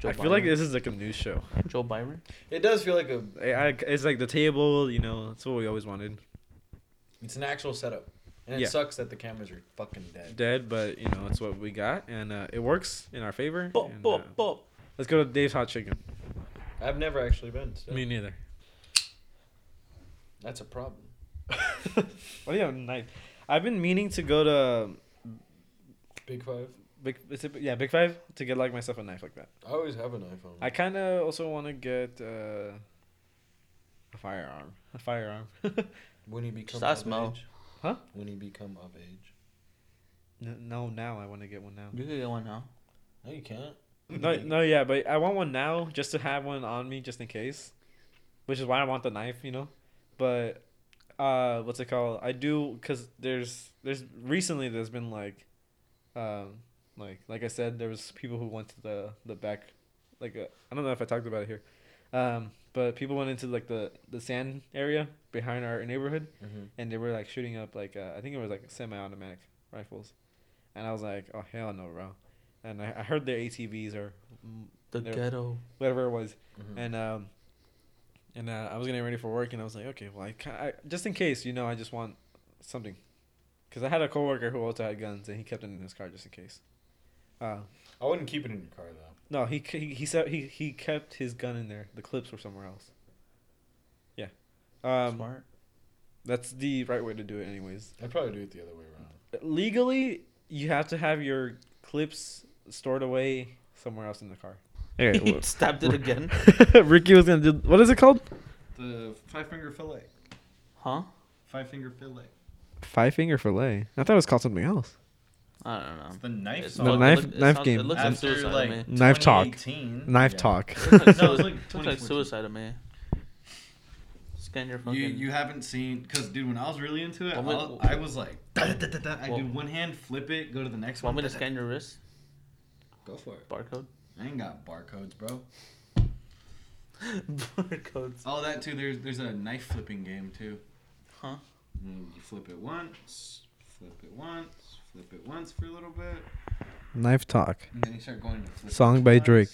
[SPEAKER 2] Joe
[SPEAKER 3] I feel like
[SPEAKER 2] Byron.
[SPEAKER 3] this is like a news show.
[SPEAKER 2] Joe Byron.
[SPEAKER 4] It does feel like a.
[SPEAKER 3] I, I, it's like the table, you know. That's what we always wanted.
[SPEAKER 4] It's an actual setup, and it
[SPEAKER 3] Yeah.
[SPEAKER 4] sucks that the cameras are fucking dead.
[SPEAKER 3] Dead, but you know it's what we got, and uh, it works in our favor.
[SPEAKER 2] Bop,
[SPEAKER 3] and, uh,
[SPEAKER 2] bop, bop.
[SPEAKER 3] Let's go to Dave's Hot Chicken.
[SPEAKER 4] I've never actually been. So
[SPEAKER 3] Me neither.
[SPEAKER 4] that's a problem.
[SPEAKER 3] What do you have a knife? I've been meaning to go to
[SPEAKER 4] Big five.
[SPEAKER 3] big, is it, yeah, Big Five to get like myself a knife like that.
[SPEAKER 4] I always have an iPhone.
[SPEAKER 3] I kind of also want to get uh, a firearm. A firearm.
[SPEAKER 4] when you become
[SPEAKER 2] Just ask
[SPEAKER 4] of
[SPEAKER 2] Mo.
[SPEAKER 4] age.
[SPEAKER 3] Huh?
[SPEAKER 4] When you become of age.
[SPEAKER 3] N- no, now I want to get one now.
[SPEAKER 2] You could get one now.
[SPEAKER 4] No, you can't.
[SPEAKER 3] No, no, yeah, but I want one now just to have one on me just in case, which is why I want the knife, you know. But uh, what's it called? I do because there's there's recently there's been like, um, like like I said, there was people who went to the the back, like uh, I don't know if I talked about it here, um, but people went into like the the sand area behind our neighborhood,
[SPEAKER 4] Mhm.
[SPEAKER 3] and they were like shooting up like uh, I think it was like semi-automatic rifles, and I was like, oh hell no, bro, and I, I heard their ATVs or mm,
[SPEAKER 2] The
[SPEAKER 3] There.
[SPEAKER 2] ghetto.
[SPEAKER 3] whatever it was,
[SPEAKER 1] Hmm.
[SPEAKER 4] Mhm.
[SPEAKER 3] and um, and uh, I was getting ready for work, and I was like, okay, well I, ca I just in case, you know, I just want something, because I had a coworker who also had guns, and he kept it in his car just in case. Uh,
[SPEAKER 4] I wouldn't keep it in your car though.
[SPEAKER 3] no, he he he said he he kept his gun in there. The clips were somewhere else. Yeah, um,
[SPEAKER 2] Smart.
[SPEAKER 3] that's the right way to do it, anyways.
[SPEAKER 4] I'd probably do it the other way around.
[SPEAKER 3] legally you have to have your clips stored away somewhere else in the car. Okay,
[SPEAKER 2] He stabbed it again.
[SPEAKER 3] Ricky was gonna do what is it called?
[SPEAKER 4] The five finger fillet.
[SPEAKER 2] Huh?
[SPEAKER 4] Five finger fillet.
[SPEAKER 3] Five finger fillet. I thought it was called something else.
[SPEAKER 2] I don't know.
[SPEAKER 4] It's the knife.
[SPEAKER 2] It's
[SPEAKER 3] The
[SPEAKER 2] fuck-
[SPEAKER 4] song.
[SPEAKER 2] it
[SPEAKER 3] knife-
[SPEAKER 2] look- it
[SPEAKER 3] knife
[SPEAKER 2] sounds-
[SPEAKER 3] game.
[SPEAKER 2] It looks like
[SPEAKER 4] After
[SPEAKER 2] suicide
[SPEAKER 4] like
[SPEAKER 2] to me.
[SPEAKER 3] Knife talk.
[SPEAKER 4] 2018.
[SPEAKER 3] Knife
[SPEAKER 4] Yeah.
[SPEAKER 3] talk.
[SPEAKER 2] It looks like-
[SPEAKER 4] No, it was like
[SPEAKER 2] looks
[SPEAKER 4] 2014.
[SPEAKER 2] like suicide to me. Scan your fucking.
[SPEAKER 4] You you haven't seen because dude, when I was really into it,
[SPEAKER 2] Want me-
[SPEAKER 4] I'll- I was like, da, da, da, da, da. I
[SPEAKER 2] Well-
[SPEAKER 4] do one hand, flip it, go to the next
[SPEAKER 2] want me
[SPEAKER 4] one.
[SPEAKER 2] to
[SPEAKER 4] da, da,
[SPEAKER 2] scan your wrist
[SPEAKER 4] da. Go for it.
[SPEAKER 2] barcode?
[SPEAKER 4] I ain't got barcodes, bro.
[SPEAKER 2] Barcodes.
[SPEAKER 4] All that too. There's there's a knife flipping game too.
[SPEAKER 2] Huh?
[SPEAKER 4] And you flip it once, flip it once, flip it once for a little bit,
[SPEAKER 3] Knife talk.
[SPEAKER 4] and then you start going to flip. it
[SPEAKER 3] Song by
[SPEAKER 4] twice.
[SPEAKER 3] Drake.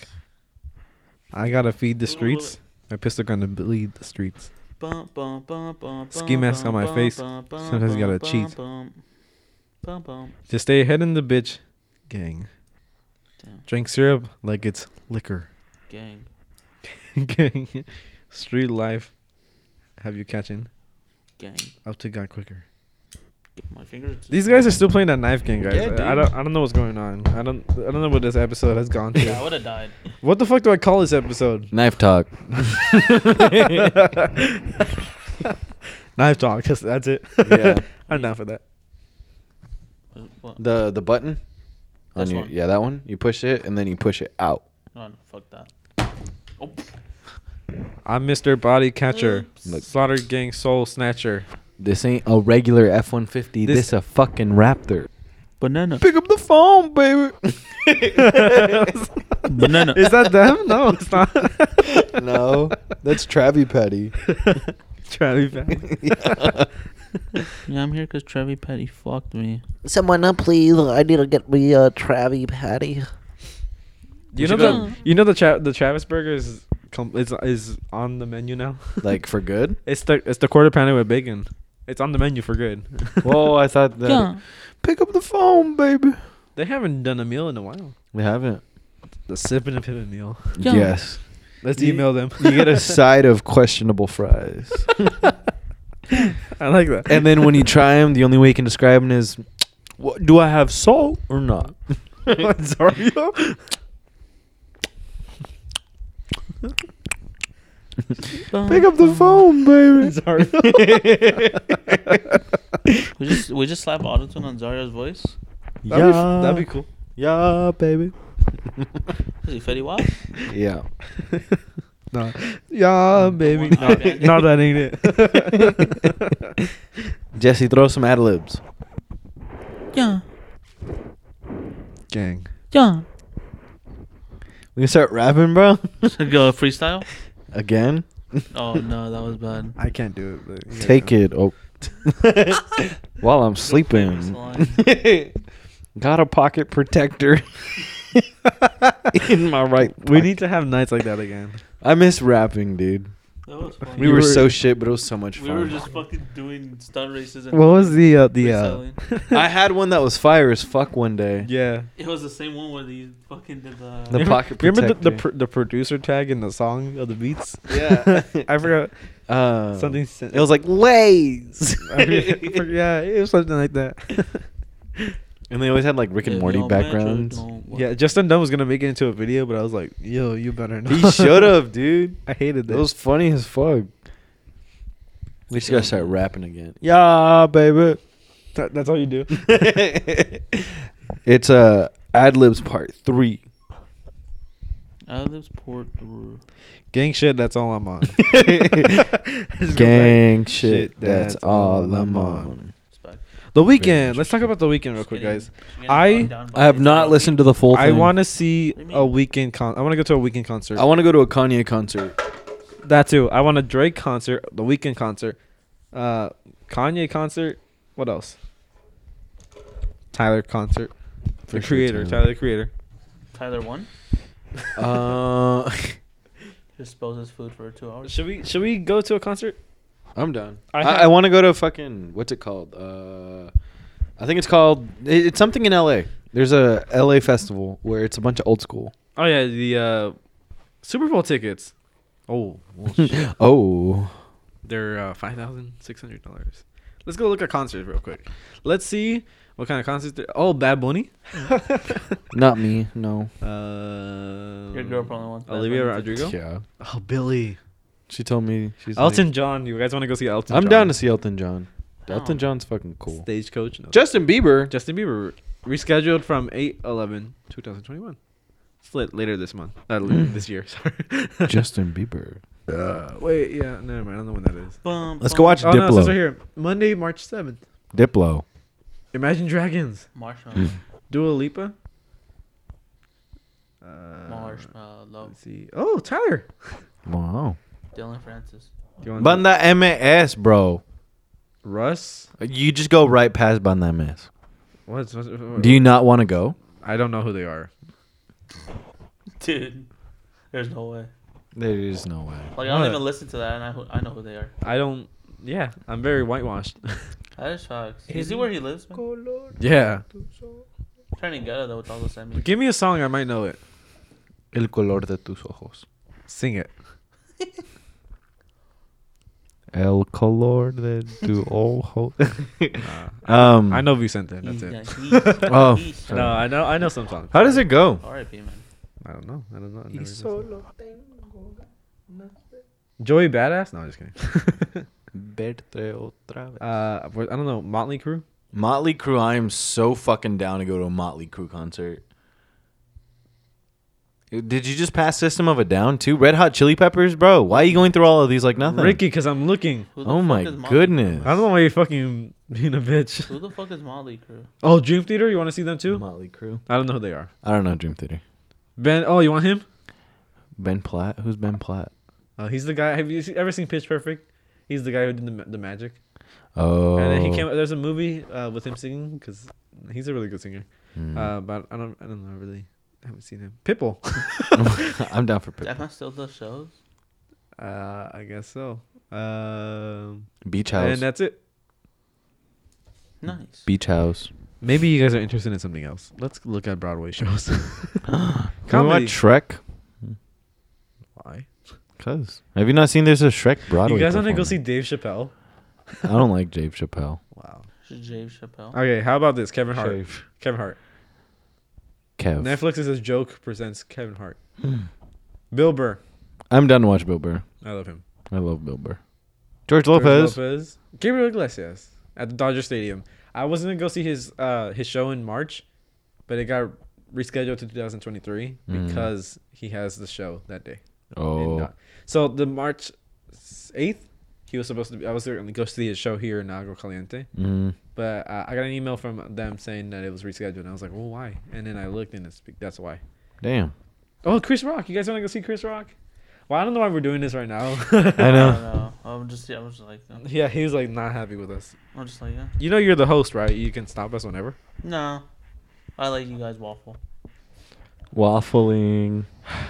[SPEAKER 3] I gotta feed the streets. My pistol gonna bleed the streets.
[SPEAKER 2] Bum, bum, bum, bum,
[SPEAKER 3] Ski
[SPEAKER 2] bum,
[SPEAKER 3] mask on
[SPEAKER 2] bum,
[SPEAKER 3] my
[SPEAKER 2] bum,
[SPEAKER 3] face.
[SPEAKER 2] bum, bum,
[SPEAKER 3] Sometimes you gotta
[SPEAKER 2] bum,
[SPEAKER 3] cheat.
[SPEAKER 2] Bum, bum, bum.
[SPEAKER 3] Just stay ahead in the bitch gang.
[SPEAKER 2] Damn.
[SPEAKER 3] Drink syrup like it's liquor.
[SPEAKER 2] Gang.
[SPEAKER 3] gang. Street life. Have you catching?
[SPEAKER 2] Gang.
[SPEAKER 3] Up to God quicker.
[SPEAKER 2] Get my fingers.
[SPEAKER 3] These guys are still playing that knife game, guys.
[SPEAKER 1] Yeah,
[SPEAKER 3] I I
[SPEAKER 1] dude.
[SPEAKER 3] don't, I don't know what's going on. I don't, I don't know what this episode has gone
[SPEAKER 2] Yeah, I
[SPEAKER 3] to.
[SPEAKER 2] would have died.
[SPEAKER 3] what the fuck do I call this episode?
[SPEAKER 1] Knife talk.
[SPEAKER 3] knife talk. That's, that's it.
[SPEAKER 1] Yeah.
[SPEAKER 3] I'm down for that.
[SPEAKER 2] What?
[SPEAKER 1] The the button.
[SPEAKER 2] This
[SPEAKER 1] on your,
[SPEAKER 2] one.
[SPEAKER 1] Yeah, that one. You push it and then you push it out.
[SPEAKER 2] No, no, fuck that. Oh,
[SPEAKER 3] I'm Mr. Body Catcher,
[SPEAKER 1] Look.
[SPEAKER 3] Slaughter Gang Soul Snatcher.
[SPEAKER 1] This ain't a regular F one fifty.
[SPEAKER 3] This-
[SPEAKER 1] This a fucking Raptor.
[SPEAKER 2] banana.
[SPEAKER 1] Pick up the phone, baby.
[SPEAKER 2] Banana.
[SPEAKER 3] Is that them? No, it's not.
[SPEAKER 1] no, that's Travi Petty.
[SPEAKER 3] Charlie Family.
[SPEAKER 2] Yeah, I'm here because Trevi Petty fucked me.
[SPEAKER 5] Someone up, please. I need to get me a Travi Patty.
[SPEAKER 3] You
[SPEAKER 2] We
[SPEAKER 3] know
[SPEAKER 2] should go-
[SPEAKER 3] the you know the Tra- the Travis Burger is com- is is on the menu now.
[SPEAKER 1] like for good.
[SPEAKER 3] It's the it's the quarter pounder with bacon. It's on the menu for good.
[SPEAKER 1] Whoa, I thought that.
[SPEAKER 2] Yeah.
[SPEAKER 1] Pick up the phone, baby.
[SPEAKER 3] They haven't done a meal in a while.
[SPEAKER 1] We haven't.
[SPEAKER 3] The sipping and pivot meal.
[SPEAKER 2] Yeah.
[SPEAKER 1] Yes.
[SPEAKER 3] Let's
[SPEAKER 1] You-
[SPEAKER 3] email them.
[SPEAKER 1] You get a side of questionable fries.
[SPEAKER 3] I like that.
[SPEAKER 1] and then when you try them, the only way you can describe them is, what, do I have salt or not?
[SPEAKER 3] What's Oreo?
[SPEAKER 1] Pick up the phone, baby.
[SPEAKER 2] We just we just slap autotune on Zarya's voice.
[SPEAKER 3] That'd, be, f- that'd be cool.
[SPEAKER 1] Yeah, baby.
[SPEAKER 2] Is he Fetty Wap?
[SPEAKER 1] Yeah.
[SPEAKER 3] No. Yeah, baby.
[SPEAKER 2] One eye bandit.
[SPEAKER 3] no, Mm. that ain't it.
[SPEAKER 1] Jesse, throw some ad libs.
[SPEAKER 2] Yeah.
[SPEAKER 3] Gang.
[SPEAKER 2] Yeah.
[SPEAKER 1] We can start rapping, bro.
[SPEAKER 2] Go freestyle.
[SPEAKER 1] Again?
[SPEAKER 2] Oh no, that was bad.
[SPEAKER 3] I can't do it. But
[SPEAKER 1] Take it. Oh. While I'm sleeping. Got a pocket protector in my right.
[SPEAKER 3] We
[SPEAKER 1] pocket.
[SPEAKER 3] need to have nights like that again.
[SPEAKER 1] I miss rapping, dude.
[SPEAKER 2] That was fun.
[SPEAKER 1] We
[SPEAKER 3] You
[SPEAKER 1] were,
[SPEAKER 3] were-
[SPEAKER 1] so shit, but it was so much
[SPEAKER 2] We
[SPEAKER 1] fun.
[SPEAKER 2] were just fucking doing stunt races and
[SPEAKER 3] What was the uh, the? Uh,
[SPEAKER 2] freestyling.
[SPEAKER 1] I had one that was fire as fuck one day.
[SPEAKER 3] yeah.
[SPEAKER 2] It was the same one where they fucking did the.
[SPEAKER 1] The pocket
[SPEAKER 3] Remember the the,
[SPEAKER 1] protector.
[SPEAKER 3] pr- the producer tag in the song of the beats?
[SPEAKER 1] Yeah.
[SPEAKER 3] I forgot
[SPEAKER 1] Uh,
[SPEAKER 3] something.
[SPEAKER 1] It was like Lays.
[SPEAKER 3] I forgot- yeah, it was something like that.
[SPEAKER 1] and they always had like Rick and
[SPEAKER 2] If
[SPEAKER 1] Morty
[SPEAKER 2] your metro
[SPEAKER 1] backgrounds.
[SPEAKER 2] don't work.
[SPEAKER 3] yeah, Justin Dunn was gonna make it into a video, but I was like, yo, you better not.
[SPEAKER 1] He should have, dude.
[SPEAKER 3] I hated
[SPEAKER 1] That
[SPEAKER 3] that.
[SPEAKER 1] was funny as fuck. We just gotta start rapping again.
[SPEAKER 3] yeah, baby. That, that's all you do.
[SPEAKER 1] It's uh ad libs part three.
[SPEAKER 2] Out of this port through.
[SPEAKER 3] Gang shit. That's all I'm on.
[SPEAKER 1] Gang shit, that's all I'm on.
[SPEAKER 2] It's back.
[SPEAKER 3] The weekend. Let's talk about the weekend real quick, guys. I-
[SPEAKER 1] I have not listened to the full thing.
[SPEAKER 3] I want to see
[SPEAKER 2] What do you mean?
[SPEAKER 3] a weekend con. I want to go to a weekend concert.
[SPEAKER 1] I want to go to a Kanye concert.
[SPEAKER 3] That too. I want a Drake concert, the weekend concert, uh, Kanye concert. What else? Tyler concert.
[SPEAKER 1] For
[SPEAKER 3] the
[SPEAKER 1] sure,
[SPEAKER 3] creator,
[SPEAKER 1] Tyler.
[SPEAKER 3] Tyler. the creator.
[SPEAKER 2] Tyler one.
[SPEAKER 1] Uh,
[SPEAKER 2] Just spills his food for two hours.
[SPEAKER 3] Should we should we go to a concert?
[SPEAKER 1] I'm done. I,
[SPEAKER 3] I
[SPEAKER 1] I,
[SPEAKER 3] have-
[SPEAKER 1] want to go to fucking what's it called? Uh, I think it's called. It, it's something in L.A. There's a L.A. festival where it's a bunch of old school.
[SPEAKER 3] Oh yeah, the uh, Super Bowl tickets. Oh, well, shit.
[SPEAKER 1] Oh,
[SPEAKER 3] they're uh, five thousand six hundred dollars. Let's go look at concerts real quick. Let's see what kind of concerts. There- oh, Bad Bunny.
[SPEAKER 1] not me. No.
[SPEAKER 3] Uh,
[SPEAKER 2] Your girl probably wants Bad
[SPEAKER 3] Olivia
[SPEAKER 2] Bunny
[SPEAKER 3] Rodrigo.
[SPEAKER 1] Yeah.
[SPEAKER 3] Oh, Billy.
[SPEAKER 1] She told me she's.
[SPEAKER 3] Elton
[SPEAKER 1] like-
[SPEAKER 3] John. You guys want to go see Elton?
[SPEAKER 1] I'm
[SPEAKER 3] John?
[SPEAKER 1] down to see Elton John. Elton
[SPEAKER 2] Oh.
[SPEAKER 1] John's fucking cool.
[SPEAKER 3] Stagecoach. No.
[SPEAKER 1] Justin Bieber.
[SPEAKER 3] Justin Bieber rescheduled from 8 11 2021. It's lit- later this month. Uh, later this year, sorry.
[SPEAKER 1] Justin Bieber.
[SPEAKER 3] Uh, wait, yeah, never mind. I don't know when that is.
[SPEAKER 2] Bum,
[SPEAKER 1] Let's
[SPEAKER 2] bum.
[SPEAKER 1] go watch
[SPEAKER 3] Oh, no, it
[SPEAKER 1] Diplo.
[SPEAKER 3] says right here. Monday, March 7th.
[SPEAKER 1] Diplo.
[SPEAKER 3] Imagine Dragons.
[SPEAKER 2] Marshmallow.
[SPEAKER 1] Hmm.
[SPEAKER 3] Dua Lipa. Uh,
[SPEAKER 2] Marshmallow.
[SPEAKER 3] let's see. Oh, Tyler.
[SPEAKER 1] Wow.
[SPEAKER 2] Dylan Francis.
[SPEAKER 3] Do you want
[SPEAKER 1] Banda MS, bro.
[SPEAKER 3] Russ?
[SPEAKER 1] You just go right past Banda MS.
[SPEAKER 3] What's, what's,
[SPEAKER 1] Do you not want to go?
[SPEAKER 3] I don't know who they are.
[SPEAKER 2] Dude. There's no way.
[SPEAKER 1] There is no way.
[SPEAKER 2] Like, I don't
[SPEAKER 3] What?
[SPEAKER 2] even listen to that, and I, who- I know who they are.
[SPEAKER 3] I don't. Yeah, I'm very whitewashed.
[SPEAKER 2] That is facts. You see where he lives, man?
[SPEAKER 3] yeah.
[SPEAKER 2] Trying to get it, though, with all this envy.
[SPEAKER 3] Give me a song. I might know it.
[SPEAKER 1] El color de tus ojos.
[SPEAKER 3] Sing it.
[SPEAKER 1] El color de tus ojos. um,
[SPEAKER 3] I know Vicente. That's
[SPEAKER 2] He's-
[SPEAKER 3] it.
[SPEAKER 2] yeah, he's-
[SPEAKER 1] Oh,
[SPEAKER 2] he's-
[SPEAKER 1] sorry.
[SPEAKER 3] No, I know I know some songs.
[SPEAKER 1] How does it go?
[SPEAKER 2] R.I.P., man.
[SPEAKER 3] I don't know. I don't know. I've never listened. Joey Badass? No, I'm just kidding. uh, what- I don't know. Motley Crue?
[SPEAKER 1] Motley Crue. I am so fucking down to go to a Motley Crue concert. Uh, Did you just pass System of a Down too? Red Hot Chili Peppers, bro. Why are you going through all of these like nothing?
[SPEAKER 3] Ricky, because I'm looking.
[SPEAKER 2] Who the
[SPEAKER 1] Oh
[SPEAKER 2] fuck
[SPEAKER 1] my
[SPEAKER 2] is Motley Crue?
[SPEAKER 1] goodness.
[SPEAKER 3] I don't know why you're fucking being a bitch.
[SPEAKER 2] Who the fuck is Motley Crew?
[SPEAKER 3] Oh, Dream Theater? You want to see them too?
[SPEAKER 1] Motley Crue.
[SPEAKER 3] I don't know who they are.
[SPEAKER 1] I don't know Dream Theater.
[SPEAKER 3] Ben, oh, you want him?
[SPEAKER 1] Ben Platt. Who's Ben Platt?
[SPEAKER 3] Uh, he's the guy. Have you se- ever seen Pitch Perfect? He's the guy who did the, ma- the magic.
[SPEAKER 1] Oh.
[SPEAKER 3] And then he came. There's a movie uh, with him singing because he's a really good singer.
[SPEAKER 1] hmm.
[SPEAKER 3] Uh, but I don't. I don't know really. I haven't seen him. Pitbull.
[SPEAKER 1] I'm down for
[SPEAKER 2] That
[SPEAKER 1] Pitbull.
[SPEAKER 2] man still does shows?
[SPEAKER 3] Uh, I guess so. Um,
[SPEAKER 1] Beach house.
[SPEAKER 3] and that's it.
[SPEAKER 2] Nice.
[SPEAKER 1] Beach house.
[SPEAKER 3] Maybe you guys are interested in something else. Let's look at Broadway shows.
[SPEAKER 1] Can we watch
[SPEAKER 3] Comedy.
[SPEAKER 1] Shrek?
[SPEAKER 3] Why?
[SPEAKER 1] Cause have you not seen? There's a Shrek Broadway.
[SPEAKER 3] you guys want to go
[SPEAKER 1] performance.
[SPEAKER 3] see Dave Chappelle?
[SPEAKER 1] I don't like Dave Chappelle.
[SPEAKER 3] Wow.
[SPEAKER 2] Dave Chappelle.
[SPEAKER 3] Okay, how about this? Kevin Hart. Kevin Hart.
[SPEAKER 1] Kev.
[SPEAKER 3] Netflix is a joke presents Kevin Hart.
[SPEAKER 1] Hmm.
[SPEAKER 3] Bill Burr.
[SPEAKER 1] I'm done to watch Bill Burr.
[SPEAKER 3] I love him.
[SPEAKER 1] I love Bill Burr. George
[SPEAKER 3] George
[SPEAKER 1] Lopez.
[SPEAKER 3] Lopez. Gabriel Iglesias at the Dodger Stadium. I was gonna go see his uh his show in March, but it got rescheduled to 2023
[SPEAKER 1] Mm.
[SPEAKER 3] because he has the show that day. in
[SPEAKER 1] Oh,
[SPEAKER 3] Na- So the March 8th, he was supposed to be, I was going to go see his show here in Agua Caliente,
[SPEAKER 1] mm,
[SPEAKER 3] but uh, I got an email from them saying that it was rescheduled. And I was like, well, why? And then I looked and it's, be- that's why.
[SPEAKER 1] damn.
[SPEAKER 3] Oh, Chris Rock. You guys want to go see Chris Rock? Well, I don't know why we're doing this right now.
[SPEAKER 1] I
[SPEAKER 2] I
[SPEAKER 1] know.
[SPEAKER 2] don't know. I'm just, yeah, I'm just like, uh,
[SPEAKER 3] yeah, he was like not happy with us.
[SPEAKER 2] I'm just like, uh, yeah.
[SPEAKER 3] You know, you're the host, right? You can stop us whenever.
[SPEAKER 2] No. I like you guys waffle.
[SPEAKER 1] Waffling.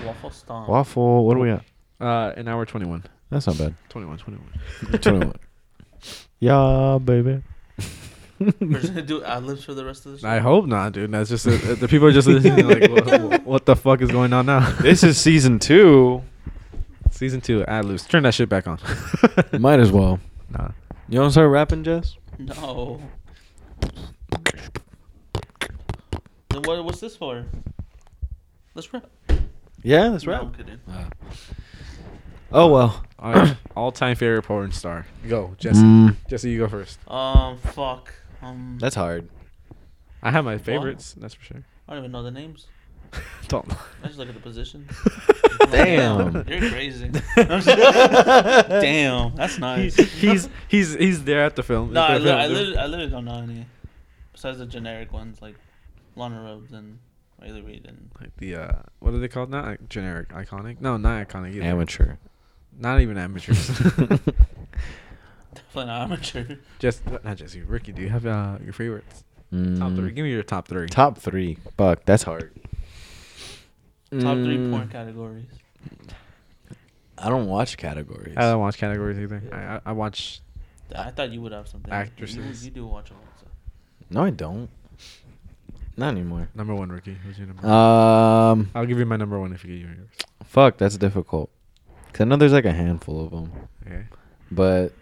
[SPEAKER 2] Waffle stomp.
[SPEAKER 1] Waffle. What do we got?
[SPEAKER 3] Uh, an hour 21.
[SPEAKER 1] That's not bad.
[SPEAKER 3] 21, 21.
[SPEAKER 1] 21. yeah, baby.
[SPEAKER 2] We're just gonna do ad libs for the rest of the show.
[SPEAKER 3] I hope not, dude. That's just, the people are just listening like, what, what the fuck is going on now?
[SPEAKER 1] This is season two.
[SPEAKER 3] Season two, ad loose. Turn that shit back on.
[SPEAKER 1] Might as well.
[SPEAKER 3] Nah.
[SPEAKER 1] You want to start rapping, Jess?
[SPEAKER 2] No. Then what, what's this for? Let's rap.
[SPEAKER 1] Yeah, that's
[SPEAKER 2] No, I'm kidding.
[SPEAKER 1] Oh well.
[SPEAKER 3] All, all time favorite porn star. Go, Jesse.
[SPEAKER 1] Mm.
[SPEAKER 3] Jesse, you go first.
[SPEAKER 2] Um, fuck. Um,
[SPEAKER 1] that's hard.
[SPEAKER 3] I have my favorites, that's for sure.
[SPEAKER 2] I don't even know the names.
[SPEAKER 3] Don't.
[SPEAKER 2] I just look at the positions.
[SPEAKER 1] Damn.
[SPEAKER 2] You're crazy. Damn, that's nice.
[SPEAKER 3] he's he's he's there at the film.
[SPEAKER 2] no, I,
[SPEAKER 3] At the
[SPEAKER 2] li- I,
[SPEAKER 3] film, dude.
[SPEAKER 2] literally, I literally don't know any. Besides the generic ones like Lana Rhodes and Riley Reid and
[SPEAKER 3] Like the uh, what are they called? Not like, generic, iconic. No, not iconic. Either.
[SPEAKER 1] Amateur.
[SPEAKER 3] Not even amateurs.
[SPEAKER 2] definitely not amateur.
[SPEAKER 3] Just not Jesse. Ricky, do you have uh, your favorites? Top three.
[SPEAKER 1] Mm.
[SPEAKER 3] Give me your top three.
[SPEAKER 1] Top three. Fuck, that's hard.
[SPEAKER 2] Top
[SPEAKER 1] Mm.
[SPEAKER 2] three porn categories.
[SPEAKER 1] I don't watch categories.
[SPEAKER 3] I don't watch categories either. I I, I watch.
[SPEAKER 2] I thought you would have something. You-
[SPEAKER 3] Actresses.
[SPEAKER 2] You, do watch a lot of stuff.
[SPEAKER 1] no, I don't. Not anymore.
[SPEAKER 3] Number one, Ricky. Who's your number?
[SPEAKER 1] Um,
[SPEAKER 3] I'll give you my number one if you give yours.
[SPEAKER 1] fuck, that's difficult. 'Cause I know there's like a handful of them,
[SPEAKER 3] Okay.
[SPEAKER 1] but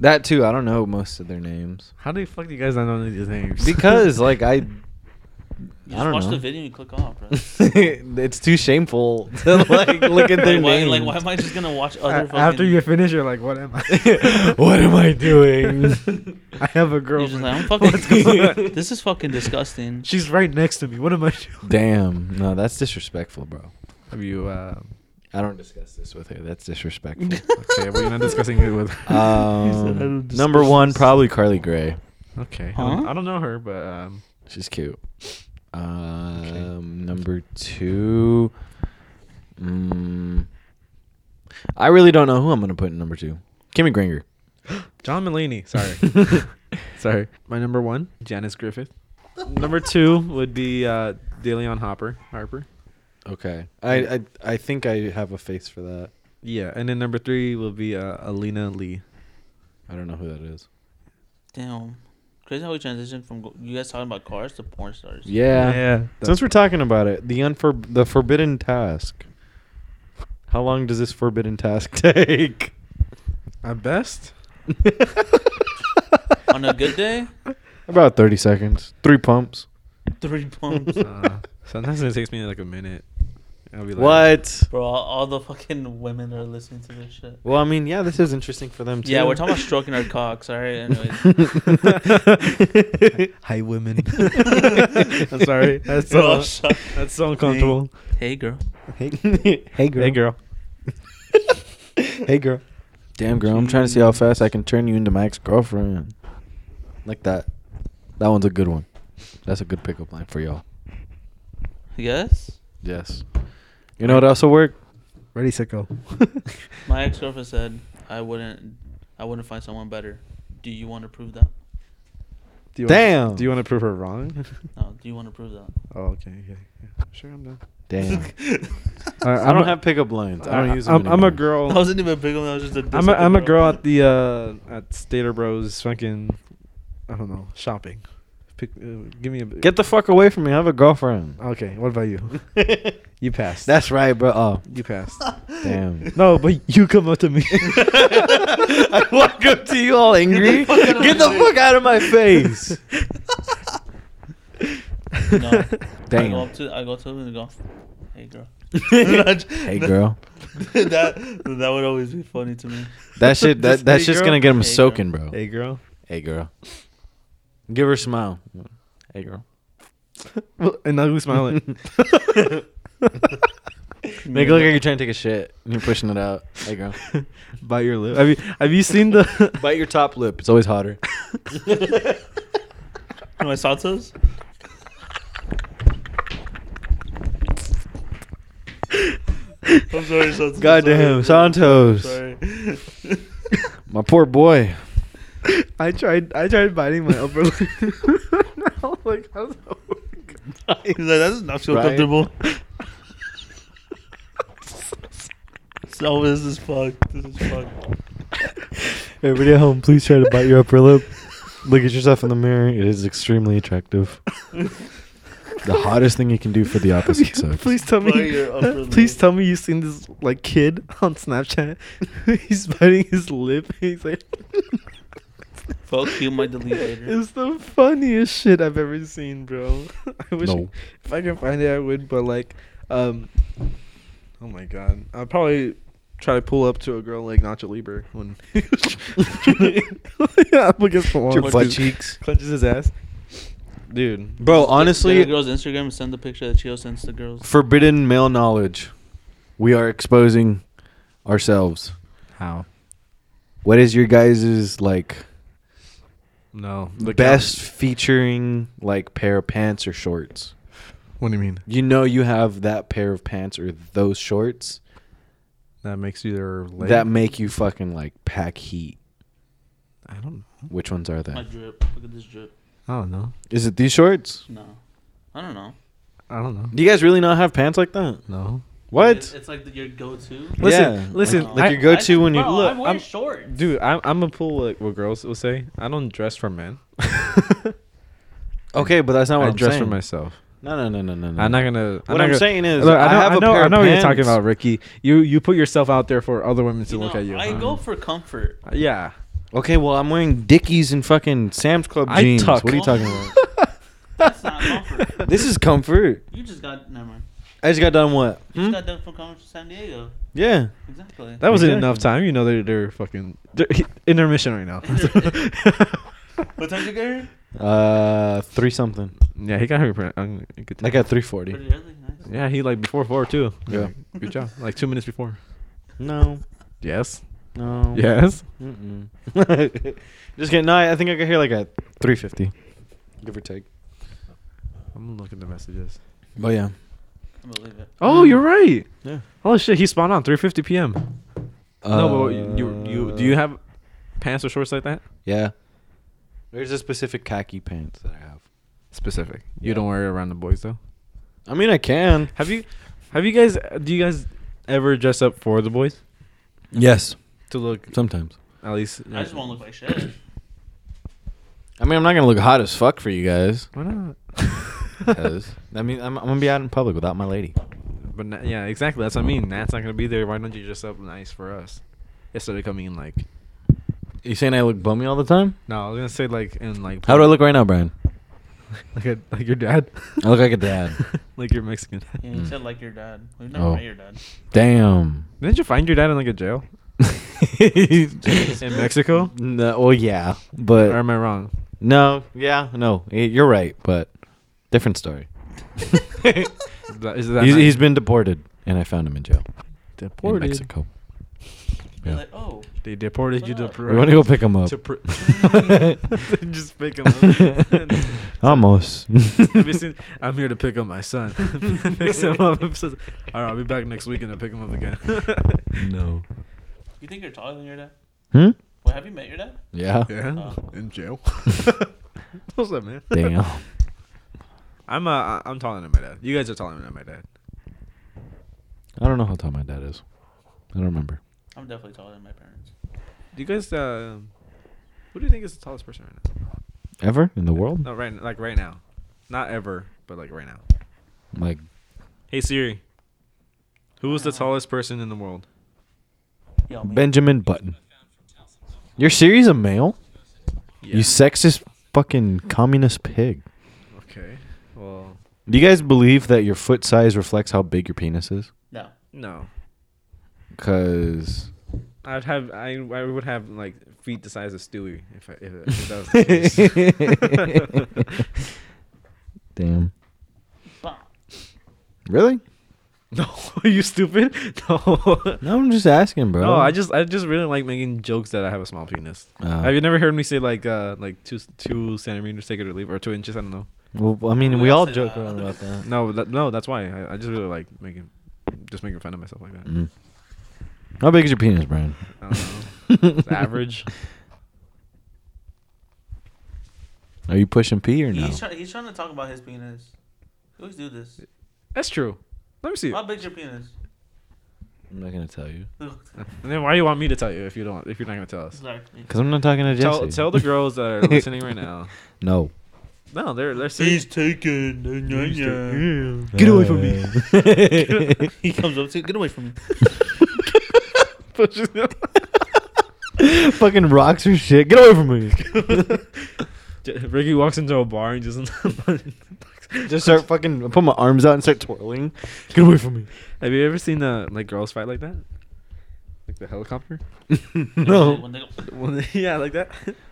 [SPEAKER 1] that too, I don't know most of their names
[SPEAKER 3] How the fuck do you guys not know these names?
[SPEAKER 1] because like I, I
[SPEAKER 2] You just
[SPEAKER 1] don't
[SPEAKER 2] watch
[SPEAKER 1] know.
[SPEAKER 2] the video and you click off, bro.
[SPEAKER 1] it's too shameful to like look at their
[SPEAKER 2] like, why,
[SPEAKER 1] names.
[SPEAKER 2] like, why am I just gonna watch other
[SPEAKER 3] A-
[SPEAKER 2] fucking?
[SPEAKER 3] after you finish, you're like, what am I?
[SPEAKER 1] what am I doing?
[SPEAKER 3] I have a
[SPEAKER 2] You're
[SPEAKER 3] girlfriend.
[SPEAKER 2] just like, I'm fucking.
[SPEAKER 3] What's going on?
[SPEAKER 2] this is fucking disgusting.
[SPEAKER 3] She's right next to me. What am I doing?
[SPEAKER 1] Damn, no, that's disrespectful, bro.
[SPEAKER 3] Have you? Uh,
[SPEAKER 1] I don't discuss this with her. That's disrespectful.
[SPEAKER 3] okay, we're not discussing it with.
[SPEAKER 1] um,
[SPEAKER 2] discuss
[SPEAKER 1] number one,
[SPEAKER 2] this.
[SPEAKER 1] probably Carly Gray.
[SPEAKER 3] okay, I don't-
[SPEAKER 2] Huh?
[SPEAKER 3] I don't know her, but um,
[SPEAKER 1] She's cute. Um, Number two. Mm, I really don't know who I'm going to put in number two. Kimmy Granger.
[SPEAKER 3] John Mulaney. Sorry, sorry. My number one, Janice Griffith. Number two would be uh, DeLeon Hopper. Harper.
[SPEAKER 1] Okay. I, I I think I have a face for that.
[SPEAKER 3] Yeah, and then number three will be uh, Alina Lee.
[SPEAKER 1] I don't know who that is.
[SPEAKER 2] Damn. Crazy how we transitioned from go- you guys talking about cars to porn stars.
[SPEAKER 1] Yeah.
[SPEAKER 3] that's-
[SPEAKER 1] Since we're talking about it, the unfor- the forbidden task. How long does this forbidden task take?
[SPEAKER 3] at best.
[SPEAKER 2] On a good day,
[SPEAKER 1] About 30 seconds. Three pumps.
[SPEAKER 2] three pumps.
[SPEAKER 3] Uh, sometimes it takes me like a minute. I'll be like,
[SPEAKER 1] What?
[SPEAKER 2] Bro, all, all the fucking women are listening to this shit.
[SPEAKER 1] Well, I mean, yeah, this is interesting for them too.
[SPEAKER 2] Yeah, we're talking about stroking our cocks. All right. Anyways.
[SPEAKER 3] Hi, women. I'm sorry. That's so,
[SPEAKER 2] Oh, shut-
[SPEAKER 3] that's so uncomfortable.
[SPEAKER 2] hey, girl.
[SPEAKER 1] hey, hey, girl.
[SPEAKER 3] Hey, girl.
[SPEAKER 1] Hey, girl. Damn, girl. I'm trying to see how fast I can turn you into my ex girlfriend. Like that. That one's a good one. That's a good pickup line for y'all.
[SPEAKER 2] Yes.
[SPEAKER 1] Yes. You know what else will work?
[SPEAKER 3] Ready, sicko.
[SPEAKER 2] My ex girlfriend said I wouldn't. I wouldn't find someone better. Do you want to prove that?
[SPEAKER 3] Do you
[SPEAKER 1] Damn.
[SPEAKER 3] Want, do you want to prove her wrong?
[SPEAKER 2] No, do you want to prove that?
[SPEAKER 3] oh, okay. Yeah, yeah. Sure, I'm done.
[SPEAKER 1] Damn.
[SPEAKER 3] All right,
[SPEAKER 1] I
[SPEAKER 3] I'm
[SPEAKER 1] don't
[SPEAKER 3] a-
[SPEAKER 1] have pickup lines. I don't use them
[SPEAKER 3] I'm, I'm a
[SPEAKER 1] anymore.
[SPEAKER 3] girl.
[SPEAKER 2] I wasn't even big on that. was just a.
[SPEAKER 3] I'm a, I'm a girl at the uh at Stater Bros fucking I don't know shopping. Pick, uh, give me a
[SPEAKER 1] Get the fuck away from me. I have a girlfriend.
[SPEAKER 3] okay. What about you? you passed.
[SPEAKER 1] That's right, bro. Oh,
[SPEAKER 3] you passed.
[SPEAKER 1] damn.
[SPEAKER 3] no, but you come up to me.
[SPEAKER 1] I walk up to you all angry. Get the fuck out of my face.
[SPEAKER 2] No. I go
[SPEAKER 1] Damn.
[SPEAKER 2] up to I go up to him and go, "Hey girl."
[SPEAKER 1] Hey, girl.
[SPEAKER 2] that that would always be funny to me.
[SPEAKER 1] That shit. That
[SPEAKER 3] Just,
[SPEAKER 1] that's
[SPEAKER 3] "Hey,
[SPEAKER 1] just
[SPEAKER 3] girl."
[SPEAKER 1] gonna get him
[SPEAKER 2] Hey, girl.
[SPEAKER 1] soaking, bro.
[SPEAKER 3] hey, girl.
[SPEAKER 1] Hey, girl. Give her a smile. Hey, girl.
[SPEAKER 3] Well, And now who's smiling?
[SPEAKER 1] Make it look like you're trying to take a shit and you're pushing it out. Hey, girl.
[SPEAKER 3] Bite your lip. Have you have you seen the?
[SPEAKER 1] Bite your top lip. It's always hotter.
[SPEAKER 2] my salsas. I'm sorry, salsas.
[SPEAKER 1] Goddamn, Santos.
[SPEAKER 2] Sorry.
[SPEAKER 1] My poor boy.
[SPEAKER 3] I tried I tried biting my upper lip. I'm like, how's that work?
[SPEAKER 2] He's like, that does not feel
[SPEAKER 1] Right?
[SPEAKER 2] comfortable. so this is fucked. This is fucked.
[SPEAKER 1] Everybody at home, please try to bite your upper lip. Look at yourself in the mirror. It is extremely attractive. the hottest thing you can do for the
[SPEAKER 3] Have
[SPEAKER 1] opposite
[SPEAKER 3] you-
[SPEAKER 1] sex.
[SPEAKER 3] Please tell
[SPEAKER 2] By
[SPEAKER 3] me.
[SPEAKER 2] your upper
[SPEAKER 3] Please
[SPEAKER 2] lip.
[SPEAKER 3] tell me you've seen this like kid on Snapchat. he's biting his lip. He's like,
[SPEAKER 2] Fuck you, my delete later.
[SPEAKER 3] it's the funniest shit I've ever seen, bro. I wish
[SPEAKER 1] No.
[SPEAKER 3] if I can find it, I would. But like, um, oh my god, I'll probably try to pull up to a girl like Nacho Libre when yeah, I'm against the wall.
[SPEAKER 1] Your butt
[SPEAKER 3] Clenches-
[SPEAKER 1] cheeks.
[SPEAKER 3] clenches his ass, dude.
[SPEAKER 1] Bro,
[SPEAKER 2] Get the
[SPEAKER 1] honestly,
[SPEAKER 2] girls' Instagram and send the picture that Chio sends the girls.
[SPEAKER 1] forbidden male knowledge. We are exposing ourselves.
[SPEAKER 3] How?
[SPEAKER 1] What is your guys' like
[SPEAKER 3] No,
[SPEAKER 1] best featuring like pair of pants or shorts?
[SPEAKER 3] What do you mean?
[SPEAKER 1] You know you have that pair of pants or those shorts
[SPEAKER 3] That makes you their leg?
[SPEAKER 1] that make you fucking like pack heat.
[SPEAKER 3] I don't.
[SPEAKER 1] Which ones are
[SPEAKER 2] My
[SPEAKER 1] they?
[SPEAKER 2] drip. Look at this drip.
[SPEAKER 3] I don't know.
[SPEAKER 1] Is it these shorts?
[SPEAKER 2] No, I don't know.
[SPEAKER 3] I don't know.
[SPEAKER 1] Do you guys really not have pants like that?
[SPEAKER 3] No.
[SPEAKER 2] It's,
[SPEAKER 1] What?
[SPEAKER 2] it's like the, your go-to.
[SPEAKER 3] Listen,
[SPEAKER 1] Yeah,
[SPEAKER 3] listen.
[SPEAKER 1] like,
[SPEAKER 2] like
[SPEAKER 3] I-
[SPEAKER 1] your go-to when you
[SPEAKER 2] Bro,
[SPEAKER 1] look.
[SPEAKER 2] I wear
[SPEAKER 3] I'm-
[SPEAKER 2] shorts.
[SPEAKER 3] dude, I'm I'm gonna pull like what girls will say. I don't dress for men.
[SPEAKER 1] Okay, but that's not what
[SPEAKER 3] I
[SPEAKER 1] I am
[SPEAKER 3] dress
[SPEAKER 1] saying.
[SPEAKER 3] for myself.
[SPEAKER 1] No, no, no, no, no. no.
[SPEAKER 3] I'm not gonna. Mm. I'm
[SPEAKER 1] what
[SPEAKER 3] not
[SPEAKER 1] I'm
[SPEAKER 3] gonna-
[SPEAKER 1] saying is,
[SPEAKER 3] Look,
[SPEAKER 1] I,
[SPEAKER 3] I, know,
[SPEAKER 1] have
[SPEAKER 3] I
[SPEAKER 1] a
[SPEAKER 3] know,
[SPEAKER 1] pair
[SPEAKER 3] I know
[SPEAKER 1] of
[SPEAKER 3] what you're
[SPEAKER 1] pants.
[SPEAKER 3] talking about, Ricky. You you put yourself out there for other women to
[SPEAKER 2] You
[SPEAKER 3] look
[SPEAKER 2] know,
[SPEAKER 3] at you. Mm.
[SPEAKER 2] I go for comfort.
[SPEAKER 3] yeah.
[SPEAKER 1] Okay, well, I'm wearing Dickies and fucking Sam's Club
[SPEAKER 3] I
[SPEAKER 1] jeans.
[SPEAKER 3] tuck.
[SPEAKER 1] What are you talking about?
[SPEAKER 2] That's not comfort.
[SPEAKER 1] this is comfort.
[SPEAKER 2] You just got never mind.
[SPEAKER 1] I just got done what?
[SPEAKER 2] You
[SPEAKER 1] Hmm?
[SPEAKER 2] just got done from coming from San Diego.
[SPEAKER 1] Yeah.
[SPEAKER 2] Exactly.
[SPEAKER 3] That wasn't
[SPEAKER 1] Exactly.
[SPEAKER 3] enough time. You know they're they're fucking they're intermission right now.
[SPEAKER 2] what time did you get here?
[SPEAKER 1] Uh, three something.
[SPEAKER 3] yeah, he got here. pretty- I'm gonna- good
[SPEAKER 1] I
[SPEAKER 3] time.
[SPEAKER 1] got three forty.
[SPEAKER 2] Pretty early. Nice.
[SPEAKER 3] Yeah, he like before four too.
[SPEAKER 1] Yeah.
[SPEAKER 3] Good job. Like two minutes before.
[SPEAKER 1] No,
[SPEAKER 3] Yes.
[SPEAKER 1] no.
[SPEAKER 3] Yes.
[SPEAKER 1] Mm-mm. just kidding. No, I I think I got here like at three fifty, give or take.
[SPEAKER 3] I'm gonna look at the messages.
[SPEAKER 1] But Oh, yeah,
[SPEAKER 2] I believe it.
[SPEAKER 3] Oh, you're right.
[SPEAKER 1] yeah.
[SPEAKER 3] Oh shit, he spawned on 3:50 p.m. no, but
[SPEAKER 1] Uh,
[SPEAKER 3] you, you do you have pants or shorts like that?
[SPEAKER 1] Yeah. There's a specific khaki pants that I have.
[SPEAKER 3] Specific. You
[SPEAKER 1] Yeah.
[SPEAKER 3] don't wear it around the boys though.
[SPEAKER 1] I mean, I can.
[SPEAKER 3] Have you? Have you guys? Do you guys ever dress up for the boys
[SPEAKER 1] Yes,
[SPEAKER 3] to look
[SPEAKER 1] sometimes.
[SPEAKER 3] at least?
[SPEAKER 2] I just won't look like shit.
[SPEAKER 1] I mean, I'm not gonna look hot as fuck for you guys.
[SPEAKER 3] Why not?
[SPEAKER 1] Because I mean, I'm, I'm gonna be out in public without my lady.
[SPEAKER 3] But na- yeah, exactly. That's what I mean. Nat's not gonna be there. Why don't you dress up nice for us instead of coming in like?
[SPEAKER 1] You saying I look bummy all the time?
[SPEAKER 3] No, I was gonna say like in like.
[SPEAKER 1] How do I look right now, Brian?
[SPEAKER 3] Like a, like your dad.
[SPEAKER 1] I look like a dad.
[SPEAKER 3] like your Mexican
[SPEAKER 2] Yeah,
[SPEAKER 3] dad.
[SPEAKER 2] you
[SPEAKER 1] Mm.
[SPEAKER 2] said like your dad. We've never
[SPEAKER 1] Oh.
[SPEAKER 2] met your dad.
[SPEAKER 1] Damn.
[SPEAKER 3] Didn't you find your dad in like a jail in Mexico?
[SPEAKER 1] No, well, yeah,
[SPEAKER 3] Or
[SPEAKER 1] but
[SPEAKER 3] am I wrong?
[SPEAKER 1] no, yeah, no, y- you're right, but different story.
[SPEAKER 3] Is that- is that
[SPEAKER 1] He's,
[SPEAKER 3] not-
[SPEAKER 1] he's been deported, and I found him in jail
[SPEAKER 3] deported.
[SPEAKER 1] in Mexico. Yeah.
[SPEAKER 2] You're like, oh,
[SPEAKER 3] They deported you to.
[SPEAKER 2] What?
[SPEAKER 3] Peru.
[SPEAKER 1] We want to go pick him up.
[SPEAKER 3] To pr- just pick him up.
[SPEAKER 1] Almost.
[SPEAKER 3] Have you seen- I'm here to pick up my son. Picks him up. and says, All right, I'll be back next weekend to pick him up again.
[SPEAKER 1] no.
[SPEAKER 2] you think you're taller than your dad?
[SPEAKER 1] Hmm. Uh.
[SPEAKER 2] Well, have you met your dad?
[SPEAKER 1] Yeah.
[SPEAKER 3] yeah,
[SPEAKER 2] Oh.
[SPEAKER 3] in jail. What's up, man?
[SPEAKER 1] Damn.
[SPEAKER 3] I'm uh, I'm taller than my dad. You guys are taller than my dad.
[SPEAKER 1] I don't know how tall my dad is. I don't remember.
[SPEAKER 2] I'm definitely taller than my parents.
[SPEAKER 3] Do you guys uh, who do you think is the tallest person right now?
[SPEAKER 1] Ever in the world?
[SPEAKER 3] No, right like right now, not ever, but like right now.
[SPEAKER 1] Like
[SPEAKER 3] Hey Siri, who is the tallest person in the world?
[SPEAKER 2] Yo, man.
[SPEAKER 1] Benjamin Button. Your Siri's a male?
[SPEAKER 3] Yeah.
[SPEAKER 1] You sexist fucking communist pig.
[SPEAKER 3] okay. Well,
[SPEAKER 1] Do you guys believe that your foot size reflects how big your penis is?
[SPEAKER 2] No.
[SPEAKER 3] no.
[SPEAKER 1] Cause
[SPEAKER 3] I'd have I I would have like feet the size of Stewie if I, if, if that was the case.
[SPEAKER 1] Damn.
[SPEAKER 2] Bah.
[SPEAKER 1] Really?
[SPEAKER 3] No, are you stupid? No.
[SPEAKER 1] No, I'm just asking, bro.
[SPEAKER 3] No, I just I just really like making jokes that I have a small penis.
[SPEAKER 1] Oh.
[SPEAKER 3] Have you never heard me say like uh like two two centimeters take it or leave it, or two inches? I don't know.
[SPEAKER 1] Well, I mean,
[SPEAKER 2] We
[SPEAKER 1] we
[SPEAKER 2] all
[SPEAKER 1] all
[SPEAKER 2] say
[SPEAKER 1] joke
[SPEAKER 2] that.
[SPEAKER 1] around about that.
[SPEAKER 3] uh, No, that, no, that's why I, I just really like making just making fun of myself like that.
[SPEAKER 1] Mm. How big is your penis, Brian?
[SPEAKER 3] I don't know. It's average.
[SPEAKER 1] Are you pushing P or no?
[SPEAKER 2] He's, try- he's trying to talk about his penis. We always do this.
[SPEAKER 3] That's true. Let me see.
[SPEAKER 2] How big's your penis?
[SPEAKER 1] I'm not gonna tell you
[SPEAKER 3] And then why do you want me to tell you if you don't if you're not gonna tell us?
[SPEAKER 2] Exactly.
[SPEAKER 1] because I'm not talking to Jesse.
[SPEAKER 3] Tell tell the girls that are listening right now.
[SPEAKER 1] No.
[SPEAKER 3] No, they're they're serious.
[SPEAKER 2] taken. Yeah.
[SPEAKER 1] Get away from me.
[SPEAKER 2] He comes up to get away from me.
[SPEAKER 1] Fucking rocks or shit. Get away from me.
[SPEAKER 3] Ricky walks into a bar and just
[SPEAKER 1] Just start fucking. I put my arms out and start twirling. Get away from me.
[SPEAKER 3] Have you ever seen the like girls fight like that? Like the helicopter?
[SPEAKER 1] No.
[SPEAKER 2] When they go-
[SPEAKER 3] yeah, like that.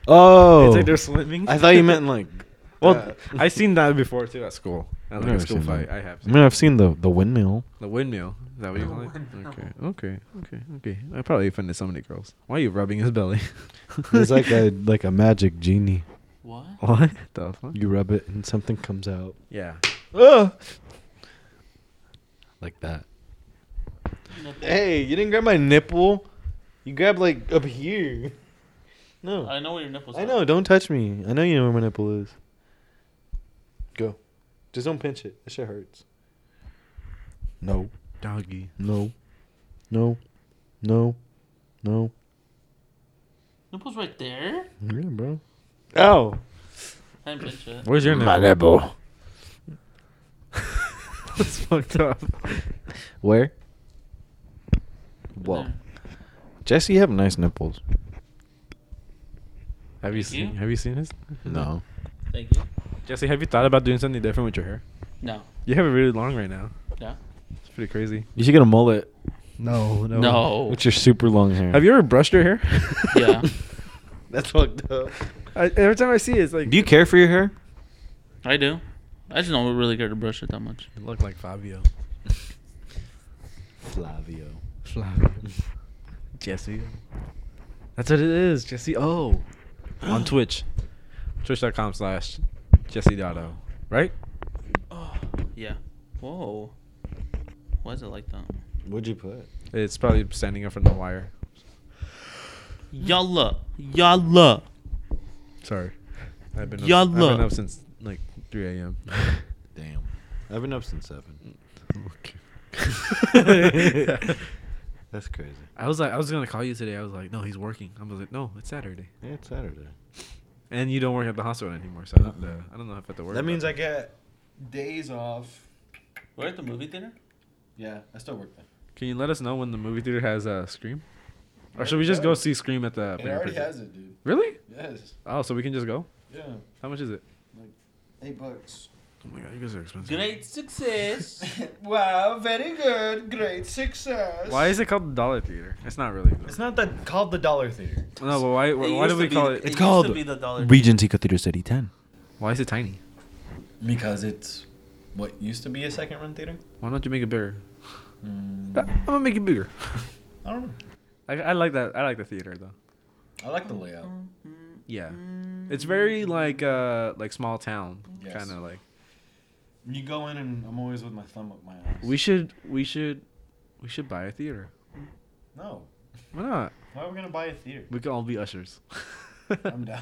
[SPEAKER 1] Oh.
[SPEAKER 3] It's like they're swimming.
[SPEAKER 1] I thought you meant like. uh,
[SPEAKER 3] Well,
[SPEAKER 1] that.
[SPEAKER 3] I seen that before too at school. At like
[SPEAKER 1] Never
[SPEAKER 3] a school
[SPEAKER 1] seen that.
[SPEAKER 3] fight, I have.
[SPEAKER 1] I
[SPEAKER 3] Seen.
[SPEAKER 1] mean, I've seen the the windmill.
[SPEAKER 3] The windmill. Is that what you
[SPEAKER 2] The
[SPEAKER 3] call it?
[SPEAKER 2] windmill.
[SPEAKER 3] Okay, okay, okay, okay. I probably offended so many girls. Why are you rubbing his belly?
[SPEAKER 1] It's like a like a magic genie.
[SPEAKER 2] What?
[SPEAKER 3] What the fuck?
[SPEAKER 1] You rub it and something comes out.
[SPEAKER 3] Yeah.
[SPEAKER 1] Like that. Hey, you didn't grab my nipple. You grabbed like up here. No.
[SPEAKER 2] I know where your nipples.
[SPEAKER 1] I
[SPEAKER 2] are.
[SPEAKER 1] know. Don't touch me. I know you know where my nipple is. Go. Just don't pinch it. That shit hurts. No.
[SPEAKER 3] Doggy.
[SPEAKER 1] No. No. No. No.
[SPEAKER 2] Nipples right there.
[SPEAKER 1] Yeah, bro. Ow.
[SPEAKER 2] I didn't pinch it.
[SPEAKER 3] Where's your nipple?
[SPEAKER 1] nipple.
[SPEAKER 3] That's fucked up.
[SPEAKER 1] Where? Whoa. Jesse, you have nice nipples.
[SPEAKER 3] Have you
[SPEAKER 2] Thank you.
[SPEAKER 3] seen? Have you seen his?
[SPEAKER 1] No.
[SPEAKER 2] Thank you.
[SPEAKER 3] Jesse, have you thought about doing something different with your hair?
[SPEAKER 2] No.
[SPEAKER 3] You have it really long right now.
[SPEAKER 2] Yeah.
[SPEAKER 3] It's pretty crazy.
[SPEAKER 1] You should get a mullet.
[SPEAKER 3] No,
[SPEAKER 2] No.
[SPEAKER 1] It's your super long hair.
[SPEAKER 3] Have you ever brushed your hair?
[SPEAKER 2] Yeah.
[SPEAKER 1] That's fucked up.
[SPEAKER 3] I, every time I see it, it's like.
[SPEAKER 1] Do you care for your hair?
[SPEAKER 2] I do. I just don't really care to brush it that much.
[SPEAKER 3] You look like Fabio.
[SPEAKER 1] Flavio.
[SPEAKER 3] Flavio. Jesse. That's what it is, Jesse. Oh. On Twitch. Twitch.com slash Jesse Dotto. Right?
[SPEAKER 2] Oh. Yeah. Whoa. Why is it like that?
[SPEAKER 1] What'd you put?
[SPEAKER 3] It's probably standing up from the wire.
[SPEAKER 2] Yalla. Yalla.
[SPEAKER 3] Sorry. I've been up,
[SPEAKER 2] Y'all
[SPEAKER 3] I've
[SPEAKER 2] look.
[SPEAKER 3] been up since like 3 a.m.
[SPEAKER 1] Damn. I've been up since seven.
[SPEAKER 3] okay.
[SPEAKER 1] That's crazy.
[SPEAKER 3] I was like, I was gonna call you today. I was like, no, he's working. I was like, no, it's Saturday,
[SPEAKER 1] Yeah, it's Saturday.
[SPEAKER 3] and you don't work at the hospital anymore, so I, don't, uh, I don't know if I have to work.
[SPEAKER 1] That means I
[SPEAKER 3] like
[SPEAKER 1] get.
[SPEAKER 4] Days off.
[SPEAKER 2] We're at the movie theater.
[SPEAKER 4] Yeah, I still work there.
[SPEAKER 3] Can you let us know when the movie theater has uh, Scream, or should we just go see Scream at the?
[SPEAKER 4] It
[SPEAKER 3] Banner
[SPEAKER 4] already
[SPEAKER 3] Picture?
[SPEAKER 4] has it, dude.
[SPEAKER 3] Really?
[SPEAKER 4] Yes.
[SPEAKER 3] Oh, so we can just go?
[SPEAKER 4] Yeah.
[SPEAKER 3] How much is it?
[SPEAKER 4] Eight bucks.
[SPEAKER 3] Oh my god, you guys are expensive.
[SPEAKER 2] Great success.
[SPEAKER 4] wow, very good. Great success.
[SPEAKER 3] Why is it called the Dollar Theater? It's not really. though.
[SPEAKER 4] It's not that called the Dollar Theater.
[SPEAKER 3] no, but why? Why, why do we call it?
[SPEAKER 1] It's called
[SPEAKER 2] the dollar.
[SPEAKER 1] Regency Cathedral City 10.
[SPEAKER 3] Why is it tiny?
[SPEAKER 4] Because it's what used to be a second run theater.
[SPEAKER 3] Why don't you make it bigger?
[SPEAKER 4] Hmm.
[SPEAKER 3] I'm gonna make it bigger.
[SPEAKER 4] I don't know.
[SPEAKER 3] I, I like that. I like the theater though.
[SPEAKER 4] I like the layout.
[SPEAKER 3] Yeah, it's very like uh like small town
[SPEAKER 4] Yes.
[SPEAKER 3] kind of like.
[SPEAKER 4] You go in and I'm always with my thumb up my ass.
[SPEAKER 3] We should we should we should buy a theater.
[SPEAKER 4] no.
[SPEAKER 3] Why not?
[SPEAKER 4] Why are we gonna buy a theater?
[SPEAKER 3] We could all be ushers.
[SPEAKER 4] I'm down.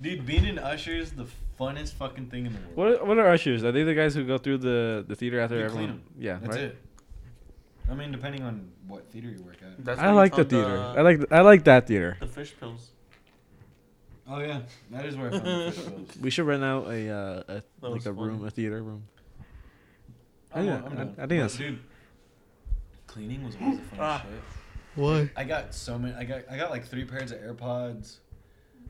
[SPEAKER 4] Dude, being an usher is the funnest fucking thing in the world.
[SPEAKER 3] What What are ushers? Are they the guys who go through the, the theater after
[SPEAKER 4] You clean
[SPEAKER 3] everyone?
[SPEAKER 4] 'em.
[SPEAKER 3] Yeah,
[SPEAKER 4] That's
[SPEAKER 3] right.
[SPEAKER 4] it. I mean, depending on what theater you work at.
[SPEAKER 2] That's
[SPEAKER 3] I like the theater. I like I like that theater.
[SPEAKER 2] the fish pills.
[SPEAKER 4] Oh yeah, that is where I found the fish bowls.
[SPEAKER 3] We should rent out a uh, a like
[SPEAKER 2] was
[SPEAKER 3] a room,
[SPEAKER 2] funny.
[SPEAKER 3] a theater room.
[SPEAKER 4] I'm
[SPEAKER 3] Oh, Yeah,
[SPEAKER 4] all- I'm
[SPEAKER 3] I-
[SPEAKER 4] done.
[SPEAKER 3] I think
[SPEAKER 4] But,
[SPEAKER 3] that's-
[SPEAKER 4] Dude, cleaning was always the funnest
[SPEAKER 2] Ah.
[SPEAKER 4] shit.
[SPEAKER 2] What?
[SPEAKER 4] I got so many. I got I got like three pairs of AirPods.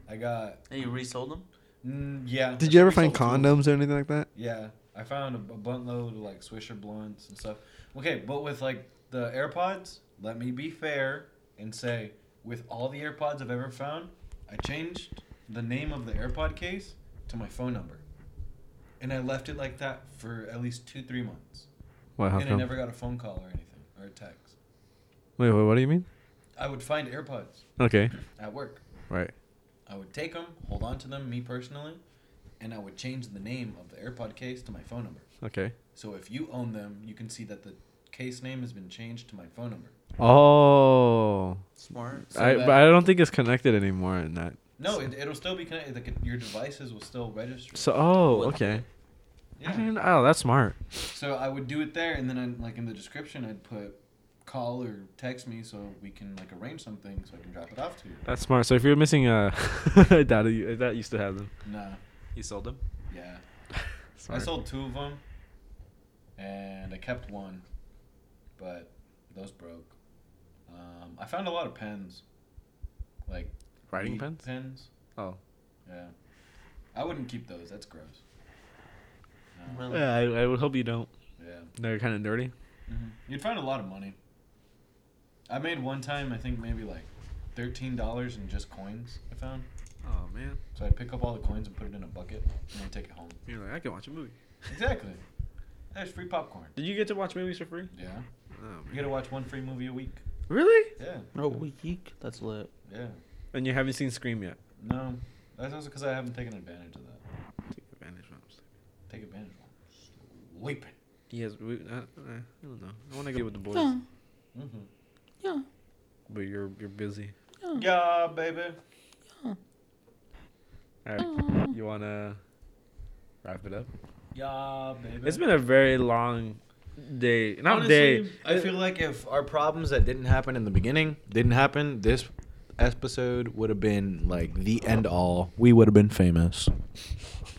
[SPEAKER 4] I got
[SPEAKER 2] And you resold them?
[SPEAKER 4] mm, yeah.
[SPEAKER 6] Did you ever find
[SPEAKER 4] Sold two.
[SPEAKER 6] condoms or anything like that?
[SPEAKER 4] Yeah, I found a, b- bunt load of like Swisher blunts and stuff. Okay, but with like the AirPods, let me be fair and say, with all the AirPods I've ever found, I changed the name of the AirPod case to my phone number, and I left it like that for at least two three months,
[SPEAKER 3] What? How
[SPEAKER 4] and I
[SPEAKER 3] come?
[SPEAKER 4] never got a phone call or anything or a text.
[SPEAKER 3] Wait, wait. What do you mean?
[SPEAKER 4] I would find AirPods
[SPEAKER 3] Okay,
[SPEAKER 4] at work.
[SPEAKER 3] right.
[SPEAKER 4] I would take them, hold on to them, me personally, and I would change the name of the AirPod case to my phone number.
[SPEAKER 3] Okay.
[SPEAKER 4] So if you own them, you can see that the case name has been changed to my phone number.
[SPEAKER 3] Oh,
[SPEAKER 2] Smart.
[SPEAKER 4] So
[SPEAKER 3] I
[SPEAKER 4] that-
[SPEAKER 3] but I don't think it's connected anymore in that.
[SPEAKER 4] No, it, it'll still be connected. Like, your devices will still register.
[SPEAKER 3] So oh,
[SPEAKER 2] What-
[SPEAKER 3] okay. I
[SPEAKER 4] Yeah.
[SPEAKER 3] didn't- oh, that's smart.
[SPEAKER 4] So I would do it there, and then I, like in the description, I'd put call or text me so we can like arrange something so I can drop it off to you.
[SPEAKER 3] That's smart. So if you're missing a, I doubt you. I doubt you still have them.
[SPEAKER 4] Nah.
[SPEAKER 2] You sold them?
[SPEAKER 4] Yeah.
[SPEAKER 3] Smart.
[SPEAKER 4] I sold two of them, and I kept one, but those broke. Um, I found a lot of pens, like
[SPEAKER 3] writing
[SPEAKER 4] lead
[SPEAKER 3] pens.
[SPEAKER 4] Pens.
[SPEAKER 3] Oh.
[SPEAKER 4] Yeah. I wouldn't keep those. That's gross. No,
[SPEAKER 2] Really?
[SPEAKER 3] Yeah, I, I would hope you don't.
[SPEAKER 4] Yeah.
[SPEAKER 3] They're kind of dirty.
[SPEAKER 4] You'd find a lot of money. I made one time, I think maybe like thirteen dollars in just coins. I found.
[SPEAKER 3] Oh man,
[SPEAKER 4] So I'd pick up all the coins and put it in a bucket, and I'd take it home.
[SPEAKER 3] you're like I can watch a movie.
[SPEAKER 4] Exactly. There's free popcorn.
[SPEAKER 3] Did you get to watch movies for free?
[SPEAKER 4] Yeah.
[SPEAKER 3] Oh,
[SPEAKER 4] You gotta watch one free movie a week.
[SPEAKER 3] Really?
[SPEAKER 4] Yeah.
[SPEAKER 2] No, weak. Oh, That's lit.
[SPEAKER 4] Yeah.
[SPEAKER 3] And you haven't seen Scream yet.
[SPEAKER 4] No, that's also because I haven't taken advantage of that.
[SPEAKER 3] Take advantage of it.
[SPEAKER 4] Take advantage of sleeping.
[SPEAKER 3] Yes, we, I, I don't know. I want to get with the boys,
[SPEAKER 4] Mm-hmm.
[SPEAKER 3] but you're you're busy.
[SPEAKER 4] Yeah, baby.
[SPEAKER 3] All right, you wanna wrap it up?
[SPEAKER 4] Yeah, baby.
[SPEAKER 3] It's been a very long day. Not day.
[SPEAKER 1] I feel like if our problems that didn't happen in the beginning didn't happen, this episode would have been like the end all. We would have been famous.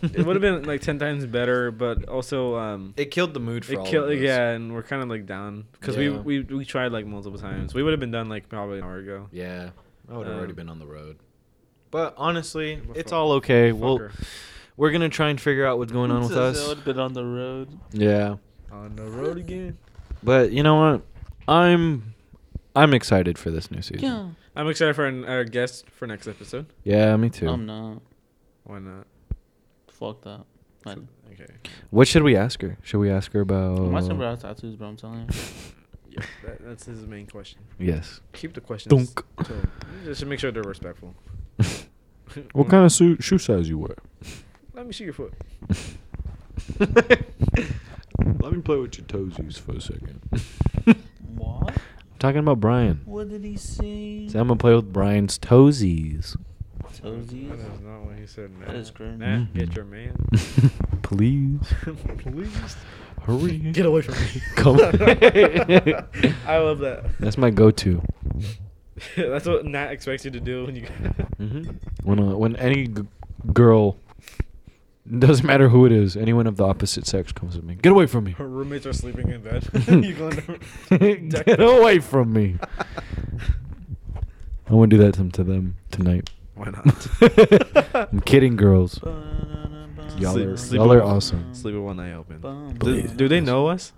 [SPEAKER 3] it would have been like ten times better, but also um,
[SPEAKER 1] It killed the mood for
[SPEAKER 3] it
[SPEAKER 1] all
[SPEAKER 3] killed.
[SPEAKER 1] of us.
[SPEAKER 3] Yeah, and we're kind of like down because
[SPEAKER 1] Yeah.
[SPEAKER 3] we, we we tried like multiple times. We would have been done like probably an hour ago.
[SPEAKER 1] Yeah. I would have
[SPEAKER 3] Um,
[SPEAKER 1] already been on the road. But honestly,
[SPEAKER 3] We're
[SPEAKER 1] it's
[SPEAKER 3] fuck-
[SPEAKER 1] all okay. We'll,
[SPEAKER 3] Fucker.
[SPEAKER 1] we're going to try and figure out what's going on with us.
[SPEAKER 2] Been on the road.
[SPEAKER 1] Yeah.
[SPEAKER 3] on the road again.
[SPEAKER 1] But you know what? I'm I'm excited for this new season.
[SPEAKER 2] Yeah.
[SPEAKER 3] I'm excited for an- our guest for next episode.
[SPEAKER 1] Yeah, me too.
[SPEAKER 2] I'm not.
[SPEAKER 3] Why not?
[SPEAKER 2] Fuck that. Like,
[SPEAKER 3] Okay.
[SPEAKER 1] what should we ask her? Should we ask her about
[SPEAKER 2] I'm watching about tattoos, bro. I'm telling you.
[SPEAKER 3] Yeah, that, that's his main question.
[SPEAKER 1] Yes.
[SPEAKER 3] Keep the questions.
[SPEAKER 1] Dunk.
[SPEAKER 3] So just to make sure they're respectful.
[SPEAKER 1] What kind of shoe, shoe size you wear?
[SPEAKER 3] Let me see your foot.
[SPEAKER 1] Let me play with your toesies for a second.
[SPEAKER 2] What?
[SPEAKER 1] I'm talking about Brian.
[SPEAKER 2] What did he say?
[SPEAKER 1] See, I'm gonna play with Brian's toesies.
[SPEAKER 3] That
[SPEAKER 2] Toesies.
[SPEAKER 3] is not what he said. Nah.
[SPEAKER 2] That is cringe.
[SPEAKER 3] Nah,
[SPEAKER 1] Mhm.
[SPEAKER 3] get your man.
[SPEAKER 1] Please,
[SPEAKER 3] Please.
[SPEAKER 1] hurry.
[SPEAKER 3] Get away from me.
[SPEAKER 1] Come.
[SPEAKER 3] I love that.
[SPEAKER 1] That's my go-to.
[SPEAKER 3] That's what Nat expects you to do when you.
[SPEAKER 1] Mm-hmm. When uh, when any g- girl, doesn't matter who it is, anyone of the opposite sex comes at me, get away from me.
[SPEAKER 3] Her roommates are sleeping in bed. you go in the room.
[SPEAKER 1] get away from me. I won't do that to to them tonight.
[SPEAKER 3] Why not?
[SPEAKER 1] I'm kidding, girls. Y'all
[SPEAKER 3] Sleep-
[SPEAKER 1] are,
[SPEAKER 3] sleep
[SPEAKER 1] y'all are
[SPEAKER 3] over.
[SPEAKER 1] awesome.
[SPEAKER 3] Sleep with one eye open.
[SPEAKER 2] Bum,
[SPEAKER 3] Do,
[SPEAKER 1] Please.
[SPEAKER 3] do they know us?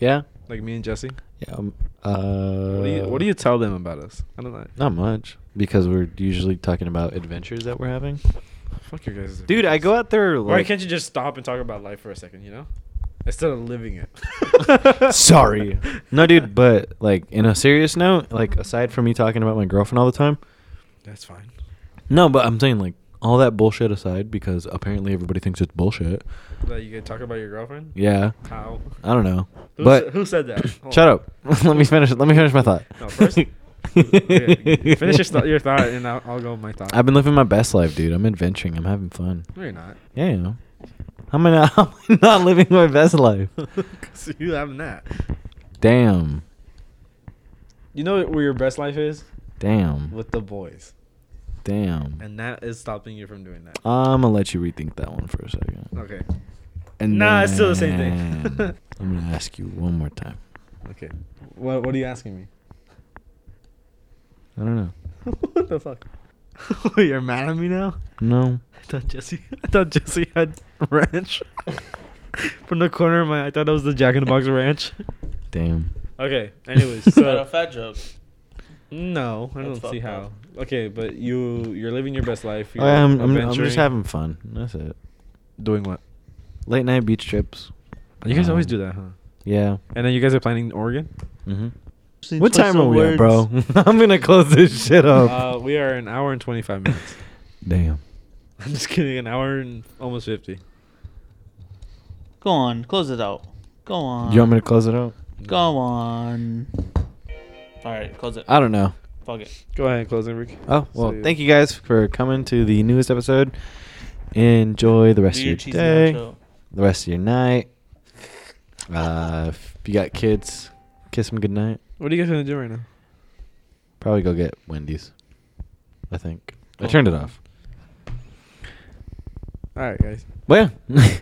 [SPEAKER 1] Yeah.
[SPEAKER 3] Like me and Jesse?
[SPEAKER 1] Yeah. Um, uh,
[SPEAKER 3] What do, you, what do you tell them about us? I don't know.
[SPEAKER 1] Not much, because we're usually talking about adventures that we're having.
[SPEAKER 3] Fuck your guys.
[SPEAKER 1] Dude, I go out there
[SPEAKER 3] Why
[SPEAKER 1] like.
[SPEAKER 3] can't you just stop and talk about life for a second? You know, instead of living it.
[SPEAKER 1] Sorry. No, dude, but like in a serious note, like aside from me talking about my girlfriend all the time,
[SPEAKER 3] That's fine.
[SPEAKER 1] no, but I'm saying like all that bullshit aside, because apparently everybody thinks it's bullshit.
[SPEAKER 3] That you could talk about your girlfriend.
[SPEAKER 1] Yeah,
[SPEAKER 3] How?
[SPEAKER 1] I don't know.
[SPEAKER 3] Who
[SPEAKER 1] But-
[SPEAKER 3] sa- who said that? Hold
[SPEAKER 1] Shut
[SPEAKER 3] on.
[SPEAKER 1] up. let me finish. Let me finish my thought.
[SPEAKER 3] No, first, Okay, Finish your, th- your thought, and uh, I'll, I'll go with my thought.
[SPEAKER 1] I've been living my best life, dude. I'm adventuring. I'm having fun.
[SPEAKER 3] no, you're not.
[SPEAKER 1] Yeah, you know. How am I not, how am I not living my best life?
[SPEAKER 3] 'Cause you haven't that.
[SPEAKER 1] Damn.
[SPEAKER 3] You know where your best life is?
[SPEAKER 1] Damn.
[SPEAKER 3] With the boys.
[SPEAKER 1] Damn.
[SPEAKER 3] And that is stopping you from doing that.
[SPEAKER 1] I'm going to let you rethink that one for a second.
[SPEAKER 3] Okay.
[SPEAKER 1] And
[SPEAKER 3] Nah, it's still the same thing.
[SPEAKER 1] then I'm going to ask you one more time.
[SPEAKER 3] Okay. What What are you asking me?
[SPEAKER 1] I don't know.
[SPEAKER 3] what the fuck? You're mad at me now?
[SPEAKER 1] No.
[SPEAKER 3] I thought Jesse. I thought Jesse had ranch from the corner of my. I thought that was the Jack in the Box ranch.
[SPEAKER 1] Damn.
[SPEAKER 3] Okay. Anyways,
[SPEAKER 2] Is that a
[SPEAKER 3] so
[SPEAKER 2] fat joke?
[SPEAKER 3] no, I
[SPEAKER 2] That's
[SPEAKER 3] don't see
[SPEAKER 2] fucked
[SPEAKER 3] how.
[SPEAKER 2] up.
[SPEAKER 3] Okay, but you you're living your best life. You're
[SPEAKER 1] I, am Oh, I'm, I'm
[SPEAKER 3] adventuring.
[SPEAKER 1] just having fun. That's it.
[SPEAKER 3] doing what?
[SPEAKER 1] Late night beach trips.
[SPEAKER 3] You guys always
[SPEAKER 1] Um,
[SPEAKER 3] do that, huh?
[SPEAKER 1] Yeah.
[SPEAKER 3] And then you guys are planning Oregon.
[SPEAKER 1] hmm
[SPEAKER 2] Seen
[SPEAKER 1] What
[SPEAKER 2] choice
[SPEAKER 1] time
[SPEAKER 2] of
[SPEAKER 1] are we at,
[SPEAKER 2] words.
[SPEAKER 1] bro? I'm going to close this shit up.
[SPEAKER 3] Uh, we are an hour and twenty five minutes.
[SPEAKER 1] Damn.
[SPEAKER 3] I'm just kidding. An hour and almost fifty.
[SPEAKER 2] Go on, close it out. Go on.
[SPEAKER 1] You want me to close it out?
[SPEAKER 2] Go on. All right, close it.
[SPEAKER 1] I don't know.
[SPEAKER 2] Fuck it.
[SPEAKER 3] Go ahead and close it, Rick.
[SPEAKER 1] Oh, well,
[SPEAKER 3] So-
[SPEAKER 1] thank you guys for coming to the newest episode. Enjoy the rest
[SPEAKER 2] Do
[SPEAKER 1] of
[SPEAKER 2] your
[SPEAKER 1] your
[SPEAKER 2] cheesy
[SPEAKER 1] day,
[SPEAKER 2] outro.
[SPEAKER 1] the rest of your night. Uh, if you got kids, kiss them goodnight.
[SPEAKER 3] What are you guys gonna do right now?
[SPEAKER 1] Probably go get Wendy's, I think. I
[SPEAKER 2] Cool.
[SPEAKER 1] turned it off.
[SPEAKER 3] All right, guys.
[SPEAKER 1] Well, yeah.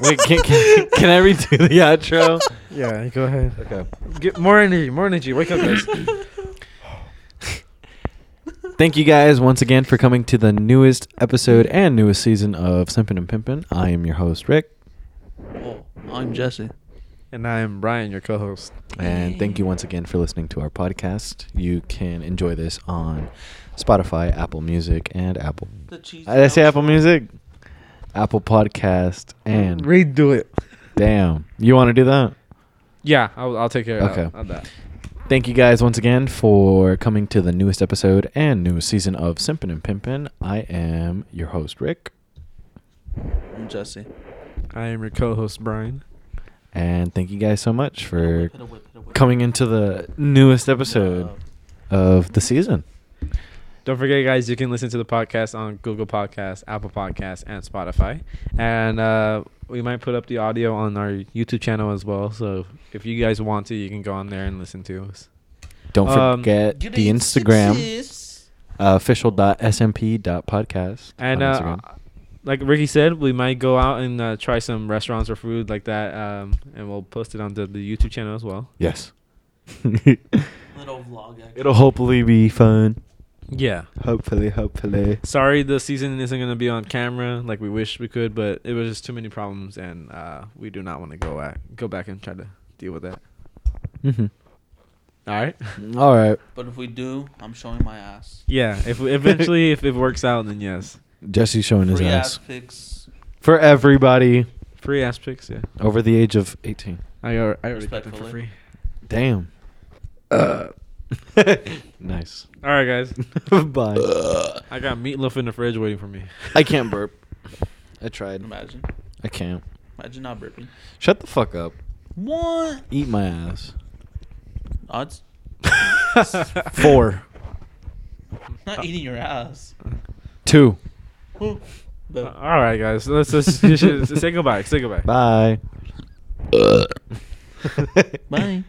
[SPEAKER 1] Wait, can, can, can I redo the outro?
[SPEAKER 3] Yeah, go ahead.
[SPEAKER 1] Okay.
[SPEAKER 3] Get more energy, more energy. Wake up, guys.
[SPEAKER 1] Thank you guys once again for coming to the newest episode and newest season of Simpin' and Pimpin'. I am your host, Rick.
[SPEAKER 2] Oh, I'm Jesse.
[SPEAKER 3] and I am Brian, your co-host.
[SPEAKER 1] And thank you once again for listening to our podcast. You can enjoy this on Spotify, Apple Music, and Apple.
[SPEAKER 2] The cheesy
[SPEAKER 1] Did I say
[SPEAKER 2] outro.
[SPEAKER 1] Apple Music? Apple Podcast and
[SPEAKER 3] Redo it.
[SPEAKER 1] damn, you want to do that?
[SPEAKER 3] Yeah, I'll, I'll take care of,
[SPEAKER 1] Okay.
[SPEAKER 3] of that.
[SPEAKER 1] Thank you guys once again for coming to the newest episode and newest season of Simpin' and Pimpin'. I am your host Rick,
[SPEAKER 2] I'm Jesse.
[SPEAKER 3] I am your co-host, Brian.
[SPEAKER 1] and thank you guys so much for
[SPEAKER 2] Hit a whip, hit a whip.
[SPEAKER 1] coming into the newest episode of the season.
[SPEAKER 3] Don't forget, guys, you can listen to the podcast on Google Podcasts, Apple Podcasts, and Spotify. And uh, we might put up the audio on our YouTube channel as well. So if you guys want to, you can go on there and listen to us.
[SPEAKER 1] Don't
[SPEAKER 3] Um,
[SPEAKER 1] forget
[SPEAKER 2] Give
[SPEAKER 1] the
[SPEAKER 2] me
[SPEAKER 1] Instagram.
[SPEAKER 2] sixes.
[SPEAKER 1] official.smp.podcast. on
[SPEAKER 3] And uh,
[SPEAKER 1] Instagram.
[SPEAKER 3] like Ricky said, we might go out and uh, try some restaurants or food like that. Um, and we'll post it on the, the YouTube channel as well.
[SPEAKER 1] yes.
[SPEAKER 2] Little vlog action.
[SPEAKER 1] It'll hopefully be fun.
[SPEAKER 3] Yeah.
[SPEAKER 1] Hopefully, hopefully.
[SPEAKER 3] Sorry, the season isn't gonna be on camera like we wish we could, but it was just too many problems, and uh, we do not want to go at, go back and try to deal with that. All right.
[SPEAKER 1] Mm-hmm. All right.
[SPEAKER 2] But if we do, I'm showing my ass.
[SPEAKER 3] Yeah. If we, eventually, if it works out, then yes.
[SPEAKER 1] Jesse's showing his
[SPEAKER 2] Free
[SPEAKER 1] ass.
[SPEAKER 2] ass pics.
[SPEAKER 1] For everybody
[SPEAKER 3] Free ass picks. Yeah.
[SPEAKER 1] over the age of 18.
[SPEAKER 3] I already, I already got them for
[SPEAKER 2] Respectfully.
[SPEAKER 3] free.
[SPEAKER 1] Damn. nice.
[SPEAKER 3] All right, guys.
[SPEAKER 1] Bye.
[SPEAKER 3] I got meatloaf in the fridge waiting for me.
[SPEAKER 1] I can't burp. I tried.
[SPEAKER 2] Imagine.
[SPEAKER 1] I can't.
[SPEAKER 2] Imagine not burping.
[SPEAKER 1] Shut the fuck up.
[SPEAKER 2] What?
[SPEAKER 1] Eat my ass.
[SPEAKER 2] Odds?
[SPEAKER 1] Four.
[SPEAKER 3] Uh,
[SPEAKER 2] Not eating your ass.
[SPEAKER 1] Two.
[SPEAKER 2] Who?
[SPEAKER 3] uh, All
[SPEAKER 2] But
[SPEAKER 3] right, guys. Let's just,
[SPEAKER 1] uh.
[SPEAKER 3] you should- say goodbye. Say goodbye.
[SPEAKER 1] Bye.
[SPEAKER 2] Bye.